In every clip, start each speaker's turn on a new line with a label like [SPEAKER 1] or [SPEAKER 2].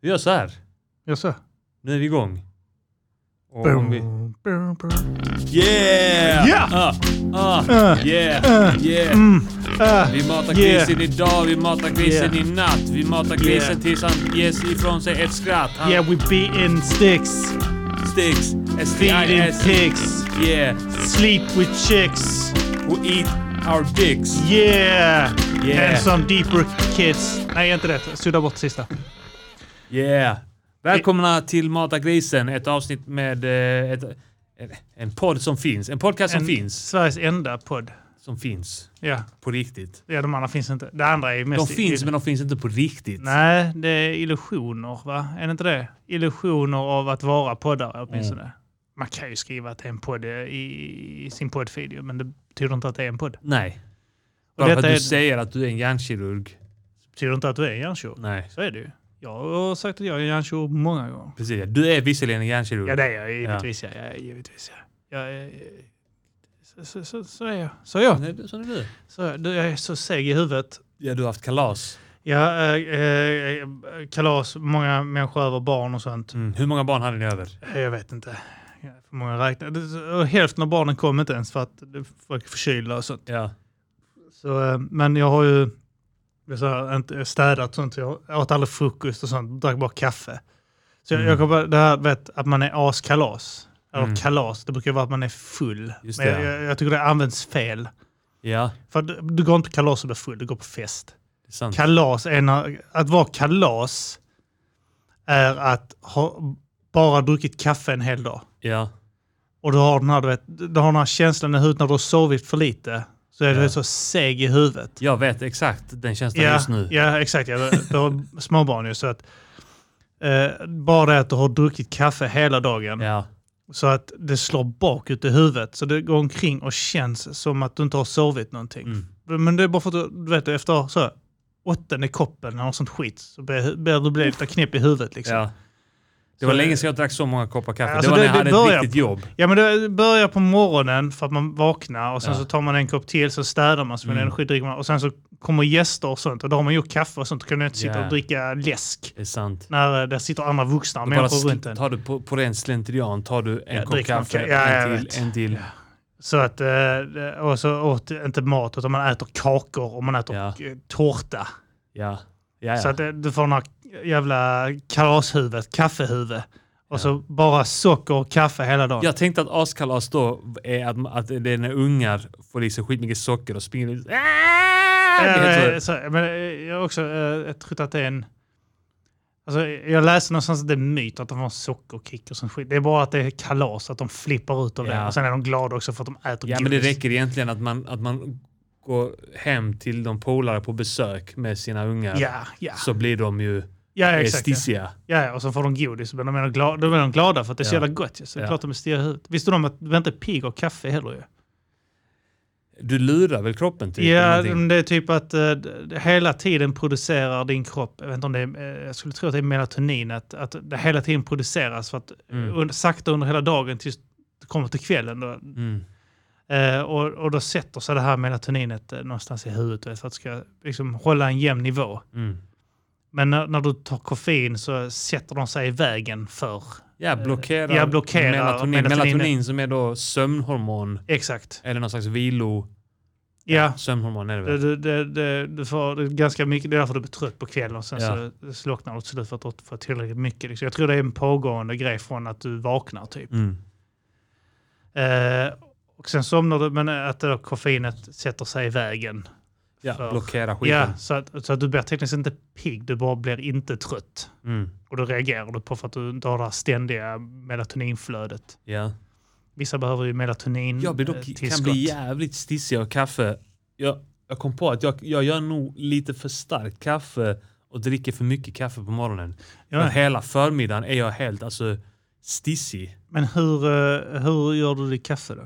[SPEAKER 1] Vi gör så här.
[SPEAKER 2] Jaså?
[SPEAKER 1] Nu är vi igång. Och om
[SPEAKER 2] Brum,
[SPEAKER 1] vi...
[SPEAKER 2] brum, brum.
[SPEAKER 1] Yeah!
[SPEAKER 2] Yeah!
[SPEAKER 1] Ah, ah,
[SPEAKER 2] Uh,
[SPEAKER 1] yeah!
[SPEAKER 2] uh,
[SPEAKER 1] Yeah!
[SPEAKER 2] Mm. Äh,
[SPEAKER 1] Vi matar
[SPEAKER 2] Yeah.
[SPEAKER 1] grisen idag, vi matar grisen i natt. Vi matar grisen
[SPEAKER 2] Yeah.
[SPEAKER 1] tills han ges ifrån sig ett skratt. Han
[SPEAKER 2] yeah, we beating sticks,
[SPEAKER 1] sticks,
[SPEAKER 2] feeding
[SPEAKER 1] S-T-I-S.
[SPEAKER 2] pigs,
[SPEAKER 1] Yeah.
[SPEAKER 2] sleep with chicks.
[SPEAKER 1] We eat our dicks.
[SPEAKER 2] Yeah!
[SPEAKER 1] Yeah.
[SPEAKER 2] And some deeper kids. Nej, inte rätt. Sudda bort sista.
[SPEAKER 1] Yeah! Välkomna till Mata grisen, ett avsnitt med... eh, Ett, en- en podd som finns. En podcast som
[SPEAKER 2] En-
[SPEAKER 1] finns.
[SPEAKER 2] Sveriges enda podd.
[SPEAKER 1] Som finns.
[SPEAKER 2] Ja,
[SPEAKER 1] På riktigt.
[SPEAKER 2] ja de andra finns inte. Det andra är
[SPEAKER 1] De
[SPEAKER 2] mest...
[SPEAKER 1] finns, men de finns inte på riktigt.
[SPEAKER 2] Nej, det är illusioner, va? Är det inte det? Illusioner av att vara poddare åtminstone.
[SPEAKER 1] Mm.
[SPEAKER 2] Man kan ju skriva att det är en podd eh, i, i sin poddfeed, ju, men det betyder inte att det är en podd.
[SPEAKER 1] Nej.
[SPEAKER 2] Och
[SPEAKER 1] Bara för att
[SPEAKER 2] detta
[SPEAKER 1] du
[SPEAKER 2] är-
[SPEAKER 1] säger att du är en hjärnkirurg.
[SPEAKER 2] Det betyder inte att du är en hjärnkirurg.
[SPEAKER 1] Nej.
[SPEAKER 2] Så är det ju. Jag har sagt att jag är en hjärnkirurg många gånger.
[SPEAKER 1] Precis. Du är visserligen en hjärnkirurg.
[SPEAKER 2] Ja, det är jag givetvis. Ja. Ja, givetvis ja. Jag är, så, så, så, så är jag. Så är jag.
[SPEAKER 1] det. Sån är du.
[SPEAKER 2] Så, är jag. Du, jag är så seg i huvudet.
[SPEAKER 1] Ja, du har haft kalas.
[SPEAKER 2] Ja, eh, eh, kalas, många människor över barn och sånt. Eh,
[SPEAKER 1] Mm. Hur många barn hade ni över?
[SPEAKER 2] Jag vet inte. Ja, För många räknade. Och hälften av barnen kom inte ens för att folk är förkylda och sånt.
[SPEAKER 1] Ja.
[SPEAKER 2] Så, eh, men jag har ju det är så här, inte städat sånt. så Jag åt aldrig frukost och sånt. Drack bara kaffe. Så jag,
[SPEAKER 1] Mm.
[SPEAKER 2] jag kommer bara- det här vet, att man är askalas. Eller
[SPEAKER 1] Mm.
[SPEAKER 2] kalas, det brukar ju vara att man är full.
[SPEAKER 1] Just
[SPEAKER 2] men jag,
[SPEAKER 1] det, ja.
[SPEAKER 2] jag, jag tycker det används fel.
[SPEAKER 1] Ja,
[SPEAKER 2] För att du, du går inte på kalas och blir full, du går på fest.
[SPEAKER 1] det är sant.
[SPEAKER 2] Kalas är när, att vara kalas är att ha bara druckit kaffe en hel dag.
[SPEAKER 1] Ja.
[SPEAKER 2] Och du har den här, du vet, du har den här känslan i huvudet när du har sovit för lite. Så är du
[SPEAKER 1] Ja.
[SPEAKER 2] så seg i huvudet.
[SPEAKER 1] Jag vet exakt den känslan
[SPEAKER 2] Ja,
[SPEAKER 1] just nu.
[SPEAKER 2] ja exakt. Ja, du, du har småbarn ju. Så att, eh, bara det att du har druckit kaffe hela dagen.
[SPEAKER 1] Ja.
[SPEAKER 2] Så att det slår bakut i huvudet. Så det går omkring och känns som att du inte har sovit någonting.
[SPEAKER 1] Mm.
[SPEAKER 2] Men det är bara för att du, du vet, efter så här, åttan i koppen eller något sånt skit så börjar börjar du bli lite knäpp i huvudet. Liksom. Ja.
[SPEAKER 1] ja. Det var
[SPEAKER 2] Så-
[SPEAKER 1] länge sedan jag drack så många koppar kaffe.
[SPEAKER 2] Alltså,
[SPEAKER 1] det var när
[SPEAKER 2] det-
[SPEAKER 1] jag
[SPEAKER 2] det
[SPEAKER 1] hade ett
[SPEAKER 2] börjar
[SPEAKER 1] riktigt
[SPEAKER 2] på-
[SPEAKER 1] jobb.
[SPEAKER 2] men det börjar på morgonen för att man vaknar och sen
[SPEAKER 1] Ja.
[SPEAKER 2] så tar man en kopp till så städar man så man
[SPEAKER 1] Mm.
[SPEAKER 2] energidricker man och sen så kommer gäster och sånt och då har man gjort kaffe och sånt. Då kan du inte sitta
[SPEAKER 1] Ja.
[SPEAKER 2] och dricka läsk
[SPEAKER 1] Det är sant.
[SPEAKER 2] när eh, det sitter andra vuxna
[SPEAKER 1] Bara
[SPEAKER 2] människor
[SPEAKER 1] sl-
[SPEAKER 2] runt en.
[SPEAKER 1] tar du på, på ren slentrian tar du en
[SPEAKER 2] Ja,
[SPEAKER 1] kopp
[SPEAKER 2] dricker man
[SPEAKER 1] kaffe,
[SPEAKER 2] ka- ja, jag
[SPEAKER 1] en
[SPEAKER 2] vet.
[SPEAKER 1] till, en till.
[SPEAKER 2] Så att, eh, och så åt inte mat utan man äter kakor och man äter
[SPEAKER 1] Ja.
[SPEAKER 2] eh, tårta.
[SPEAKER 1] Ja. Ja,
[SPEAKER 2] Så
[SPEAKER 1] ja.
[SPEAKER 2] att eh, du får den här jävla kalashuvudet, kaffehuvud. Och
[SPEAKER 1] Ja.
[SPEAKER 2] så bara socker och kaffe hela dagen.
[SPEAKER 1] Jag tänkte att askalas då är att, att det är när ungar får i sig skitmycket socker och springer ut. Ah! Det
[SPEAKER 2] Eh,
[SPEAKER 1] heter-
[SPEAKER 2] så, men eh, jag har också eh, jag trott att det är en... Alltså, jag läste någonstans att det är en myt att de har en sockerkick och sånt skit. Det är bara att det är kalas, att de flippar ut av det.
[SPEAKER 1] Ja.
[SPEAKER 2] Och sen är de glada också för att de äter
[SPEAKER 1] Ja, men det räcker egentligen att man, att man går hem till de polare på besök med sina ungar.
[SPEAKER 2] Ja, ja.
[SPEAKER 1] Så blir de ju
[SPEAKER 2] ja
[SPEAKER 1] eh,
[SPEAKER 2] exakt. Ja.
[SPEAKER 1] stissiga.
[SPEAKER 2] Ja, ja, och så får de godis. Men de är, glada, de är glada för att det är så
[SPEAKER 1] Ja.
[SPEAKER 2] jävla gott. ju. Så det är
[SPEAKER 1] Ja.
[SPEAKER 2] klart de är stirriga ut. Visste de att du inte är pigg av kaffe heller ju?
[SPEAKER 1] Du lurar väl kroppen typ? eller
[SPEAKER 2] Ja,
[SPEAKER 1] någonting?
[SPEAKER 2] men det är typ att eh, d- hela tiden producerar din kropp, jag vet inte om det är, eh, jag skulle tro att det är melatonin, att, att det hela tiden produceras för att
[SPEAKER 1] Mm.
[SPEAKER 2] under, sakta under hela dagen tills det kommer till kvällen. Då,
[SPEAKER 1] Mm.
[SPEAKER 2] eh, och, och då sätter sig det här melatoninet eh, någonstans i huvudet vet, för att det ska liksom, hålla en jämn nivå.
[SPEAKER 1] Mm.
[SPEAKER 2] Men när, när du tar koffein så sätter de sig i vägen för,
[SPEAKER 1] Ja, blockerar,
[SPEAKER 2] Eh, Ja, blockerar
[SPEAKER 1] melatonin.
[SPEAKER 2] melatoninet.
[SPEAKER 1] Melatonin som är då sömnhormon.
[SPEAKER 2] exakt.
[SPEAKER 1] Eller någon slags vilo.
[SPEAKER 2] Ja,
[SPEAKER 1] Sömnhormon är det
[SPEAKER 2] Du,
[SPEAKER 1] väl?
[SPEAKER 2] du, du, du, du får det är ganska mycket, det är därför du blir trött på kvällen och sen
[SPEAKER 1] Ja.
[SPEAKER 2] så slocknar du till slut för att du inte får tillräckligt mycket. Liksom. Jag tror det är en pågående grej från att du vaknar typ.
[SPEAKER 1] Mm.
[SPEAKER 2] Eh, och sen somnar du, men att det då koffeinet sätter sig i vägen.
[SPEAKER 1] Ja,
[SPEAKER 2] För-
[SPEAKER 1] blockera skiten.
[SPEAKER 2] Ja, så att, så att du blir tekniskt inte pigg, du bara blir inte trött.
[SPEAKER 1] Mm.
[SPEAKER 2] Och då reagerar du på för att du inte har det här ständiga melatoninflödet.
[SPEAKER 1] Ja.
[SPEAKER 2] Vissa behöver ju melatonin
[SPEAKER 1] Jag blir
[SPEAKER 2] eh,
[SPEAKER 1] dock, kan
[SPEAKER 2] tillskott.
[SPEAKER 1] bli jävligt stissig av kaffe. Jag, jag kom på att jag, jag gör nog lite för starkt kaffe och dricker för mycket kaffe på morgonen.
[SPEAKER 2] Ja.
[SPEAKER 1] Men hela förmiddagen är jag helt alltså, stissig.
[SPEAKER 2] Men hur, eh, hur gör du ditt kaffe då?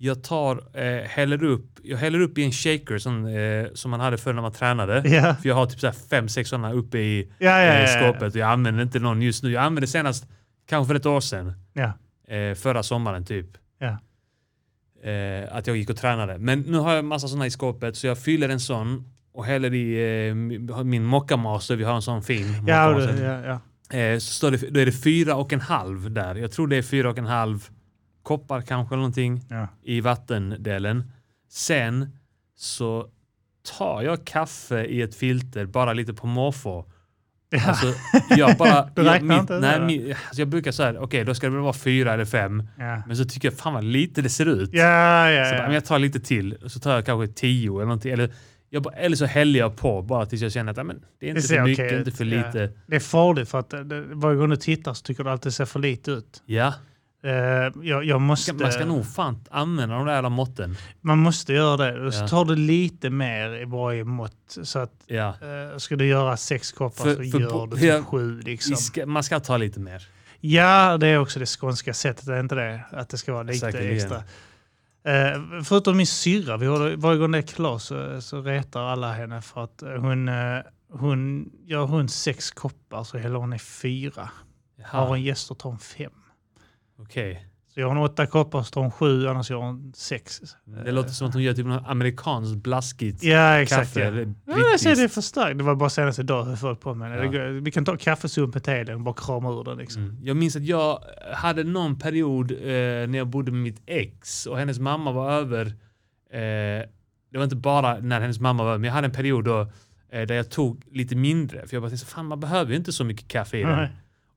[SPEAKER 1] Jag tar, eh, häller upp, jag häller upp i en shaker som, eh, som man hade förr när man tränade.
[SPEAKER 2] Ja,
[SPEAKER 1] För jag har typ så här fem, sex sådana uppe i
[SPEAKER 2] ja, ja.
[SPEAKER 1] eh,
[SPEAKER 2] ja, ja.
[SPEAKER 1] skåpet och jag använder inte någon just nu. Jag använde senast, kanske för ett år sedan.
[SPEAKER 2] Ja.
[SPEAKER 1] Eh, förra sommaren typ.
[SPEAKER 2] Ja.
[SPEAKER 1] Eh, att jag gick och tränade. Men nu har jag massa sådana i skåpet så jag fyller en sån och häller i eh, min- min mockamaster. Vi har en sån fin.
[SPEAKER 2] Ja,
[SPEAKER 1] mockamaster.
[SPEAKER 2] du- ja, ja.
[SPEAKER 1] Eh, så står det, då är det fyra och en halv där. Jag tror det är fyra och en halv koppar kanske eller någonting
[SPEAKER 2] Ja.
[SPEAKER 1] i vattendelen. Sen så tar jag kaffe i ett filter, bara lite på måfå. Alltså, jag bara...
[SPEAKER 2] Du
[SPEAKER 1] jag,
[SPEAKER 2] räknar
[SPEAKER 1] mitt,
[SPEAKER 2] inte ens
[SPEAKER 1] nej,
[SPEAKER 2] det?
[SPEAKER 1] min, alltså jag brukar så här, okej då ska det väl vara fyra eller fem.
[SPEAKER 2] Ja,
[SPEAKER 1] Men så tycker jag fan vad lite det ser ut. Så
[SPEAKER 2] ja,
[SPEAKER 1] bara,
[SPEAKER 2] ja.
[SPEAKER 1] men
[SPEAKER 2] ja.
[SPEAKER 1] jag tar lite till, så tar jag kanske tio eller någonting. Eller, jag bara, eller så häller jag på bara tills jag känner att ja, men, det är inte
[SPEAKER 2] Det ser
[SPEAKER 1] för
[SPEAKER 2] okej
[SPEAKER 1] mycket,
[SPEAKER 2] ut,
[SPEAKER 1] inte för
[SPEAKER 2] ja.
[SPEAKER 1] lite.
[SPEAKER 2] Det är farligt för att eh, det- varje gång du tittar så tycker du alltid det ser för lite ut.
[SPEAKER 1] Ja,
[SPEAKER 2] Eh, Jag, jag måste,
[SPEAKER 1] man ska nog fan använda de där jävla måtten.
[SPEAKER 2] man måste göra det. Och
[SPEAKER 1] Ja.
[SPEAKER 2] Så tar du lite mer i varje mått. Så att,
[SPEAKER 1] Ja.
[SPEAKER 2] eh, ska du göra sex koppar
[SPEAKER 1] För-
[SPEAKER 2] så
[SPEAKER 1] för
[SPEAKER 2] gör
[SPEAKER 1] bo-
[SPEAKER 2] du typ
[SPEAKER 1] ja.
[SPEAKER 2] sju.
[SPEAKER 1] Vi
[SPEAKER 2] Liksom.
[SPEAKER 1] Ska, man ska ta lite mer.
[SPEAKER 2] Ja, det är också det skånska sättet, är inte det? Att det ska vara lite
[SPEAKER 1] Säkerligen.
[SPEAKER 2] extra. Eh, förutom min syrra, vi håller, varje gång det är klart så, så retar alla henne för att eh, hon, eh, hon gör hon sex koppar så häller hon i fyra. Har
[SPEAKER 1] Jaha,
[SPEAKER 2] hon gäster tar hon fem.
[SPEAKER 1] okej.
[SPEAKER 2] Så gör hon åtta koppar så tar hon sju, annars gör hon sex.
[SPEAKER 1] Det låter som att hon gör typ något amerikanskt blaskigt
[SPEAKER 2] Ja, exakt.
[SPEAKER 1] kaffe. Mm,
[SPEAKER 2] Ja.
[SPEAKER 1] eller
[SPEAKER 2] Ja, jag säger det är
[SPEAKER 1] brittiskt.
[SPEAKER 2] för starkt. Det var bara senast idag hur folk på med det.
[SPEAKER 1] Ja.
[SPEAKER 2] det. går- Vi kan ta kaffesumpen till den och bara krama ur den. Liksom.
[SPEAKER 1] Mm. Jag minns att jag hade någon period eh, när jag bodde med mitt ex och hennes mamma var över. Eh, det var inte bara när hennes mamma var över, men jag hade en period då, eh, där jag tog lite mindre. För jag bara tänkte, så, fan man behöver ju inte så mycket kaffe i den.
[SPEAKER 2] Nej.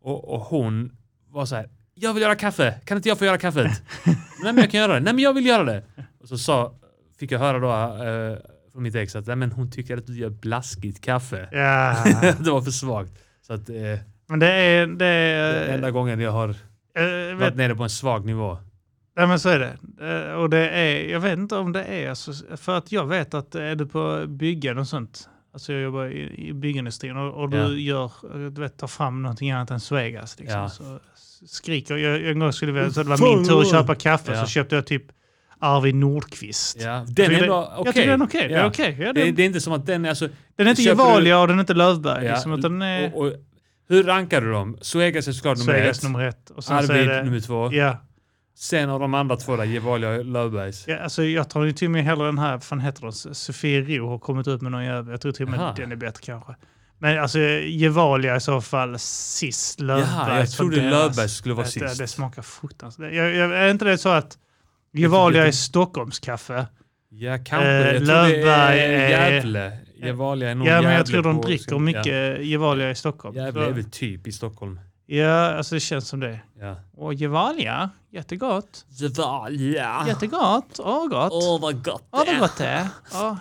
[SPEAKER 1] Och, och hon var så här, jag vill göra kaffe, kan inte jag få göra kaffet? Nej men jag kan göra det, nej men jag vill göra det. Och så sa, fick jag höra då eh, från mitt ex att nej, men hon tycker att du gör blaskigt kaffe.
[SPEAKER 2] Ja.
[SPEAKER 1] det var för svagt. Så att, eh, det
[SPEAKER 2] Men det är... Det
[SPEAKER 1] är
[SPEAKER 2] är
[SPEAKER 1] enda gången jag har
[SPEAKER 2] eh, vet,
[SPEAKER 1] varit nere på en svag nivå.
[SPEAKER 2] nej men så är det. Eh, Och det är, jag vet inte om det är, alltså, för att jag vet att är du på byggen och sånt, alltså jag jobbar i, i byggindustrin och, och
[SPEAKER 1] Ja.
[SPEAKER 2] du gör, eh, du vet, tar fram någonting annat än Svegas, liksom,
[SPEAKER 1] Ja.
[SPEAKER 2] så skriker jag, en gång skulle vi, så det var
[SPEAKER 1] Fan,
[SPEAKER 2] min tur att
[SPEAKER 1] vad-
[SPEAKER 2] köpa kaffe,
[SPEAKER 1] Ja.
[SPEAKER 2] så köpte jag typ Arvid Nordqvist.
[SPEAKER 1] Ja,
[SPEAKER 2] Jag
[SPEAKER 1] den
[SPEAKER 2] tycker
[SPEAKER 1] är
[SPEAKER 2] det-
[SPEAKER 1] ändå
[SPEAKER 2] Jag tycker
[SPEAKER 1] okej.
[SPEAKER 2] den är okej. Det är
[SPEAKER 1] Ja.
[SPEAKER 2] okej. Ja,
[SPEAKER 1] Det,
[SPEAKER 2] den,
[SPEAKER 1] det är inte som att den är... Alltså,
[SPEAKER 2] den är inte
[SPEAKER 1] köper du-
[SPEAKER 2] Gevalia och den är inte Lövberg,
[SPEAKER 1] Ja.
[SPEAKER 2] liksom, utan den är
[SPEAKER 1] och, och, hur rankar du dem? Suegas är såklart nummer
[SPEAKER 2] Svegas
[SPEAKER 1] ett.
[SPEAKER 2] nummer ett. Och sen så är
[SPEAKER 1] Arvid
[SPEAKER 2] det,
[SPEAKER 1] nummer två.
[SPEAKER 2] Ja.
[SPEAKER 1] Sen av de andra två där, Gevalia och Löfbergs.
[SPEAKER 2] Ja, alltså, jag tar ju till mig hellre den här, vad fan heter den? Sofiero har kommit ut med någon jävel. Jag tror till och med
[SPEAKER 1] Jaha.
[SPEAKER 2] den är bättre kanske. Men alltså Gevalia i så fall sist. Löfberg.
[SPEAKER 1] Jaha, jag
[SPEAKER 2] som
[SPEAKER 1] trodde
[SPEAKER 2] deras-
[SPEAKER 1] Löfberg skulle vara
[SPEAKER 2] Vet du,
[SPEAKER 1] sist.
[SPEAKER 2] Det smakar fruktansvärt. Jag, jag, är inte det så att Gevalia är Stockholmskaffe?
[SPEAKER 1] Ja, kanske.
[SPEAKER 2] Eh,
[SPEAKER 1] jag tror det
[SPEAKER 2] Löfberg
[SPEAKER 1] är
[SPEAKER 2] är-
[SPEAKER 1] Gävle. Gevalia är nog
[SPEAKER 2] Ja, men
[SPEAKER 1] Gävle
[SPEAKER 2] jag tror de
[SPEAKER 1] på-
[SPEAKER 2] dricker
[SPEAKER 1] ja.
[SPEAKER 2] mycket Gevalia i Stockholm.
[SPEAKER 1] Gävle
[SPEAKER 2] Så-
[SPEAKER 1] är väl typ i Stockholm.
[SPEAKER 2] Ja, alltså det känns som det.
[SPEAKER 1] Ja.
[SPEAKER 2] Och Gevalia, jättegott.
[SPEAKER 1] Gevalia.
[SPEAKER 2] Jättegott. Åh, gott. Åh,
[SPEAKER 1] vad gott
[SPEAKER 2] vad gott det är.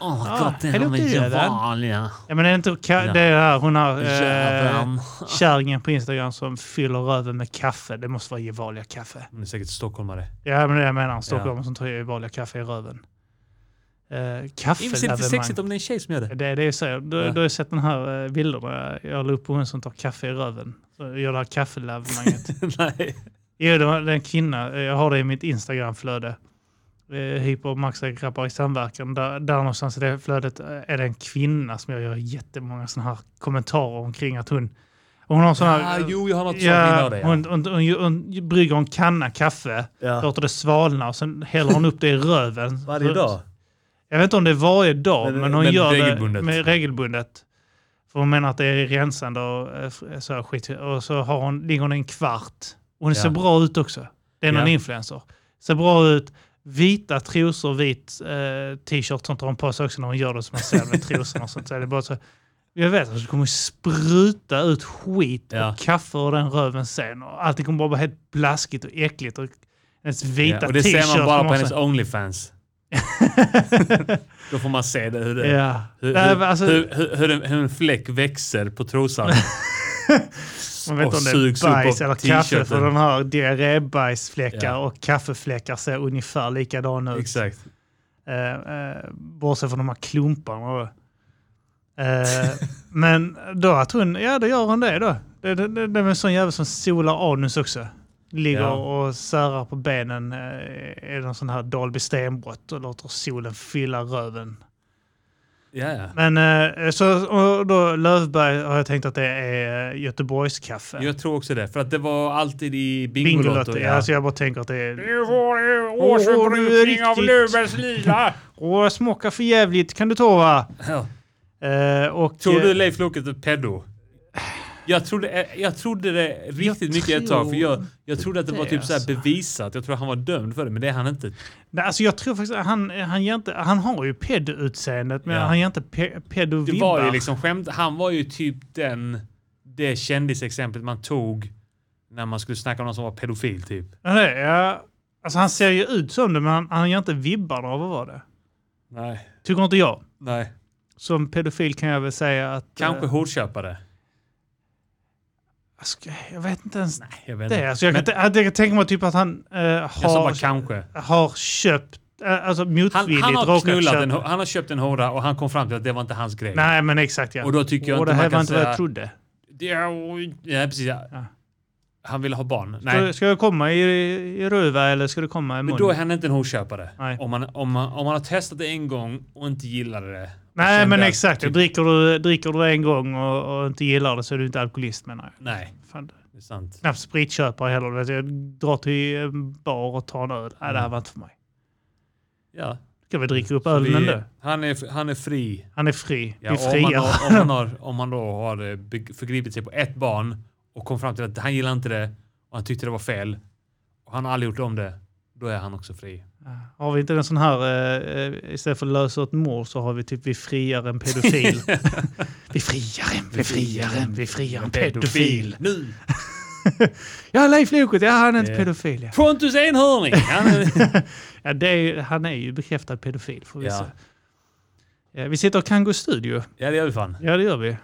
[SPEAKER 2] Åh,
[SPEAKER 1] här
[SPEAKER 2] häll upp i den. Ja, men det är inte ka- det är här, hon har eh,
[SPEAKER 1] Jäveln.
[SPEAKER 2] kärringen på Instagram som fyller röven med kaffe. Det måste vara Gevalia kaffe.
[SPEAKER 1] Hon är säkert stockholmare.
[SPEAKER 2] Ja, men det jag menar. Stockholm som tar Gevalia kaffe i röven. Eh,
[SPEAKER 1] Det är inte
[SPEAKER 2] Kaffelabemang.
[SPEAKER 1] sexigt om det är en tjej som gör det.
[SPEAKER 2] Det, det är så. Du,
[SPEAKER 1] Ja.
[SPEAKER 2] du har ju sett den här eh, bilderna. Jag la upp på hon som tar kaffe i röven. Så jag gör det här kaffelavemanget.
[SPEAKER 1] Nej.
[SPEAKER 2] Jo, det var det är en kvinna. eh, Jag har det i mitt Instagram-flöde. Eh, Hyper och Maxrappar i samverkan. Där, där någonstans i det flödet eh, är det en kvinna som jag gör jättemånga sådana här kommentarer omkring att hon... och Hon har sådana
[SPEAKER 1] Ah,
[SPEAKER 2] här...
[SPEAKER 1] jo, jag har något sånt
[SPEAKER 2] Ja,
[SPEAKER 1] innan det.
[SPEAKER 2] hon, hon, hon, hon, brygger en kanna kaffe,
[SPEAKER 1] Ja.
[SPEAKER 2] låter det svalna och sen häller hon upp det i röven.
[SPEAKER 1] Varje
[SPEAKER 2] Så-
[SPEAKER 1] dag.
[SPEAKER 2] Jag vet inte om det är varje dag,
[SPEAKER 1] Men-
[SPEAKER 2] men, hon
[SPEAKER 1] men
[SPEAKER 2] gör
[SPEAKER 1] regelbundet.
[SPEAKER 2] det med regelbundet. För hon menar att det är rensande och eh, f- så här skit. Och så har hon, ligger hon i en kvart. Och hon
[SPEAKER 1] Ja.
[SPEAKER 2] ser bra ut också. Det är någon
[SPEAKER 1] Ja.
[SPEAKER 2] influencer. Ser bra ut. Vita trosor, vit eh, t-shirt, sånt har hon på sig också när hon gör det som man ser med trosorna och sånt. Så är det bara så, jag vet att det kommer spruta ut skit
[SPEAKER 1] Ja.
[SPEAKER 2] och kaffe ur den röven sen. Och allting kommer bara vara helt blaskigt och äckligt. Och hennes vita
[SPEAKER 1] Ja, och det
[SPEAKER 2] t-shirt
[SPEAKER 1] ser man bara
[SPEAKER 2] kommer
[SPEAKER 1] på
[SPEAKER 2] också-
[SPEAKER 1] hennes Onlyfans. Då får man se det, hur, det,
[SPEAKER 2] Ja.
[SPEAKER 1] hur,
[SPEAKER 2] Nej, men
[SPEAKER 1] hur,
[SPEAKER 2] alltså-
[SPEAKER 1] hur, hur, hur, en, hur en fläck växer på trosan.
[SPEAKER 2] Man vet
[SPEAKER 1] och
[SPEAKER 2] inte om
[SPEAKER 1] sugs
[SPEAKER 2] det
[SPEAKER 1] upp
[SPEAKER 2] är bajs
[SPEAKER 1] av
[SPEAKER 2] eller kaffe
[SPEAKER 1] t-shirten.
[SPEAKER 2] för de här diarrébajsfläckar
[SPEAKER 1] Ja.
[SPEAKER 2] och kaffefläckar ser ungefär likadana ut.
[SPEAKER 1] Exakt.
[SPEAKER 2] Eh, eh, bortsett från de här klumparna. då. Eh, men då att hon, ja då gör hon det då. Det, det, det, det är en sån jävel som solar anus också. Ligger
[SPEAKER 1] Ja.
[SPEAKER 2] och särar på benen eh, i någon sån här Dalby stenbrott och låter solen fylla röven.
[SPEAKER 1] Ja, ja.
[SPEAKER 2] Men eh, så och då Löfberg har jag tänkt att det är eh, Göteborgskaffe.
[SPEAKER 1] Jag tror också det. För att det var alltid i Bingolotto.
[SPEAKER 2] Bingolotto. Ja.
[SPEAKER 1] Ja.
[SPEAKER 2] Alltså jag bara tänker att det är...
[SPEAKER 3] Nu får du
[SPEAKER 2] årsförbrukning
[SPEAKER 3] årsförbrukning
[SPEAKER 2] av
[SPEAKER 3] av Löfbergs lila.
[SPEAKER 2] Åh, jag smakar för jävligt kan du ta va?
[SPEAKER 1] Ja.
[SPEAKER 2] Eh, och,
[SPEAKER 1] Tror du
[SPEAKER 2] eh,
[SPEAKER 1] Leif Loket är typ pedo? Jag trodde, eh, jag trodde det riktigt mycket ett tag. För jag, jag trodde att det
[SPEAKER 2] det,
[SPEAKER 1] var typ så här
[SPEAKER 2] alltså.
[SPEAKER 1] bevisat. Jag tror att han var dömd för det, men det är han inte.
[SPEAKER 2] Nej, alltså jag tror faktiskt att han, han, ger inte, han har ju pedo-utseendet, men
[SPEAKER 1] Ja.
[SPEAKER 2] han ger inte pe-
[SPEAKER 1] Det var ju
[SPEAKER 2] pedo-vibbar.
[SPEAKER 1] liksom skämt. Han var ju typ den, det kändisexemplet man tog när man skulle snacka om någon som var pedofil typ.
[SPEAKER 2] Ja, det är- ja. Alltså han ser ju ut som det, men han, han ger inte vibbarna av att vara det.
[SPEAKER 1] Nej.
[SPEAKER 2] Tycker inte jag.
[SPEAKER 1] Nej.
[SPEAKER 2] Som pedofil kan jag väl säga att...
[SPEAKER 1] Kanske
[SPEAKER 2] Eh,
[SPEAKER 1] hårdköpare.
[SPEAKER 2] alltså, jag vet inte ens
[SPEAKER 1] Nej, jag vet inte.
[SPEAKER 2] det. Alltså jag, kan,
[SPEAKER 1] Men-
[SPEAKER 2] t- jag kan tänka mig typ att han eh,
[SPEAKER 1] Jag sa bara
[SPEAKER 2] har,
[SPEAKER 1] kanske.
[SPEAKER 2] har köpt, eh, alltså
[SPEAKER 1] Han,
[SPEAKER 2] motvilligt
[SPEAKER 1] han, har
[SPEAKER 2] råkat
[SPEAKER 1] knullat
[SPEAKER 2] köpa.
[SPEAKER 1] en, han har köpt en hora och han kom fram till att det var inte hans grej.
[SPEAKER 2] Nej, men exakt ja.
[SPEAKER 1] Och då tycker jag
[SPEAKER 2] Och
[SPEAKER 1] inte
[SPEAKER 2] det här
[SPEAKER 1] man
[SPEAKER 2] var
[SPEAKER 1] kan
[SPEAKER 2] inte vad jag
[SPEAKER 1] säga...
[SPEAKER 2] trodde.
[SPEAKER 1] Nej, ja, precis. Ja.
[SPEAKER 2] Ja.
[SPEAKER 1] Han ville ha barn.
[SPEAKER 2] Ska,
[SPEAKER 1] Nej.
[SPEAKER 2] ska jag komma i, i röva eller ska det komma i
[SPEAKER 1] Men då är
[SPEAKER 2] munnen?
[SPEAKER 1] han inte en horköpare.
[SPEAKER 2] Nej.
[SPEAKER 1] Om man, om, man, om man har testat det en gång och inte gillade det.
[SPEAKER 2] Nej,
[SPEAKER 1] kände
[SPEAKER 2] men
[SPEAKER 1] att
[SPEAKER 2] exakt.
[SPEAKER 1] typ-
[SPEAKER 2] Dricker, du, dricker du en gång och, och inte gillar det så är du inte alkoholist menar jag.
[SPEAKER 1] Nej,
[SPEAKER 2] Fan,
[SPEAKER 1] det är sant.
[SPEAKER 2] knappt spritköpare heller. Vet du. Jag drar till en bar och tar en öl. Nej, det här var inte för mig.
[SPEAKER 1] Ja.
[SPEAKER 2] Ska vi dricka upp
[SPEAKER 1] Mm. Så vi-
[SPEAKER 2] ölen ändå?
[SPEAKER 1] han, är, han är fri.
[SPEAKER 2] Han är fri.
[SPEAKER 1] Ja,
[SPEAKER 2] vi
[SPEAKER 1] och om, man,
[SPEAKER 2] friar.
[SPEAKER 1] har- om, man har, om man då har eh, beg- förgripit sig på ett barn och kom fram till att han gillar inte det och han tyckte det var fel och han har aldrig gjort om det, då är han också fri.
[SPEAKER 2] Har vi inte en sån här, eh, eh, istället för lösa ett mord så har vi typ vi friar en pedofil. vi friar en, vi friar en, vi friar en pedofil.
[SPEAKER 1] Nu!
[SPEAKER 2] Ja, Leif Loket, ja han är inte
[SPEAKER 1] Eh.
[SPEAKER 2] pedofil. Ja.
[SPEAKER 1] Pontus Enhörning! Han är...
[SPEAKER 2] Ja, det är, ju- han är ju bekräftad pedofil får vi
[SPEAKER 1] Ja.
[SPEAKER 2] se. Ja, vi sitter och kan gå i studio.
[SPEAKER 1] ja, det gör vi fan.
[SPEAKER 2] Ja, det gör vi.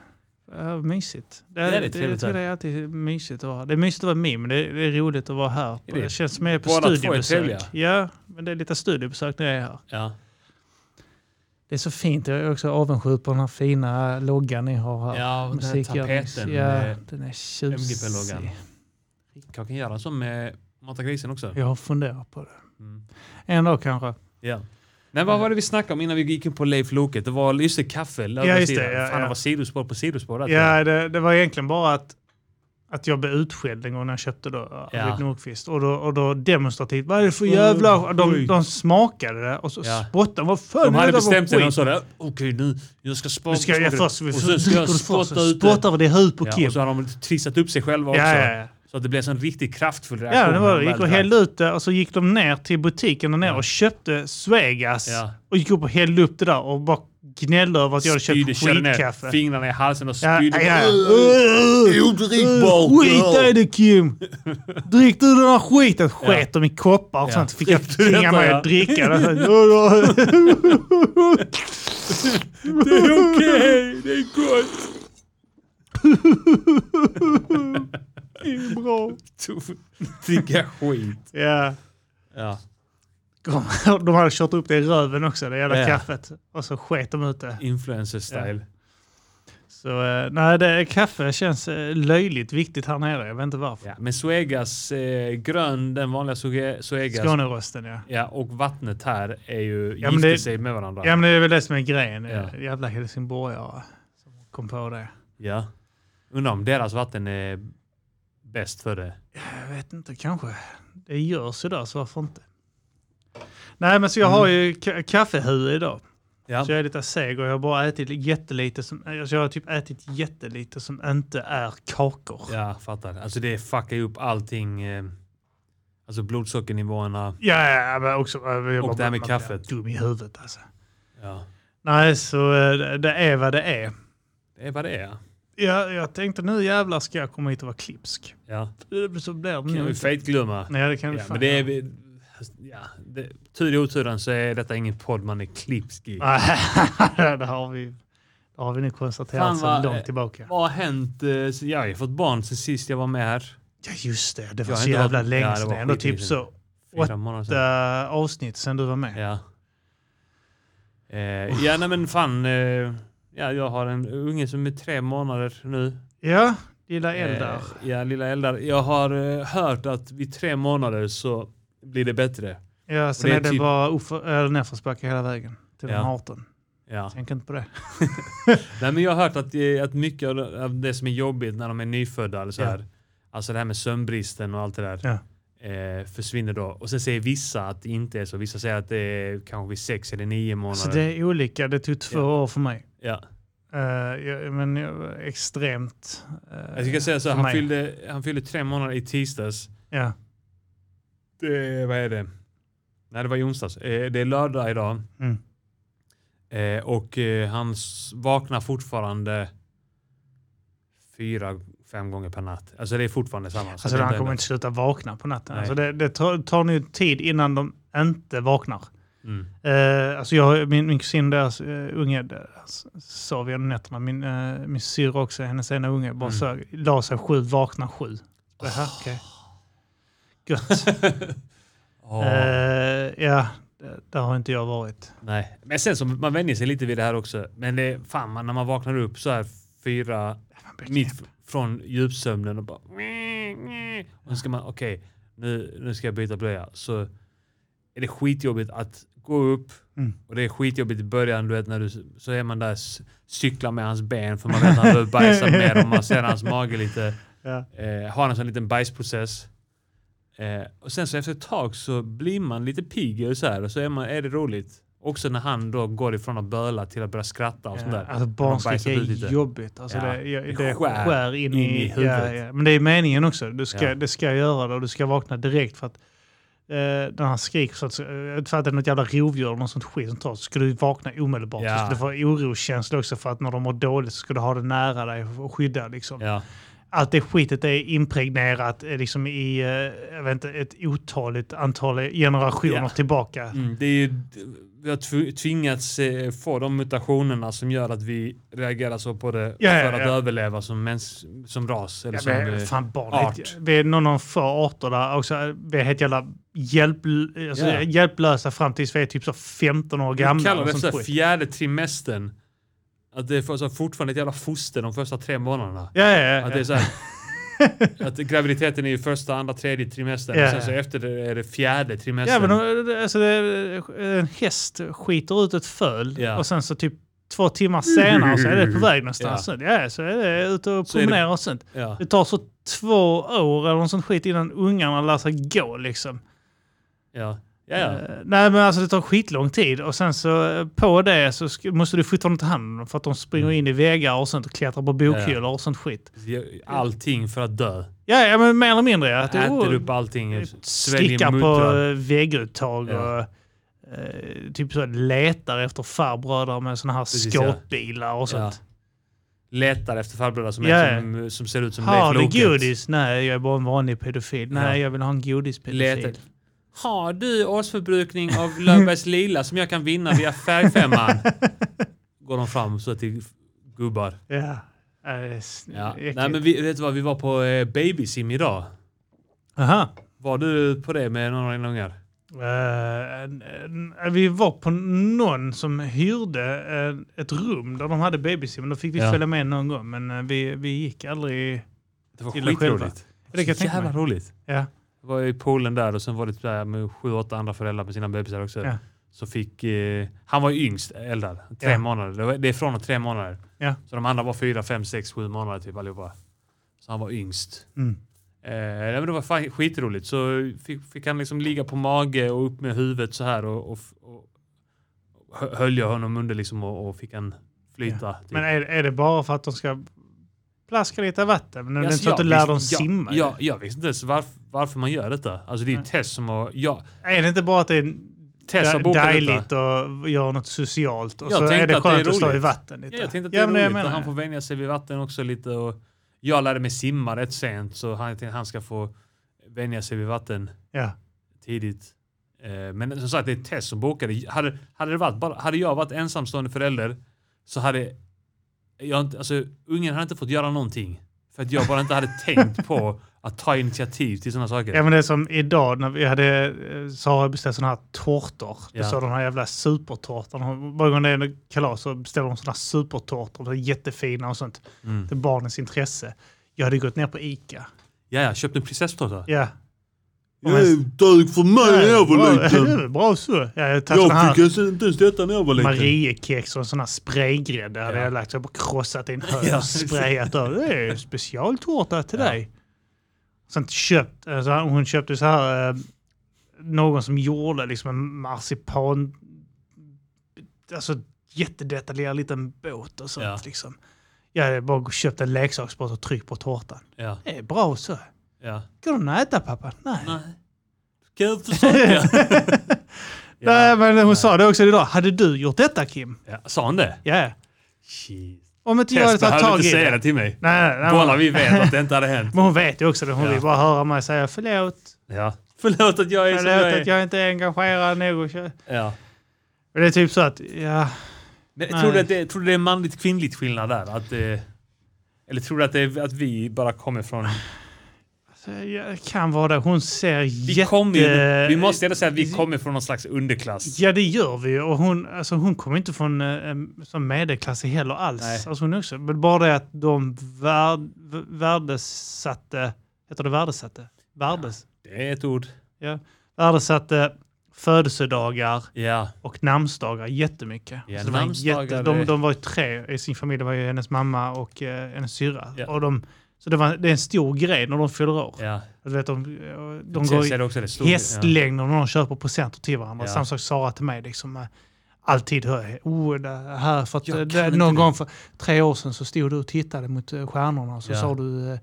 [SPEAKER 2] Ja, mysigt. Det,
[SPEAKER 1] är lite
[SPEAKER 2] är- det, jag
[SPEAKER 1] trevligt
[SPEAKER 2] tycker
[SPEAKER 1] här.
[SPEAKER 2] det är alltid mysigt att vara här. Det är mysigt att vara med, men det är, det är roligt att vara här.
[SPEAKER 1] Det är
[SPEAKER 2] Det,
[SPEAKER 1] det.
[SPEAKER 2] känns som jag är på
[SPEAKER 1] Båda två är
[SPEAKER 2] studiebesök.
[SPEAKER 1] trevliga.
[SPEAKER 2] Ja, men det är lite studiebesök när jag är här.
[SPEAKER 1] Ja.
[SPEAKER 2] Det är så fint. Jag är också avundsjuk på den här fina loggan ni har här.
[SPEAKER 1] Ja, den här
[SPEAKER 2] Musikgörnings-
[SPEAKER 1] tapeten.
[SPEAKER 2] Ja,
[SPEAKER 1] Ja.
[SPEAKER 2] den är tjusig.
[SPEAKER 1] MGP-loggan. Jag kan göra en sån med Mata grisen också.
[SPEAKER 2] Jag har funderat på det.
[SPEAKER 1] Mm.
[SPEAKER 2] En dag kanske.
[SPEAKER 1] Ja. Nej, vad var det vi snackade om innan vi gick in på Leif Loket? Det var just det, kaffe.
[SPEAKER 2] Ja, just det,
[SPEAKER 1] lördagssidor.
[SPEAKER 2] ja,
[SPEAKER 1] Fan, det
[SPEAKER 2] ja.
[SPEAKER 1] var sidospår på sidospår. där, tror jag.
[SPEAKER 2] Ja, det, det var egentligen bara att, att jag blev utskälld en gång när jag köpte då
[SPEAKER 1] Ja.
[SPEAKER 2] ja. Nordqvist. Och då, och då demonstrativt, vad är det för jävla... De,
[SPEAKER 1] skit.
[SPEAKER 2] de smakade det och så
[SPEAKER 1] Ja.
[SPEAKER 2] spottade de. Vad fan
[SPEAKER 1] De
[SPEAKER 2] är
[SPEAKER 1] hade
[SPEAKER 2] det där för
[SPEAKER 1] bestämt sig. De
[SPEAKER 2] skit?"
[SPEAKER 1] sa det. Okej, nu jag ska spara.
[SPEAKER 2] Nu ska jag
[SPEAKER 1] spara-
[SPEAKER 2] först...
[SPEAKER 1] och sen ska jag spotta ut det.
[SPEAKER 2] Spottar det i huvudet på
[SPEAKER 1] Ja,
[SPEAKER 2] Kim.
[SPEAKER 1] och så har de trissat upp sig själva också.
[SPEAKER 2] Ja, ja, ja.
[SPEAKER 1] Så att det blev en sån riktigt kraftfull reaktion.
[SPEAKER 2] Ja, det
[SPEAKER 1] när
[SPEAKER 2] var
[SPEAKER 1] de
[SPEAKER 2] det.
[SPEAKER 1] väl
[SPEAKER 2] Gick och
[SPEAKER 1] drack.
[SPEAKER 2] hällde ut det och så gick de ner till butiken och ner
[SPEAKER 1] Ja.
[SPEAKER 2] och köpte Svegas.
[SPEAKER 1] Ja.
[SPEAKER 2] Och gick upp och hällde upp det där och bara gnällde över att jag hade
[SPEAKER 1] Spydde,
[SPEAKER 2] köpt
[SPEAKER 1] körde ner
[SPEAKER 2] skitkaffe.
[SPEAKER 1] fingrarna i halsen och
[SPEAKER 2] Ja,
[SPEAKER 1] spydde.
[SPEAKER 2] ja. Uh,
[SPEAKER 1] Odrickbart!
[SPEAKER 2] Skit i det Kim! Drick du den här skiten! Sket de i koppar och
[SPEAKER 1] Ja.
[SPEAKER 2] sånt. Fick jag
[SPEAKER 1] Fick du
[SPEAKER 2] tvinga
[SPEAKER 1] detta,
[SPEAKER 2] mig
[SPEAKER 1] ja?
[SPEAKER 2] att dricka det. Så-
[SPEAKER 1] Det är okej, det är gott.
[SPEAKER 2] Bra.
[SPEAKER 1] Dricka skit.
[SPEAKER 2] Ja.
[SPEAKER 1] Ja.
[SPEAKER 2] Kom, De hade kört upp det i röven också, det jävla
[SPEAKER 1] Ja.
[SPEAKER 2] kaffet. Och så sket de ut det.
[SPEAKER 1] Influencer style.
[SPEAKER 2] Så eh, nej, det, kaffe känns eh, löjligt viktigt här nere. Jag vet inte varför.
[SPEAKER 1] Ja, men Suegas eh, grön, den vanliga Suge- Suegas,
[SPEAKER 2] Skånerösten ja.
[SPEAKER 1] ja, och vattnet här är ju,
[SPEAKER 2] Ja, men
[SPEAKER 1] gifter
[SPEAKER 2] det-
[SPEAKER 1] sig med varandra.
[SPEAKER 2] Ja men det är väl det som är grejen.
[SPEAKER 1] Ja.
[SPEAKER 2] Jävla helsingborgare som kom på det.
[SPEAKER 1] Ja. Undrar om deras vatten är bäst för det.
[SPEAKER 2] Jag vet inte, kanske. Det görs ju där, så varför inte? Nej, men så jag har ju ka- kaffehuvud idag.
[SPEAKER 1] Mm. Ja.
[SPEAKER 2] Så jag är lite seg och jag har bara ätit jättelite som, alltså jag har typ ätit jättelite som inte är kakor. Ja,
[SPEAKER 1] Ja, fattar. Alltså det fuckar ju upp allting. Eh, alltså blodsockernivåerna.
[SPEAKER 2] ja, ja men också... äh, jag
[SPEAKER 1] Och
[SPEAKER 2] bara-
[SPEAKER 1] det här med
[SPEAKER 2] man blir
[SPEAKER 1] kaffet.
[SPEAKER 2] Dum i huvudet alltså.
[SPEAKER 1] Ja.
[SPEAKER 2] Nej, så eh, det- det är vad det är.
[SPEAKER 1] Det är vad det är.
[SPEAKER 2] Jag, jag tänkte nu jävlar ska jag komma hit och vara klipsk.
[SPEAKER 1] Ja.
[SPEAKER 2] Så blir det
[SPEAKER 1] Kan
[SPEAKER 2] nog
[SPEAKER 1] vi
[SPEAKER 2] inte.
[SPEAKER 1] fejtglömma.
[SPEAKER 2] Nej, det kan vi
[SPEAKER 1] Ja,
[SPEAKER 2] fan
[SPEAKER 1] men det
[SPEAKER 2] göra.
[SPEAKER 1] är... Ja, det, tur i oturen så är detta ingen podd man är klipsk i.
[SPEAKER 2] Nej, det har vi, det har vi nu
[SPEAKER 1] Fan,
[SPEAKER 2] konstaterat
[SPEAKER 1] vad- eh,
[SPEAKER 2] sedan långt tillbaka.
[SPEAKER 1] Vad har hänt? eh, sen- Jag har ju fått barn sen sist jag var med här.
[SPEAKER 2] Ja just det, det var
[SPEAKER 1] har
[SPEAKER 2] så
[SPEAKER 1] inte
[SPEAKER 2] jävla
[SPEAKER 1] varit- ja,
[SPEAKER 2] länge
[SPEAKER 1] det
[SPEAKER 2] sedan.
[SPEAKER 1] var
[SPEAKER 2] Ändå
[SPEAKER 1] skitlänge
[SPEAKER 2] typ så
[SPEAKER 1] Fyra månader sedan.
[SPEAKER 2] åtta avsnitt sedan du var med.
[SPEAKER 1] Ja. Eh, ja, nej men fan. Eh, ja, jag har en unge som är tre månader nu.
[SPEAKER 2] Ja, lilla Eldar.
[SPEAKER 1] Eh, ja, lilla Eldar. Jag har eh, hört att vid tre månader så blir det bättre.
[SPEAKER 2] Ja, sen
[SPEAKER 1] det är
[SPEAKER 2] är det
[SPEAKER 1] typ-
[SPEAKER 2] bara uppför, äh, nerförsbacke hela vägen till
[SPEAKER 1] Ja.
[SPEAKER 2] den 18.
[SPEAKER 1] Ja.
[SPEAKER 2] Tänk inte på det.
[SPEAKER 1] Nej, men jag har hört att, eh, att mycket av det- av det som är jobbigt när de är nyfödda, eller så
[SPEAKER 2] Ja.
[SPEAKER 1] här, alltså det här med sömnbristen och allt det där, eh, försvinner då. Och sen säger vissa att det inte är så. Vissa
[SPEAKER 2] Alltså,
[SPEAKER 1] säger att det är kanske vid sex eller nio månader.
[SPEAKER 2] Så det är olika, det tog två
[SPEAKER 1] Ja.
[SPEAKER 2] år för mig.
[SPEAKER 1] Ja.
[SPEAKER 2] Eh, Eh, jag- men jag- extremt. eh,
[SPEAKER 1] Jag ska säga så, här, han
[SPEAKER 2] för mig.
[SPEAKER 1] fyllde, han fyllde tre månader i tisdags.
[SPEAKER 2] Ja, Mm.
[SPEAKER 1] Det, vad är det? Nej, det var i onsdags. Eh, det är lördag idag.
[SPEAKER 2] Mm.
[SPEAKER 1] Eh, och eh, han s- vaknar fortfarande fyra, fem gånger per natt. Alltså det är fortfarande samma. Så
[SPEAKER 2] alltså
[SPEAKER 1] det är
[SPEAKER 2] han
[SPEAKER 1] inte
[SPEAKER 2] kommer
[SPEAKER 1] ändrat.
[SPEAKER 2] inte sluta vakna på natten.
[SPEAKER 1] Nej.
[SPEAKER 2] Alltså det, det tar, tar nu tid innan de inte vaknar.
[SPEAKER 1] Mm.
[SPEAKER 2] Eh, alltså jag, min, min kusin, deras eh, unge, deras, sov genom nätterna. Min, eh, min syrra också, hennes ena unge, bara
[SPEAKER 1] Mm.
[SPEAKER 2] sög, la sig sju, vaknade sju. Det här, okej. Gött.
[SPEAKER 1] Åh,
[SPEAKER 2] Eh, ja, d- där har inte jag varit.
[SPEAKER 1] Nej. Men sen så, man vänjer sig lite vid det här också. Men det är fan, man, när man vaknar upp så här fyra, mitt f- från djupsömnen och bara... Och så ska man, okej, nu, nu ska jag byta blöja. Så är det skitjobbigt att gå upp
[SPEAKER 2] Mm.
[SPEAKER 1] och det är skitjobbigt i början, du vet, när du, så är man där s- cyklar med hans ben för man vet att han behöver bajsa mer och man ser hans mage lite.
[SPEAKER 2] Ja.
[SPEAKER 1] Eh, har en sån liten bajsprocess. Eh, och sen så efter ett tag så blir man lite pigg och så här och så är, man, är det roligt. Också när han då går ifrån att böla till att börja skratta och sånt där.
[SPEAKER 2] Ja, alltså
[SPEAKER 1] Eh, Man bajsar
[SPEAKER 2] barnskräck
[SPEAKER 1] ut lite.
[SPEAKER 2] är jobbigt. Alltså
[SPEAKER 1] Ja,
[SPEAKER 2] det, jag-
[SPEAKER 1] det
[SPEAKER 2] det
[SPEAKER 1] skär
[SPEAKER 2] skär, in,
[SPEAKER 1] in
[SPEAKER 2] i,
[SPEAKER 1] i huvudet.
[SPEAKER 2] Ja, ja. Men det är meningen också. Du ska,
[SPEAKER 1] Ja.
[SPEAKER 2] Det ska göra det och du ska vakna direkt för att eh, när han skriker så att, eh, för att det är något jävla rovdjur eller något sånt skit som tar så ska du vakna omedelbart.
[SPEAKER 1] Ja.
[SPEAKER 2] Du skulle få oroskänsla också för att när de mår dåligt så ska du ha det nära dig och skydda. Liksom.
[SPEAKER 1] Ja.
[SPEAKER 2] Allt det skitet är impregnerat eh, liksom, i eh, jag vet inte, ett otaligt antal generationer
[SPEAKER 1] Ja.
[SPEAKER 2] tillbaka.
[SPEAKER 1] Mm, det är ju, d- vi har tv- tvingats eh, få de mutationerna som gör att vi reagerar så på det
[SPEAKER 2] Ja, ja,
[SPEAKER 1] för att
[SPEAKER 2] ja.
[SPEAKER 1] överleva som, mäns, som ras. Eller
[SPEAKER 2] Ja,
[SPEAKER 1] som,
[SPEAKER 2] vi är
[SPEAKER 1] eh,
[SPEAKER 2] fan barn.
[SPEAKER 1] art.
[SPEAKER 2] Vi är någon av de få arter där också, vi är helt jävla hjälp, alltså,
[SPEAKER 1] Ja.
[SPEAKER 2] hjälplösa fram tills vi är typ så 15 år gamla.
[SPEAKER 1] vi kallar
[SPEAKER 2] och
[SPEAKER 1] det
[SPEAKER 2] sånt
[SPEAKER 1] så här
[SPEAKER 2] skit.
[SPEAKER 1] fjärde trimestern. Att det är för, så här, fortfarande ett jävla foster de första tre månaderna.
[SPEAKER 2] ja, ja, ja.
[SPEAKER 1] Att det är så här, att graviditeten är ju första, andra, tredje trimestern.
[SPEAKER 2] Ja,
[SPEAKER 1] och sen så
[SPEAKER 2] ja.
[SPEAKER 1] efter det är det fjärde
[SPEAKER 2] ja,
[SPEAKER 1] trimestern.
[SPEAKER 2] men de, alltså, det är- en häst skiter ut ett föl
[SPEAKER 1] Ja.
[SPEAKER 2] och sen så typ två timmar senare så är det på väg någonstans. Ja. Ja, så är det ute och
[SPEAKER 1] Så är det-
[SPEAKER 2] promenerar och sånt.
[SPEAKER 1] ja.
[SPEAKER 2] Det tar så två år eller något sånt skit innan ungarna lär sig gå liksom.
[SPEAKER 1] Ja. Ja, ja.
[SPEAKER 2] Eh, nej men alltså det tar skitlång tid och sen så eh, på det så sk- måste du fortfarande ta hand om dem för att de springer
[SPEAKER 1] Mm.
[SPEAKER 2] in i väggar och sånt och klättrar på bokhyllor och sånt skit.
[SPEAKER 1] Allting för att dö.
[SPEAKER 2] Ja, ja men mer eller mindre. ja. Att det-
[SPEAKER 1] Äter
[SPEAKER 2] oh,
[SPEAKER 1] upp allting. Sväljer
[SPEAKER 2] slickar på
[SPEAKER 1] muttrar.
[SPEAKER 2] eh, vägguttag
[SPEAKER 1] Ja.
[SPEAKER 2] och eh, typ så letar efter farbröder med såna här
[SPEAKER 1] Precis, ja.
[SPEAKER 2] skåpbilar och sånt.
[SPEAKER 1] Letar efter farbröder som,
[SPEAKER 2] Ja,
[SPEAKER 1] är
[SPEAKER 2] ja.
[SPEAKER 1] som, som ser ut som
[SPEAKER 2] Har
[SPEAKER 1] Leif
[SPEAKER 2] du
[SPEAKER 1] Loket.
[SPEAKER 2] godis? Nej, jag är bara en vanlig pedofil. Nej,
[SPEAKER 1] Ja.
[SPEAKER 2] jag vill ha en godispedofil.
[SPEAKER 1] Letar. Har du årsförbrukning av Löfbergs Lila som jag kan vinna via Färgfemman? Går de fram så till gubbar.
[SPEAKER 2] Ja. Eh, s-
[SPEAKER 1] Ja. Nej,
[SPEAKER 2] äckligt.
[SPEAKER 1] men vi, vet du vad? Vi var på eh, babysim idag.
[SPEAKER 2] Aha.
[SPEAKER 1] Var du på det med någon av dina ungar?
[SPEAKER 2] Eh, en- en- vi var på någon som hyrde eh, ett rum där de hade babysim. men Då fick vi
[SPEAKER 1] Ja.
[SPEAKER 2] följa med någon gång, men eh, vi, vi gick aldrig...
[SPEAKER 1] Det var
[SPEAKER 2] Till dig själva.
[SPEAKER 1] skitroligt.
[SPEAKER 2] Det kan jag
[SPEAKER 1] Så
[SPEAKER 2] tänka
[SPEAKER 1] jävla
[SPEAKER 2] mig.
[SPEAKER 1] roligt.
[SPEAKER 2] Ja.
[SPEAKER 1] Jag var i poolen där och sen var det där med sju, åtta andra föräldrar med sina bebisar också.
[SPEAKER 2] Ja.
[SPEAKER 1] Så fick, eh, han var ju yngst eldad, tre
[SPEAKER 2] Ja.
[SPEAKER 1] månader. Det, var, det är från och tre månader.
[SPEAKER 2] Ja.
[SPEAKER 1] Så de andra var fyra, fem, sex, sju månader typ allihopa. Så han var yngst.
[SPEAKER 2] Mm.
[SPEAKER 1] Eh, nej, men det var fan skitroligt. Så fick, fick han liksom ligga på mage och upp med huvudet så här och, och, och hö- höll jag honom under liksom och, och fick han flyta. Typ.
[SPEAKER 2] Men är, är det bara för att de ska plaska lite vatten? Men det är
[SPEAKER 1] Alltså,
[SPEAKER 2] inte så att du
[SPEAKER 1] jag
[SPEAKER 2] lär
[SPEAKER 1] visste-
[SPEAKER 2] dem
[SPEAKER 1] jag,
[SPEAKER 2] simma?
[SPEAKER 1] Jag, jag visste inte ens varf, varför man gör detta. Alltså det är ju ett
[SPEAKER 2] Nej.
[SPEAKER 1] test som att... Jag,
[SPEAKER 2] Är det inte bara att det är
[SPEAKER 1] Tess har
[SPEAKER 2] da-
[SPEAKER 1] bokat
[SPEAKER 2] dejligt
[SPEAKER 1] detta.
[SPEAKER 2] och göra något socialt och
[SPEAKER 1] Jag
[SPEAKER 2] så
[SPEAKER 1] tänkte
[SPEAKER 2] är det
[SPEAKER 1] att det är
[SPEAKER 2] skönt att stå i
[SPEAKER 1] roligt.
[SPEAKER 2] vatten lite?
[SPEAKER 1] Ja, jag tänkte att det är
[SPEAKER 2] men jag
[SPEAKER 1] roligt och
[SPEAKER 2] menar
[SPEAKER 1] han får vänja sig vid vatten också lite. Och jag lärde mig simma rätt sent så han, jag tänkte att han ska få vänja sig vid vatten
[SPEAKER 2] Ja.
[SPEAKER 1] tidigt. Eh, Men som sagt, det är Tess som bokade. Hade, hade, det varit, bara, hade jag varit ensamstående förälder så hade jag inte, alltså, ungen hade inte fått göra någonting. För att jag bara inte hade tänkt på att ta initiativ till sådana saker.
[SPEAKER 2] Ja men det är som idag när vi hade, eh, Sara beställt sådana här tårtor. Du
[SPEAKER 1] Ja.
[SPEAKER 2] sa de här jävla supertårtorna. Hon- Varje gång det är en kalas så beställer de sådana här supertårtor. De är jättefina och sånt.
[SPEAKER 1] Mm.
[SPEAKER 2] Det är barnens intresse. Jag hade gått ner på Ica.
[SPEAKER 1] Ja, jag köpte en prinsesstårta.
[SPEAKER 2] Ja.
[SPEAKER 3] Jag är dög för mig när jag var liten.
[SPEAKER 2] Ja, Bra så. Ja, jag tog sådana
[SPEAKER 3] Jag
[SPEAKER 2] här
[SPEAKER 3] fick alltså inte ens detta när jag var liten.
[SPEAKER 2] Mariekex och en sån här spraygrädde. hade
[SPEAKER 1] Ja.
[SPEAKER 2] Jag lagt så jag bara krossat i en hög
[SPEAKER 1] Ja.
[SPEAKER 2] och sprayat över. Det är en specialtårta till
[SPEAKER 1] Ja.
[SPEAKER 2] dig. Sen köpt, alltså hon köpte så här, eh, någon som gjorde liksom en marsipan, alltså jättedetaljerad liten båt och sånt.
[SPEAKER 1] Ja.
[SPEAKER 2] Liksom. Jag hade bara köpt en leksaksbåt och tryckt på tårtan.
[SPEAKER 1] Ja.
[SPEAKER 2] Det är bra så.
[SPEAKER 1] Ja.
[SPEAKER 2] Går den att äta pappa? Nej.
[SPEAKER 1] Nej. Ska jag försöka?
[SPEAKER 2] Nej,
[SPEAKER 1] ja.
[SPEAKER 2] men hon sa det också idag. Hade du gjort detta Kim?
[SPEAKER 1] ja. Sa han det?
[SPEAKER 2] Ja, ja.
[SPEAKER 1] Shit.
[SPEAKER 2] Om inte jag hade
[SPEAKER 1] Tess
[SPEAKER 2] tagit
[SPEAKER 1] behöver
[SPEAKER 2] tag
[SPEAKER 1] inte
[SPEAKER 2] i
[SPEAKER 1] säga
[SPEAKER 2] det.
[SPEAKER 1] det till mig.
[SPEAKER 2] Nej, nej, nej,
[SPEAKER 1] Bara vi vet att det inte hade hänt.
[SPEAKER 2] Men hon vet ju också det. Hon
[SPEAKER 1] Ja.
[SPEAKER 2] vill bara höra mig säga förlåt.
[SPEAKER 1] Ja. Förlåt att jag är som jag
[SPEAKER 2] Förlåt att
[SPEAKER 1] är.
[SPEAKER 2] jag inte är engagerad nog. och kö-
[SPEAKER 1] Ja.
[SPEAKER 2] Men det är typ så att, ja,
[SPEAKER 1] Men
[SPEAKER 2] Nej.
[SPEAKER 1] tror du, att det, tror du det är manligt kvinnligt skillnad där? Att, eh, eller tror du att, det är, att vi bara kommer från...
[SPEAKER 2] så jag kan vara det. Hon ser
[SPEAKER 1] Vi,
[SPEAKER 2] jätte...
[SPEAKER 1] kommer ju, vi måste ändå säga att vi kommer från någon slags underklass.
[SPEAKER 2] Ja, det gör vi ju. Och hon, alltså, hon kommer inte från eh, en sån medelklass heller alls.
[SPEAKER 1] Nej.
[SPEAKER 2] Alltså, hon är också. Men bara det att de värd, v- värdesatte, heter det värdesatte? Värdes,
[SPEAKER 1] Det är ett ord.
[SPEAKER 2] Värdesatte födelsedagar
[SPEAKER 1] Ja.
[SPEAKER 2] och namnsdagar jättemycket. Alltså,
[SPEAKER 1] Ja,
[SPEAKER 2] det var en
[SPEAKER 1] namnsdagar
[SPEAKER 2] jätte,
[SPEAKER 1] är-
[SPEAKER 2] de, de var ju tre i sin familj. Det var ju hennes mamma och eh, hennes syrra.
[SPEAKER 1] Ja.
[SPEAKER 2] Och de, så det, var, det är en stor grej när de fyller år. Alltså,
[SPEAKER 1] ja.
[SPEAKER 2] Du vet, de, eh, de
[SPEAKER 1] Så jag
[SPEAKER 2] går i-
[SPEAKER 1] ser det också, det stod, ja.
[SPEAKER 2] hästlängder när de köper presenter till varandra.
[SPEAKER 1] Ja.
[SPEAKER 2] Samma sak Sara till mig. Liksom, eh, alltid hör jag, oh, det här, för att
[SPEAKER 1] Jag kan
[SPEAKER 2] eh, det,
[SPEAKER 1] inte
[SPEAKER 2] någon
[SPEAKER 1] det."
[SPEAKER 2] gång för tre år sedan så stod du och tittade mot eh, stjärnorna och så
[SPEAKER 1] Ja.
[SPEAKER 2] sa du, eh,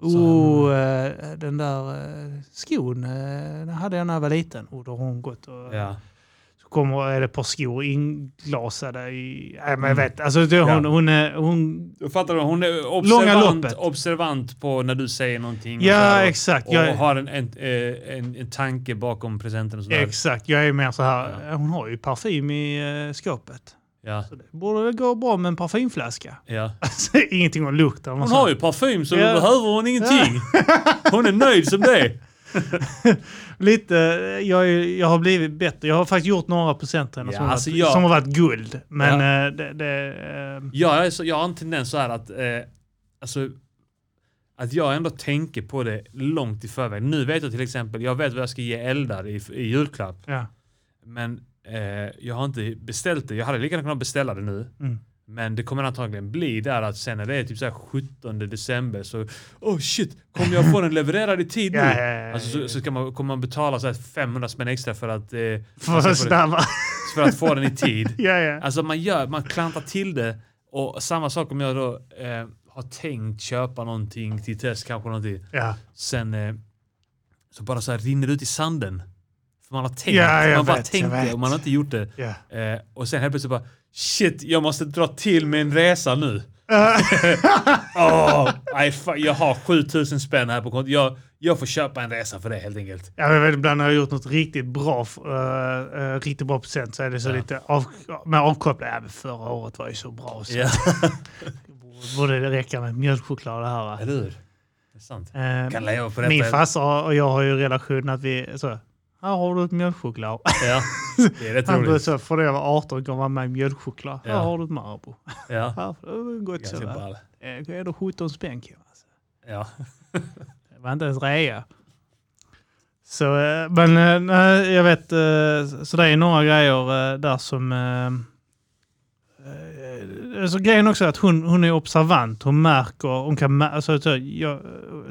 [SPEAKER 1] Så- mm.
[SPEAKER 2] oh, eh, den där eh, skon, eh, den hade jag när jag var liten. Och då har hon gått och
[SPEAKER 1] Ja.
[SPEAKER 2] så kommer, är det ett par skor inglasade i, nej men
[SPEAKER 1] Mm.
[SPEAKER 2] jag vet, alltså det, hon, hon, är- hon,
[SPEAKER 1] Du fattar du? Hon är observant,
[SPEAKER 2] loppet.
[SPEAKER 1] observant på när du säger någonting. och så
[SPEAKER 2] ja
[SPEAKER 1] här, och,
[SPEAKER 2] exakt.
[SPEAKER 1] och,
[SPEAKER 2] jag-
[SPEAKER 1] har en, en, eh, en, en tanke bakom presenten och sådär.
[SPEAKER 2] Exakt, jag är mer så här, hon har ju parfym i eh, skåpet.
[SPEAKER 1] Ja.
[SPEAKER 2] Så det borde väl gå bra med en parfymflaska.
[SPEAKER 1] Ja.
[SPEAKER 2] Alltså, ingenting om lukt. eller något
[SPEAKER 1] Hon har
[SPEAKER 2] sånt.
[SPEAKER 1] ju parfym så
[SPEAKER 2] Ja.
[SPEAKER 1] då behöver hon ingenting. Hon är nöjd som det är.
[SPEAKER 2] Lite, eh, jag, är- jag har blivit bättre. Jag har faktiskt gjort några procenten
[SPEAKER 1] Ja,
[SPEAKER 2] som, har
[SPEAKER 1] alltså
[SPEAKER 2] varit,
[SPEAKER 1] jag-
[SPEAKER 2] som har varit guld. Men eh, det... det eh,
[SPEAKER 1] Ja, jag, är så, jag har en tendens så här att, eh, alltså, att jag ändå tänker på det långt i förväg. Nu vet jag till exempel, jag vet vad jag ska ge Eldar i, i julklapp.
[SPEAKER 2] ja.
[SPEAKER 1] Men eh, jag har inte beställt det. Jag hade lika gärna kunnat beställa det nu.
[SPEAKER 2] Mm.
[SPEAKER 1] Men det kommer antagligen bli där att sen när det är typ så här 17 december så, oh shit, kommer jag få den levererad i tid nu?
[SPEAKER 2] Ja, ja, ja, ja.
[SPEAKER 1] Alltså, så, så ska man, kommer man betala så här 500 spänn extra för att, eh,
[SPEAKER 2] För att
[SPEAKER 1] alltså, för,
[SPEAKER 2] snabba.
[SPEAKER 1] för att få den i tid.
[SPEAKER 2] ja, ja.
[SPEAKER 1] Alltså man gör, man klantar till det och samma sak om jag då eh, har tänkt köpa någonting till test, kanske någonting.
[SPEAKER 2] ja.
[SPEAKER 1] Sen eh, så bara så här rinner det ut i sanden. För man har tänkt,
[SPEAKER 2] Ja, jag
[SPEAKER 1] man bara
[SPEAKER 2] vet, jag
[SPEAKER 1] tänkt det
[SPEAKER 2] vet.
[SPEAKER 1] och man har inte gjort det.
[SPEAKER 2] ja.
[SPEAKER 1] Eh, och sen helt plötsligt bara shit, jag måste dra till min resa nu. Åh, nej, fan, jag har 7000 spänn här på kontot. Jag, jag får köpa en resa för det helt enkelt.
[SPEAKER 2] Ja, men ibland när jag har gjort något riktigt bra, eh, eh, riktigt bra procent så är det så
[SPEAKER 1] Ja.
[SPEAKER 2] lite av, med avkoppling. Ja, men förra året var ju så bra. Så
[SPEAKER 1] Ja.
[SPEAKER 2] borde det räcka med mjölkchoklad och det här. va?
[SPEAKER 1] Eller hur? Det är sant.
[SPEAKER 2] Eh,
[SPEAKER 1] Kan leva på detta.
[SPEAKER 2] Min farsa och jag har ju relation att vi så, här har du ett mjölkchoklad.
[SPEAKER 1] Ja, det är rätt
[SPEAKER 2] Han blev
[SPEAKER 1] roligt.
[SPEAKER 2] så, för när jag var 18 gav han mig mjölkchoklad.
[SPEAKER 1] Ja.
[SPEAKER 2] Här har du ett Marabou.
[SPEAKER 1] Ja.
[SPEAKER 2] Här, det var gott så.
[SPEAKER 1] Ganska
[SPEAKER 2] va?
[SPEAKER 1] ball.
[SPEAKER 2] Eh, Det är då 17 spänn Kim. Alltså.
[SPEAKER 1] Ja.
[SPEAKER 2] Det var inte ens rea. Så, eh, men eh, nej, jag vet, eh, så det är några grejer eh, där som... eh, eh, Så grejen också är att hon, hon är observant. Hon märker, hon kan mä- alltså, så, jag,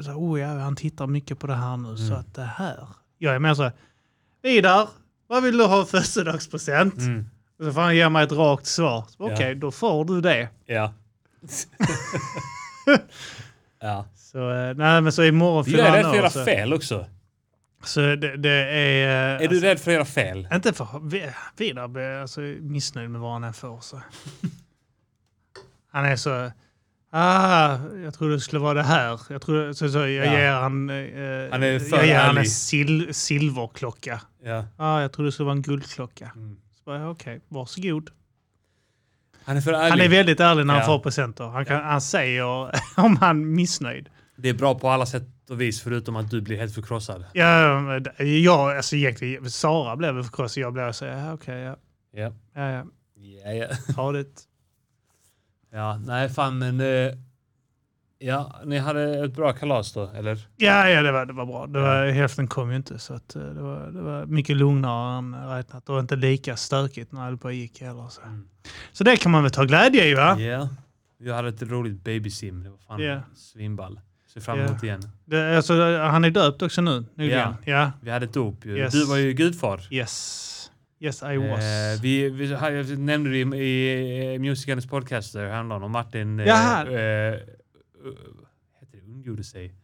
[SPEAKER 2] så, oh, ja, han tittar mycket på det här nu. Så
[SPEAKER 1] Mm.
[SPEAKER 2] att det här. Jag är mer så här, Vidar, vad vill du ha i födelsedagspresent?
[SPEAKER 1] Mm.
[SPEAKER 2] Och Så får han ge mig ett rakt svar. Så, Okej,
[SPEAKER 1] Ja.
[SPEAKER 2] då får du det.
[SPEAKER 1] Ja. ja.
[SPEAKER 2] Så, eh, nej, men så imorgon
[SPEAKER 1] Jag är
[SPEAKER 2] fyller
[SPEAKER 1] rädd för
[SPEAKER 2] han
[SPEAKER 1] att
[SPEAKER 2] år.
[SPEAKER 1] göra
[SPEAKER 2] Så,
[SPEAKER 1] fel också.
[SPEAKER 2] så det, det är... eh,
[SPEAKER 1] Är du rädd för att göra fel?
[SPEAKER 2] Inte för vi- Vidar blir alltså missnöjd med vad han än får. Så. Han är så... Ah, jag trodde det skulle vara det här. Jag, trodde, så, så, jag
[SPEAKER 1] Ja.
[SPEAKER 2] ger han, eh,
[SPEAKER 1] Han är för
[SPEAKER 2] jag ger han en
[SPEAKER 1] ärlig.
[SPEAKER 2] sil, silverklocka.
[SPEAKER 1] Ja.
[SPEAKER 2] Ah, jag trodde det skulle vara en guldklocka.
[SPEAKER 1] Mm.
[SPEAKER 2] Så bara, Okej, varsågod.
[SPEAKER 1] Han är för ärlig.
[SPEAKER 2] Han är väldigt ärlig när han
[SPEAKER 1] Ja.
[SPEAKER 2] får presenter. Han, kan, han säger om han är missnöjd.
[SPEAKER 1] Det är bra på alla sätt och vis förutom att du blir helt förkrossad.
[SPEAKER 2] Ja, men det- jag, alltså egentligen, Sara blev väl förkrossad. Jag blev så, ja, okej, ja,
[SPEAKER 1] Ja.
[SPEAKER 2] ja, ja,
[SPEAKER 1] Ja, ja.
[SPEAKER 2] ta det.
[SPEAKER 1] ja nej fan men... eh, ja, ni hade ett bra kalas då, eller?
[SPEAKER 2] Ja, ja det, var, det var bra. Det var, Hälften kom ju inte, så att, eh, det, var, det var mycket lugnare än räknat och inte lika stökigt när allihopa gick heller. Så.
[SPEAKER 1] Mm.
[SPEAKER 2] så det kan man väl ta glädje i, va?
[SPEAKER 1] Ja. Jag hade ett roligt babysim. Det var fan
[SPEAKER 2] Ja.
[SPEAKER 1] svinball. Ser fram emot igen.
[SPEAKER 2] Det, alltså, han är döpt också nu, nyligen. Ja.
[SPEAKER 1] Vi hade ett dop ju.
[SPEAKER 2] Yes.
[SPEAKER 1] Du var ju gudfar.
[SPEAKER 2] Yes. Yes, I was.
[SPEAKER 1] Eh, vi, vi här, jag nämnde det i, i, i Musikernes podcast där häromdagen och Martin eh,
[SPEAKER 2] Jaha.
[SPEAKER 1] eh, eh, heter det, undgjorde sig.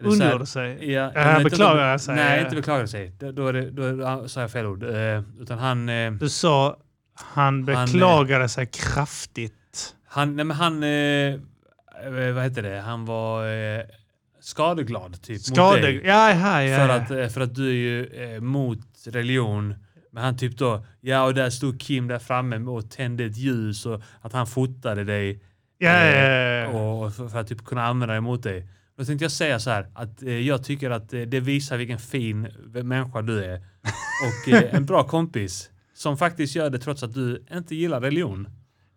[SPEAKER 1] Eller så här-
[SPEAKER 2] Undgjorde sig.
[SPEAKER 1] Ja,
[SPEAKER 2] Ja,
[SPEAKER 1] men inte-
[SPEAKER 2] beklagade sig.
[SPEAKER 1] Nej, inte beklagade sig. Då, då, är det- då sa jag fel ord. Eh, utan han... Eh,
[SPEAKER 2] Du sa han beklagade sig kraftigt.
[SPEAKER 1] Han, nej men han, eh, eh, vad heter det, han var eh, skadeglad typ mot
[SPEAKER 2] Skade...
[SPEAKER 1] dig.
[SPEAKER 2] Ja, ja, ja.
[SPEAKER 1] För,
[SPEAKER 2] ja.
[SPEAKER 1] att, eh, för att du är ju eh, mot religion. Men han typ då, ja och där stod Kim där framme och tände ett ljus och att han fotade dig.
[SPEAKER 2] ja, ja, ja, ja.
[SPEAKER 1] Och, och för, för att typ kunna använda det mot dig. Då tänkte jag säga så här, att eh, jag tycker att eh, det visar vilken fin v- människa du är. Och eh, en bra kompis. Som faktiskt gör det trots att du inte gillar religion.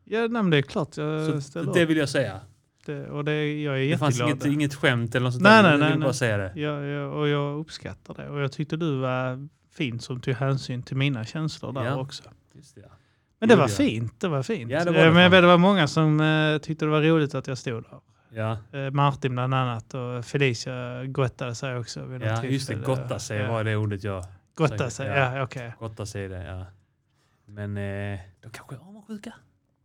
[SPEAKER 2] ja nej, men det är klart jag
[SPEAKER 1] Så
[SPEAKER 2] ställer
[SPEAKER 1] det
[SPEAKER 2] upp.
[SPEAKER 1] vill jag säga.
[SPEAKER 2] Det, och det, jag är
[SPEAKER 1] Det fanns
[SPEAKER 2] jätteglad.
[SPEAKER 1] inget, inget skämt eller något sånt
[SPEAKER 2] Nej,
[SPEAKER 1] där.
[SPEAKER 2] nej,
[SPEAKER 1] jag
[SPEAKER 2] nej,
[SPEAKER 1] ville bara
[SPEAKER 2] nej.
[SPEAKER 1] säga det.
[SPEAKER 2] Ja, ja, och jag uppskattar det. Och jag tyckte du var fin som tog hänsyn till mina känslor där
[SPEAKER 1] Ja.
[SPEAKER 2] också.
[SPEAKER 1] Just det, ja.
[SPEAKER 2] Men det
[SPEAKER 1] Gjorde
[SPEAKER 2] var
[SPEAKER 1] jag.
[SPEAKER 2] fint. Det var fint.
[SPEAKER 1] Ja, det var
[SPEAKER 2] Eh,
[SPEAKER 1] det
[SPEAKER 2] Men
[SPEAKER 1] fan.
[SPEAKER 2] jag vet, det var många som eh, tyckte det var roligt att jag stod där.
[SPEAKER 1] Ja,
[SPEAKER 2] Eh, Martin bland annat och Felicia gottade sig också. Vid något
[SPEAKER 1] ja just det.
[SPEAKER 2] tillfälle.
[SPEAKER 1] Gotta sig
[SPEAKER 2] Ja.
[SPEAKER 1] var det ordet jag...
[SPEAKER 2] Gotta sig,
[SPEAKER 1] Ja.
[SPEAKER 2] ja okej.
[SPEAKER 1] Gotta sig det, ja. Men eh, de kanske är avundsjuka.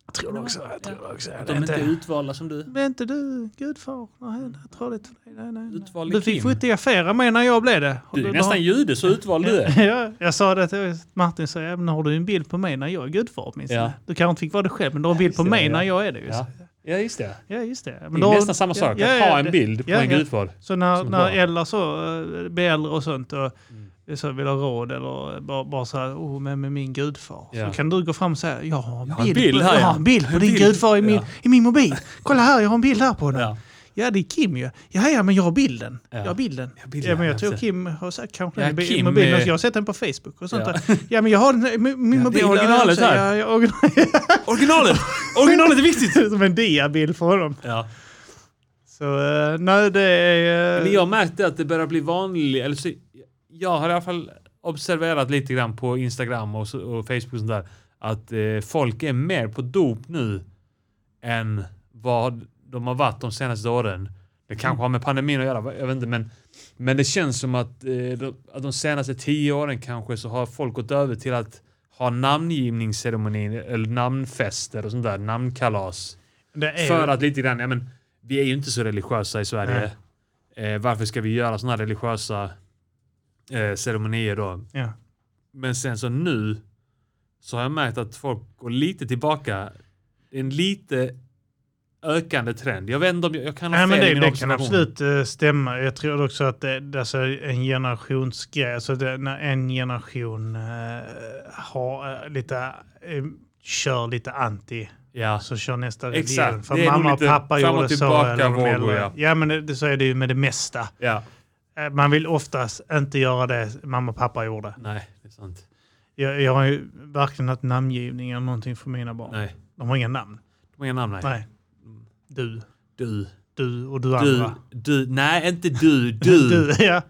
[SPEAKER 2] Jag tror
[SPEAKER 1] det
[SPEAKER 2] det
[SPEAKER 1] också,
[SPEAKER 2] också. Jag tror det också.
[SPEAKER 1] Att de
[SPEAKER 2] Det är
[SPEAKER 1] inte är
[SPEAKER 2] inte,
[SPEAKER 1] utvalda som du.
[SPEAKER 2] det är inte du, gudfar. Nej, nej, tråkigt för dig. Nej, nej, nej.
[SPEAKER 1] Utvald
[SPEAKER 2] Du fick
[SPEAKER 1] Kim.
[SPEAKER 2] fotografera mig när jag blev det. Har
[SPEAKER 1] Du är
[SPEAKER 2] har-
[SPEAKER 1] nästan jude så utvald du är.
[SPEAKER 2] ja, jag sa det till Martin, så, ja, men har du en bild på mig när jag är gudfar åtminstone?
[SPEAKER 1] Ja.
[SPEAKER 2] Du kanske inte fick vara det själv, men du har en bild på
[SPEAKER 1] just det,
[SPEAKER 2] mig
[SPEAKER 1] ja.
[SPEAKER 2] när jag är det. Just.
[SPEAKER 1] Ja.
[SPEAKER 2] Ja.
[SPEAKER 1] Ja, just det.
[SPEAKER 2] just det. Men
[SPEAKER 1] Det
[SPEAKER 2] då-
[SPEAKER 1] är nästan samma sak. Att ha en bild på
[SPEAKER 2] ja,
[SPEAKER 1] en
[SPEAKER 2] ja.
[SPEAKER 1] gudfar.
[SPEAKER 2] Så när,
[SPEAKER 1] Som
[SPEAKER 2] när
[SPEAKER 1] barn.
[SPEAKER 2] Ella så eh, blir äldre och sånt och
[SPEAKER 1] Mm.
[SPEAKER 2] så vill ha råd eller bara, bara så här, oh, men med min gudfar.
[SPEAKER 1] Ja.
[SPEAKER 2] Så kan du gå fram och säga, jag har en
[SPEAKER 1] Jag
[SPEAKER 2] bild, på,
[SPEAKER 1] här,
[SPEAKER 2] jag
[SPEAKER 1] ja.
[SPEAKER 2] har en bild
[SPEAKER 1] En
[SPEAKER 2] på din
[SPEAKER 1] bild.
[SPEAKER 2] gudfar i min,
[SPEAKER 1] Ja.
[SPEAKER 2] i min mobil. Kolla här, jag har en bild här på honom. Ja,
[SPEAKER 1] Ja.
[SPEAKER 2] det är Kim ju. Ja, ja, men jag har bilden.
[SPEAKER 1] Ja.
[SPEAKER 2] Jag har bilden.
[SPEAKER 1] Ja, bilden,
[SPEAKER 2] ja, men jag
[SPEAKER 1] ja,
[SPEAKER 2] tror
[SPEAKER 1] precis.
[SPEAKER 2] Kim har sagt kanske
[SPEAKER 1] Ja,
[SPEAKER 2] den i
[SPEAKER 1] Kim
[SPEAKER 2] mobilen.
[SPEAKER 1] är-
[SPEAKER 2] Jag har sett den på Facebook och sånt
[SPEAKER 1] Ja.
[SPEAKER 2] där. Ja, men jag har den, i min, min
[SPEAKER 1] Ja, det
[SPEAKER 2] mobil.
[SPEAKER 1] är originalet
[SPEAKER 2] där. också.
[SPEAKER 1] här.
[SPEAKER 2] Ja, jag har original-
[SPEAKER 1] Originalet! Originalet är viktigt!
[SPEAKER 2] Som en diabild för honom.
[SPEAKER 1] Ja.
[SPEAKER 2] Så eh, nej, det är... eh,
[SPEAKER 1] Men jag har märkt det att det börjar bli vanligt. Eller så, jag har i alla fall observerat lite grann på Instagram och, så, och Facebook och sånt där. Att eh, folk är mer på dop nu än vad de har varit de senaste åren. Det kanske har med pandemin att göra, jag vet inte. Men, men det känns som att, eh, de, att de senaste tio åren kanske så har folk gått över till att ha namngivningsceremonier eller namnfester och sånt där, namnkalas.
[SPEAKER 2] det är
[SPEAKER 1] För att lite grann, ja men vi är ju inte så religiösa i Sverige. Eh, varför ska vi göra sådana religiösa eh, ceremonier då?
[SPEAKER 2] Ja.
[SPEAKER 1] Men sen så nu så har jag märkt att folk går lite tillbaka. En lite ökande trend. Jag vet inte om jag, jag kan ha
[SPEAKER 2] Nej, men
[SPEAKER 1] fel i
[SPEAKER 2] det,
[SPEAKER 1] min
[SPEAKER 2] det kan
[SPEAKER 1] observation.
[SPEAKER 2] absolut eh, stämma. Jag tror också att det, det är alltså en generationsgrej. Alltså det, när en generation eh, har eh, lite, eh, kör lite anti,
[SPEAKER 1] Ja,
[SPEAKER 2] så kör nästa
[SPEAKER 1] Exakt.
[SPEAKER 2] religion. För
[SPEAKER 1] Det är
[SPEAKER 2] mamma
[SPEAKER 1] nog
[SPEAKER 2] och
[SPEAKER 1] lite
[SPEAKER 2] pappa
[SPEAKER 1] fram och
[SPEAKER 2] gjorde så.
[SPEAKER 1] tillbaka
[SPEAKER 2] Eller de
[SPEAKER 1] vågor,
[SPEAKER 2] äldre.
[SPEAKER 1] ja.
[SPEAKER 2] ja, men det, det- så är det ju med det mesta.
[SPEAKER 1] ja.
[SPEAKER 2] Eh, Man vill oftast inte göra det mamma och pappa gjorde.
[SPEAKER 1] Nej, det är sant.
[SPEAKER 2] Jag, jag har ju verkligen haft namngivning eller någonting för mina barn.
[SPEAKER 1] Nej.
[SPEAKER 2] De har inga namn.
[SPEAKER 1] De har inga namn, nej.
[SPEAKER 2] Nej. Du,
[SPEAKER 1] Du.
[SPEAKER 2] du och du
[SPEAKER 1] Du.
[SPEAKER 2] andra.
[SPEAKER 1] Du. Nej, inte du. Du.
[SPEAKER 2] du ja.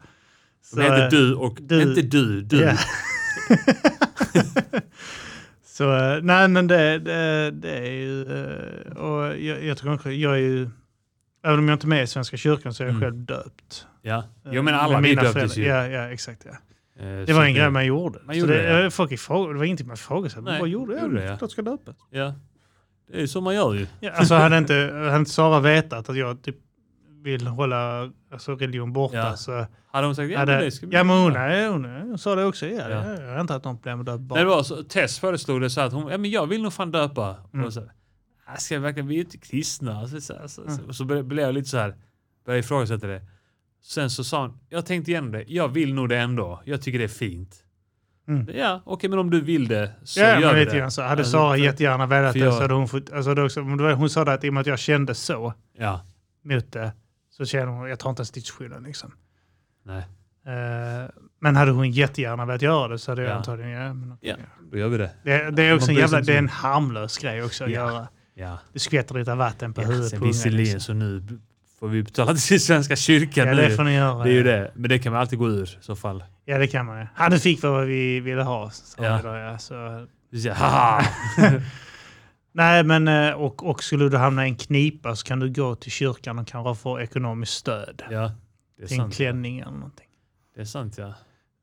[SPEAKER 2] Så,
[SPEAKER 1] De heter
[SPEAKER 2] eh,
[SPEAKER 1] du och
[SPEAKER 2] du.
[SPEAKER 1] inte du. Du.
[SPEAKER 2] Ja. så eh, nej men det, det, det är ju, eh, och jag, jag tror kanske, jag är ju, även om jag inte är med i Svenska kyrkan så är jag
[SPEAKER 1] Mm.
[SPEAKER 2] själv döpt.
[SPEAKER 1] Ja.
[SPEAKER 2] Eh,
[SPEAKER 1] Jag menar alla,
[SPEAKER 2] med
[SPEAKER 1] vi
[SPEAKER 2] mina
[SPEAKER 1] döptes
[SPEAKER 2] föräldrar.
[SPEAKER 1] ju.
[SPEAKER 2] Ja, ja exakt ja.
[SPEAKER 1] Eh,
[SPEAKER 2] Det
[SPEAKER 1] så
[SPEAKER 2] var en grej man gjorde.
[SPEAKER 1] Man
[SPEAKER 2] så
[SPEAKER 1] gjorde
[SPEAKER 2] det,
[SPEAKER 1] det,
[SPEAKER 2] eh, folk ifråga, det var inte man frågade, man
[SPEAKER 1] Nej,
[SPEAKER 2] bara gjorde
[SPEAKER 1] gjorde det,
[SPEAKER 2] det.
[SPEAKER 1] ja.
[SPEAKER 2] Ja. Klart ska döpa.
[SPEAKER 1] Ja. Det är ju så man gör ju.
[SPEAKER 2] Ja, alltså hade inte, hade inte Sara vetat att jag typ vill hålla alltså, religion borta
[SPEAKER 1] Ja.
[SPEAKER 2] så
[SPEAKER 1] Hade hon sagt ja, men
[SPEAKER 2] hade...
[SPEAKER 1] det ska vi
[SPEAKER 2] Ja men hon,
[SPEAKER 1] göra.
[SPEAKER 2] nej, hon, hon sa det också. Ja,
[SPEAKER 1] Ja.
[SPEAKER 2] ja. Jag har inte haft någon problem med att döpa barn.
[SPEAKER 1] Nej, det var så, Tess föreslog det så att hon, ja men jag vill nog fan döpa.
[SPEAKER 2] Mm.
[SPEAKER 1] Och så, "Ah, ska vi verkligen, vi är ju inte kristna. Så, så, så, så,
[SPEAKER 2] Mm.
[SPEAKER 1] och så blev blev jag lite så här, började ifrågasätta det. Sen så sa hon, jag tänkte igenom det, jag vill nog det ändå. Jag tycker det är fint.
[SPEAKER 2] Mm.
[SPEAKER 1] Ja, okej men om du vill det så
[SPEAKER 2] ja,
[SPEAKER 1] gör
[SPEAKER 2] men
[SPEAKER 1] vi
[SPEAKER 2] lite
[SPEAKER 1] det.
[SPEAKER 2] grann så. Hade
[SPEAKER 1] Alltså,
[SPEAKER 2] Sara
[SPEAKER 1] för-
[SPEAKER 2] jättegärna velat
[SPEAKER 1] för
[SPEAKER 2] det
[SPEAKER 1] jag-
[SPEAKER 2] så hade hon fått... Alltså det är också, men det var- hon sa det att i och med att jag kände så
[SPEAKER 1] Ja,
[SPEAKER 2] mot det så känner hon, jag tar inte ens diskskydden liksom.
[SPEAKER 1] nej,
[SPEAKER 2] Eh, men hade hon jättegärna velat göra det så hade jag
[SPEAKER 1] Ja.
[SPEAKER 2] antagligen... Ja, men,
[SPEAKER 1] Ja. då gör vi det.
[SPEAKER 2] det, det är
[SPEAKER 1] Man
[SPEAKER 2] också en
[SPEAKER 1] bryr sig
[SPEAKER 2] jävla...
[SPEAKER 1] inte så
[SPEAKER 2] Det är en
[SPEAKER 1] mycket.
[SPEAKER 2] harmlös grej också att
[SPEAKER 1] Ja.
[SPEAKER 2] göra.
[SPEAKER 1] Ja.
[SPEAKER 2] Du skvätter lite vatten på
[SPEAKER 1] ja
[SPEAKER 2] huvudet
[SPEAKER 1] sen
[SPEAKER 2] på ungen,
[SPEAKER 1] visserligen
[SPEAKER 2] liksom.
[SPEAKER 1] så nu b- får vi betala till Svenska kyrkan
[SPEAKER 2] Ja,
[SPEAKER 1] nu.
[SPEAKER 2] det får ni göra.
[SPEAKER 1] det är ju det, men det kan man alltid gå ur i så fall.
[SPEAKER 2] Ja, det kan man ju. Han fick vad vi ville ha, sa
[SPEAKER 1] Ja.
[SPEAKER 2] vi då, ja. Så
[SPEAKER 1] Så, haha!
[SPEAKER 2] Nej, men eh, och, och skulle du hamna i en knipa så kan du gå till kyrkan och kanske få ekonomiskt stöd.
[SPEAKER 1] Ja, det är
[SPEAKER 2] till en
[SPEAKER 1] sant.
[SPEAKER 2] klänning eller någonting.
[SPEAKER 1] Det är sant ja.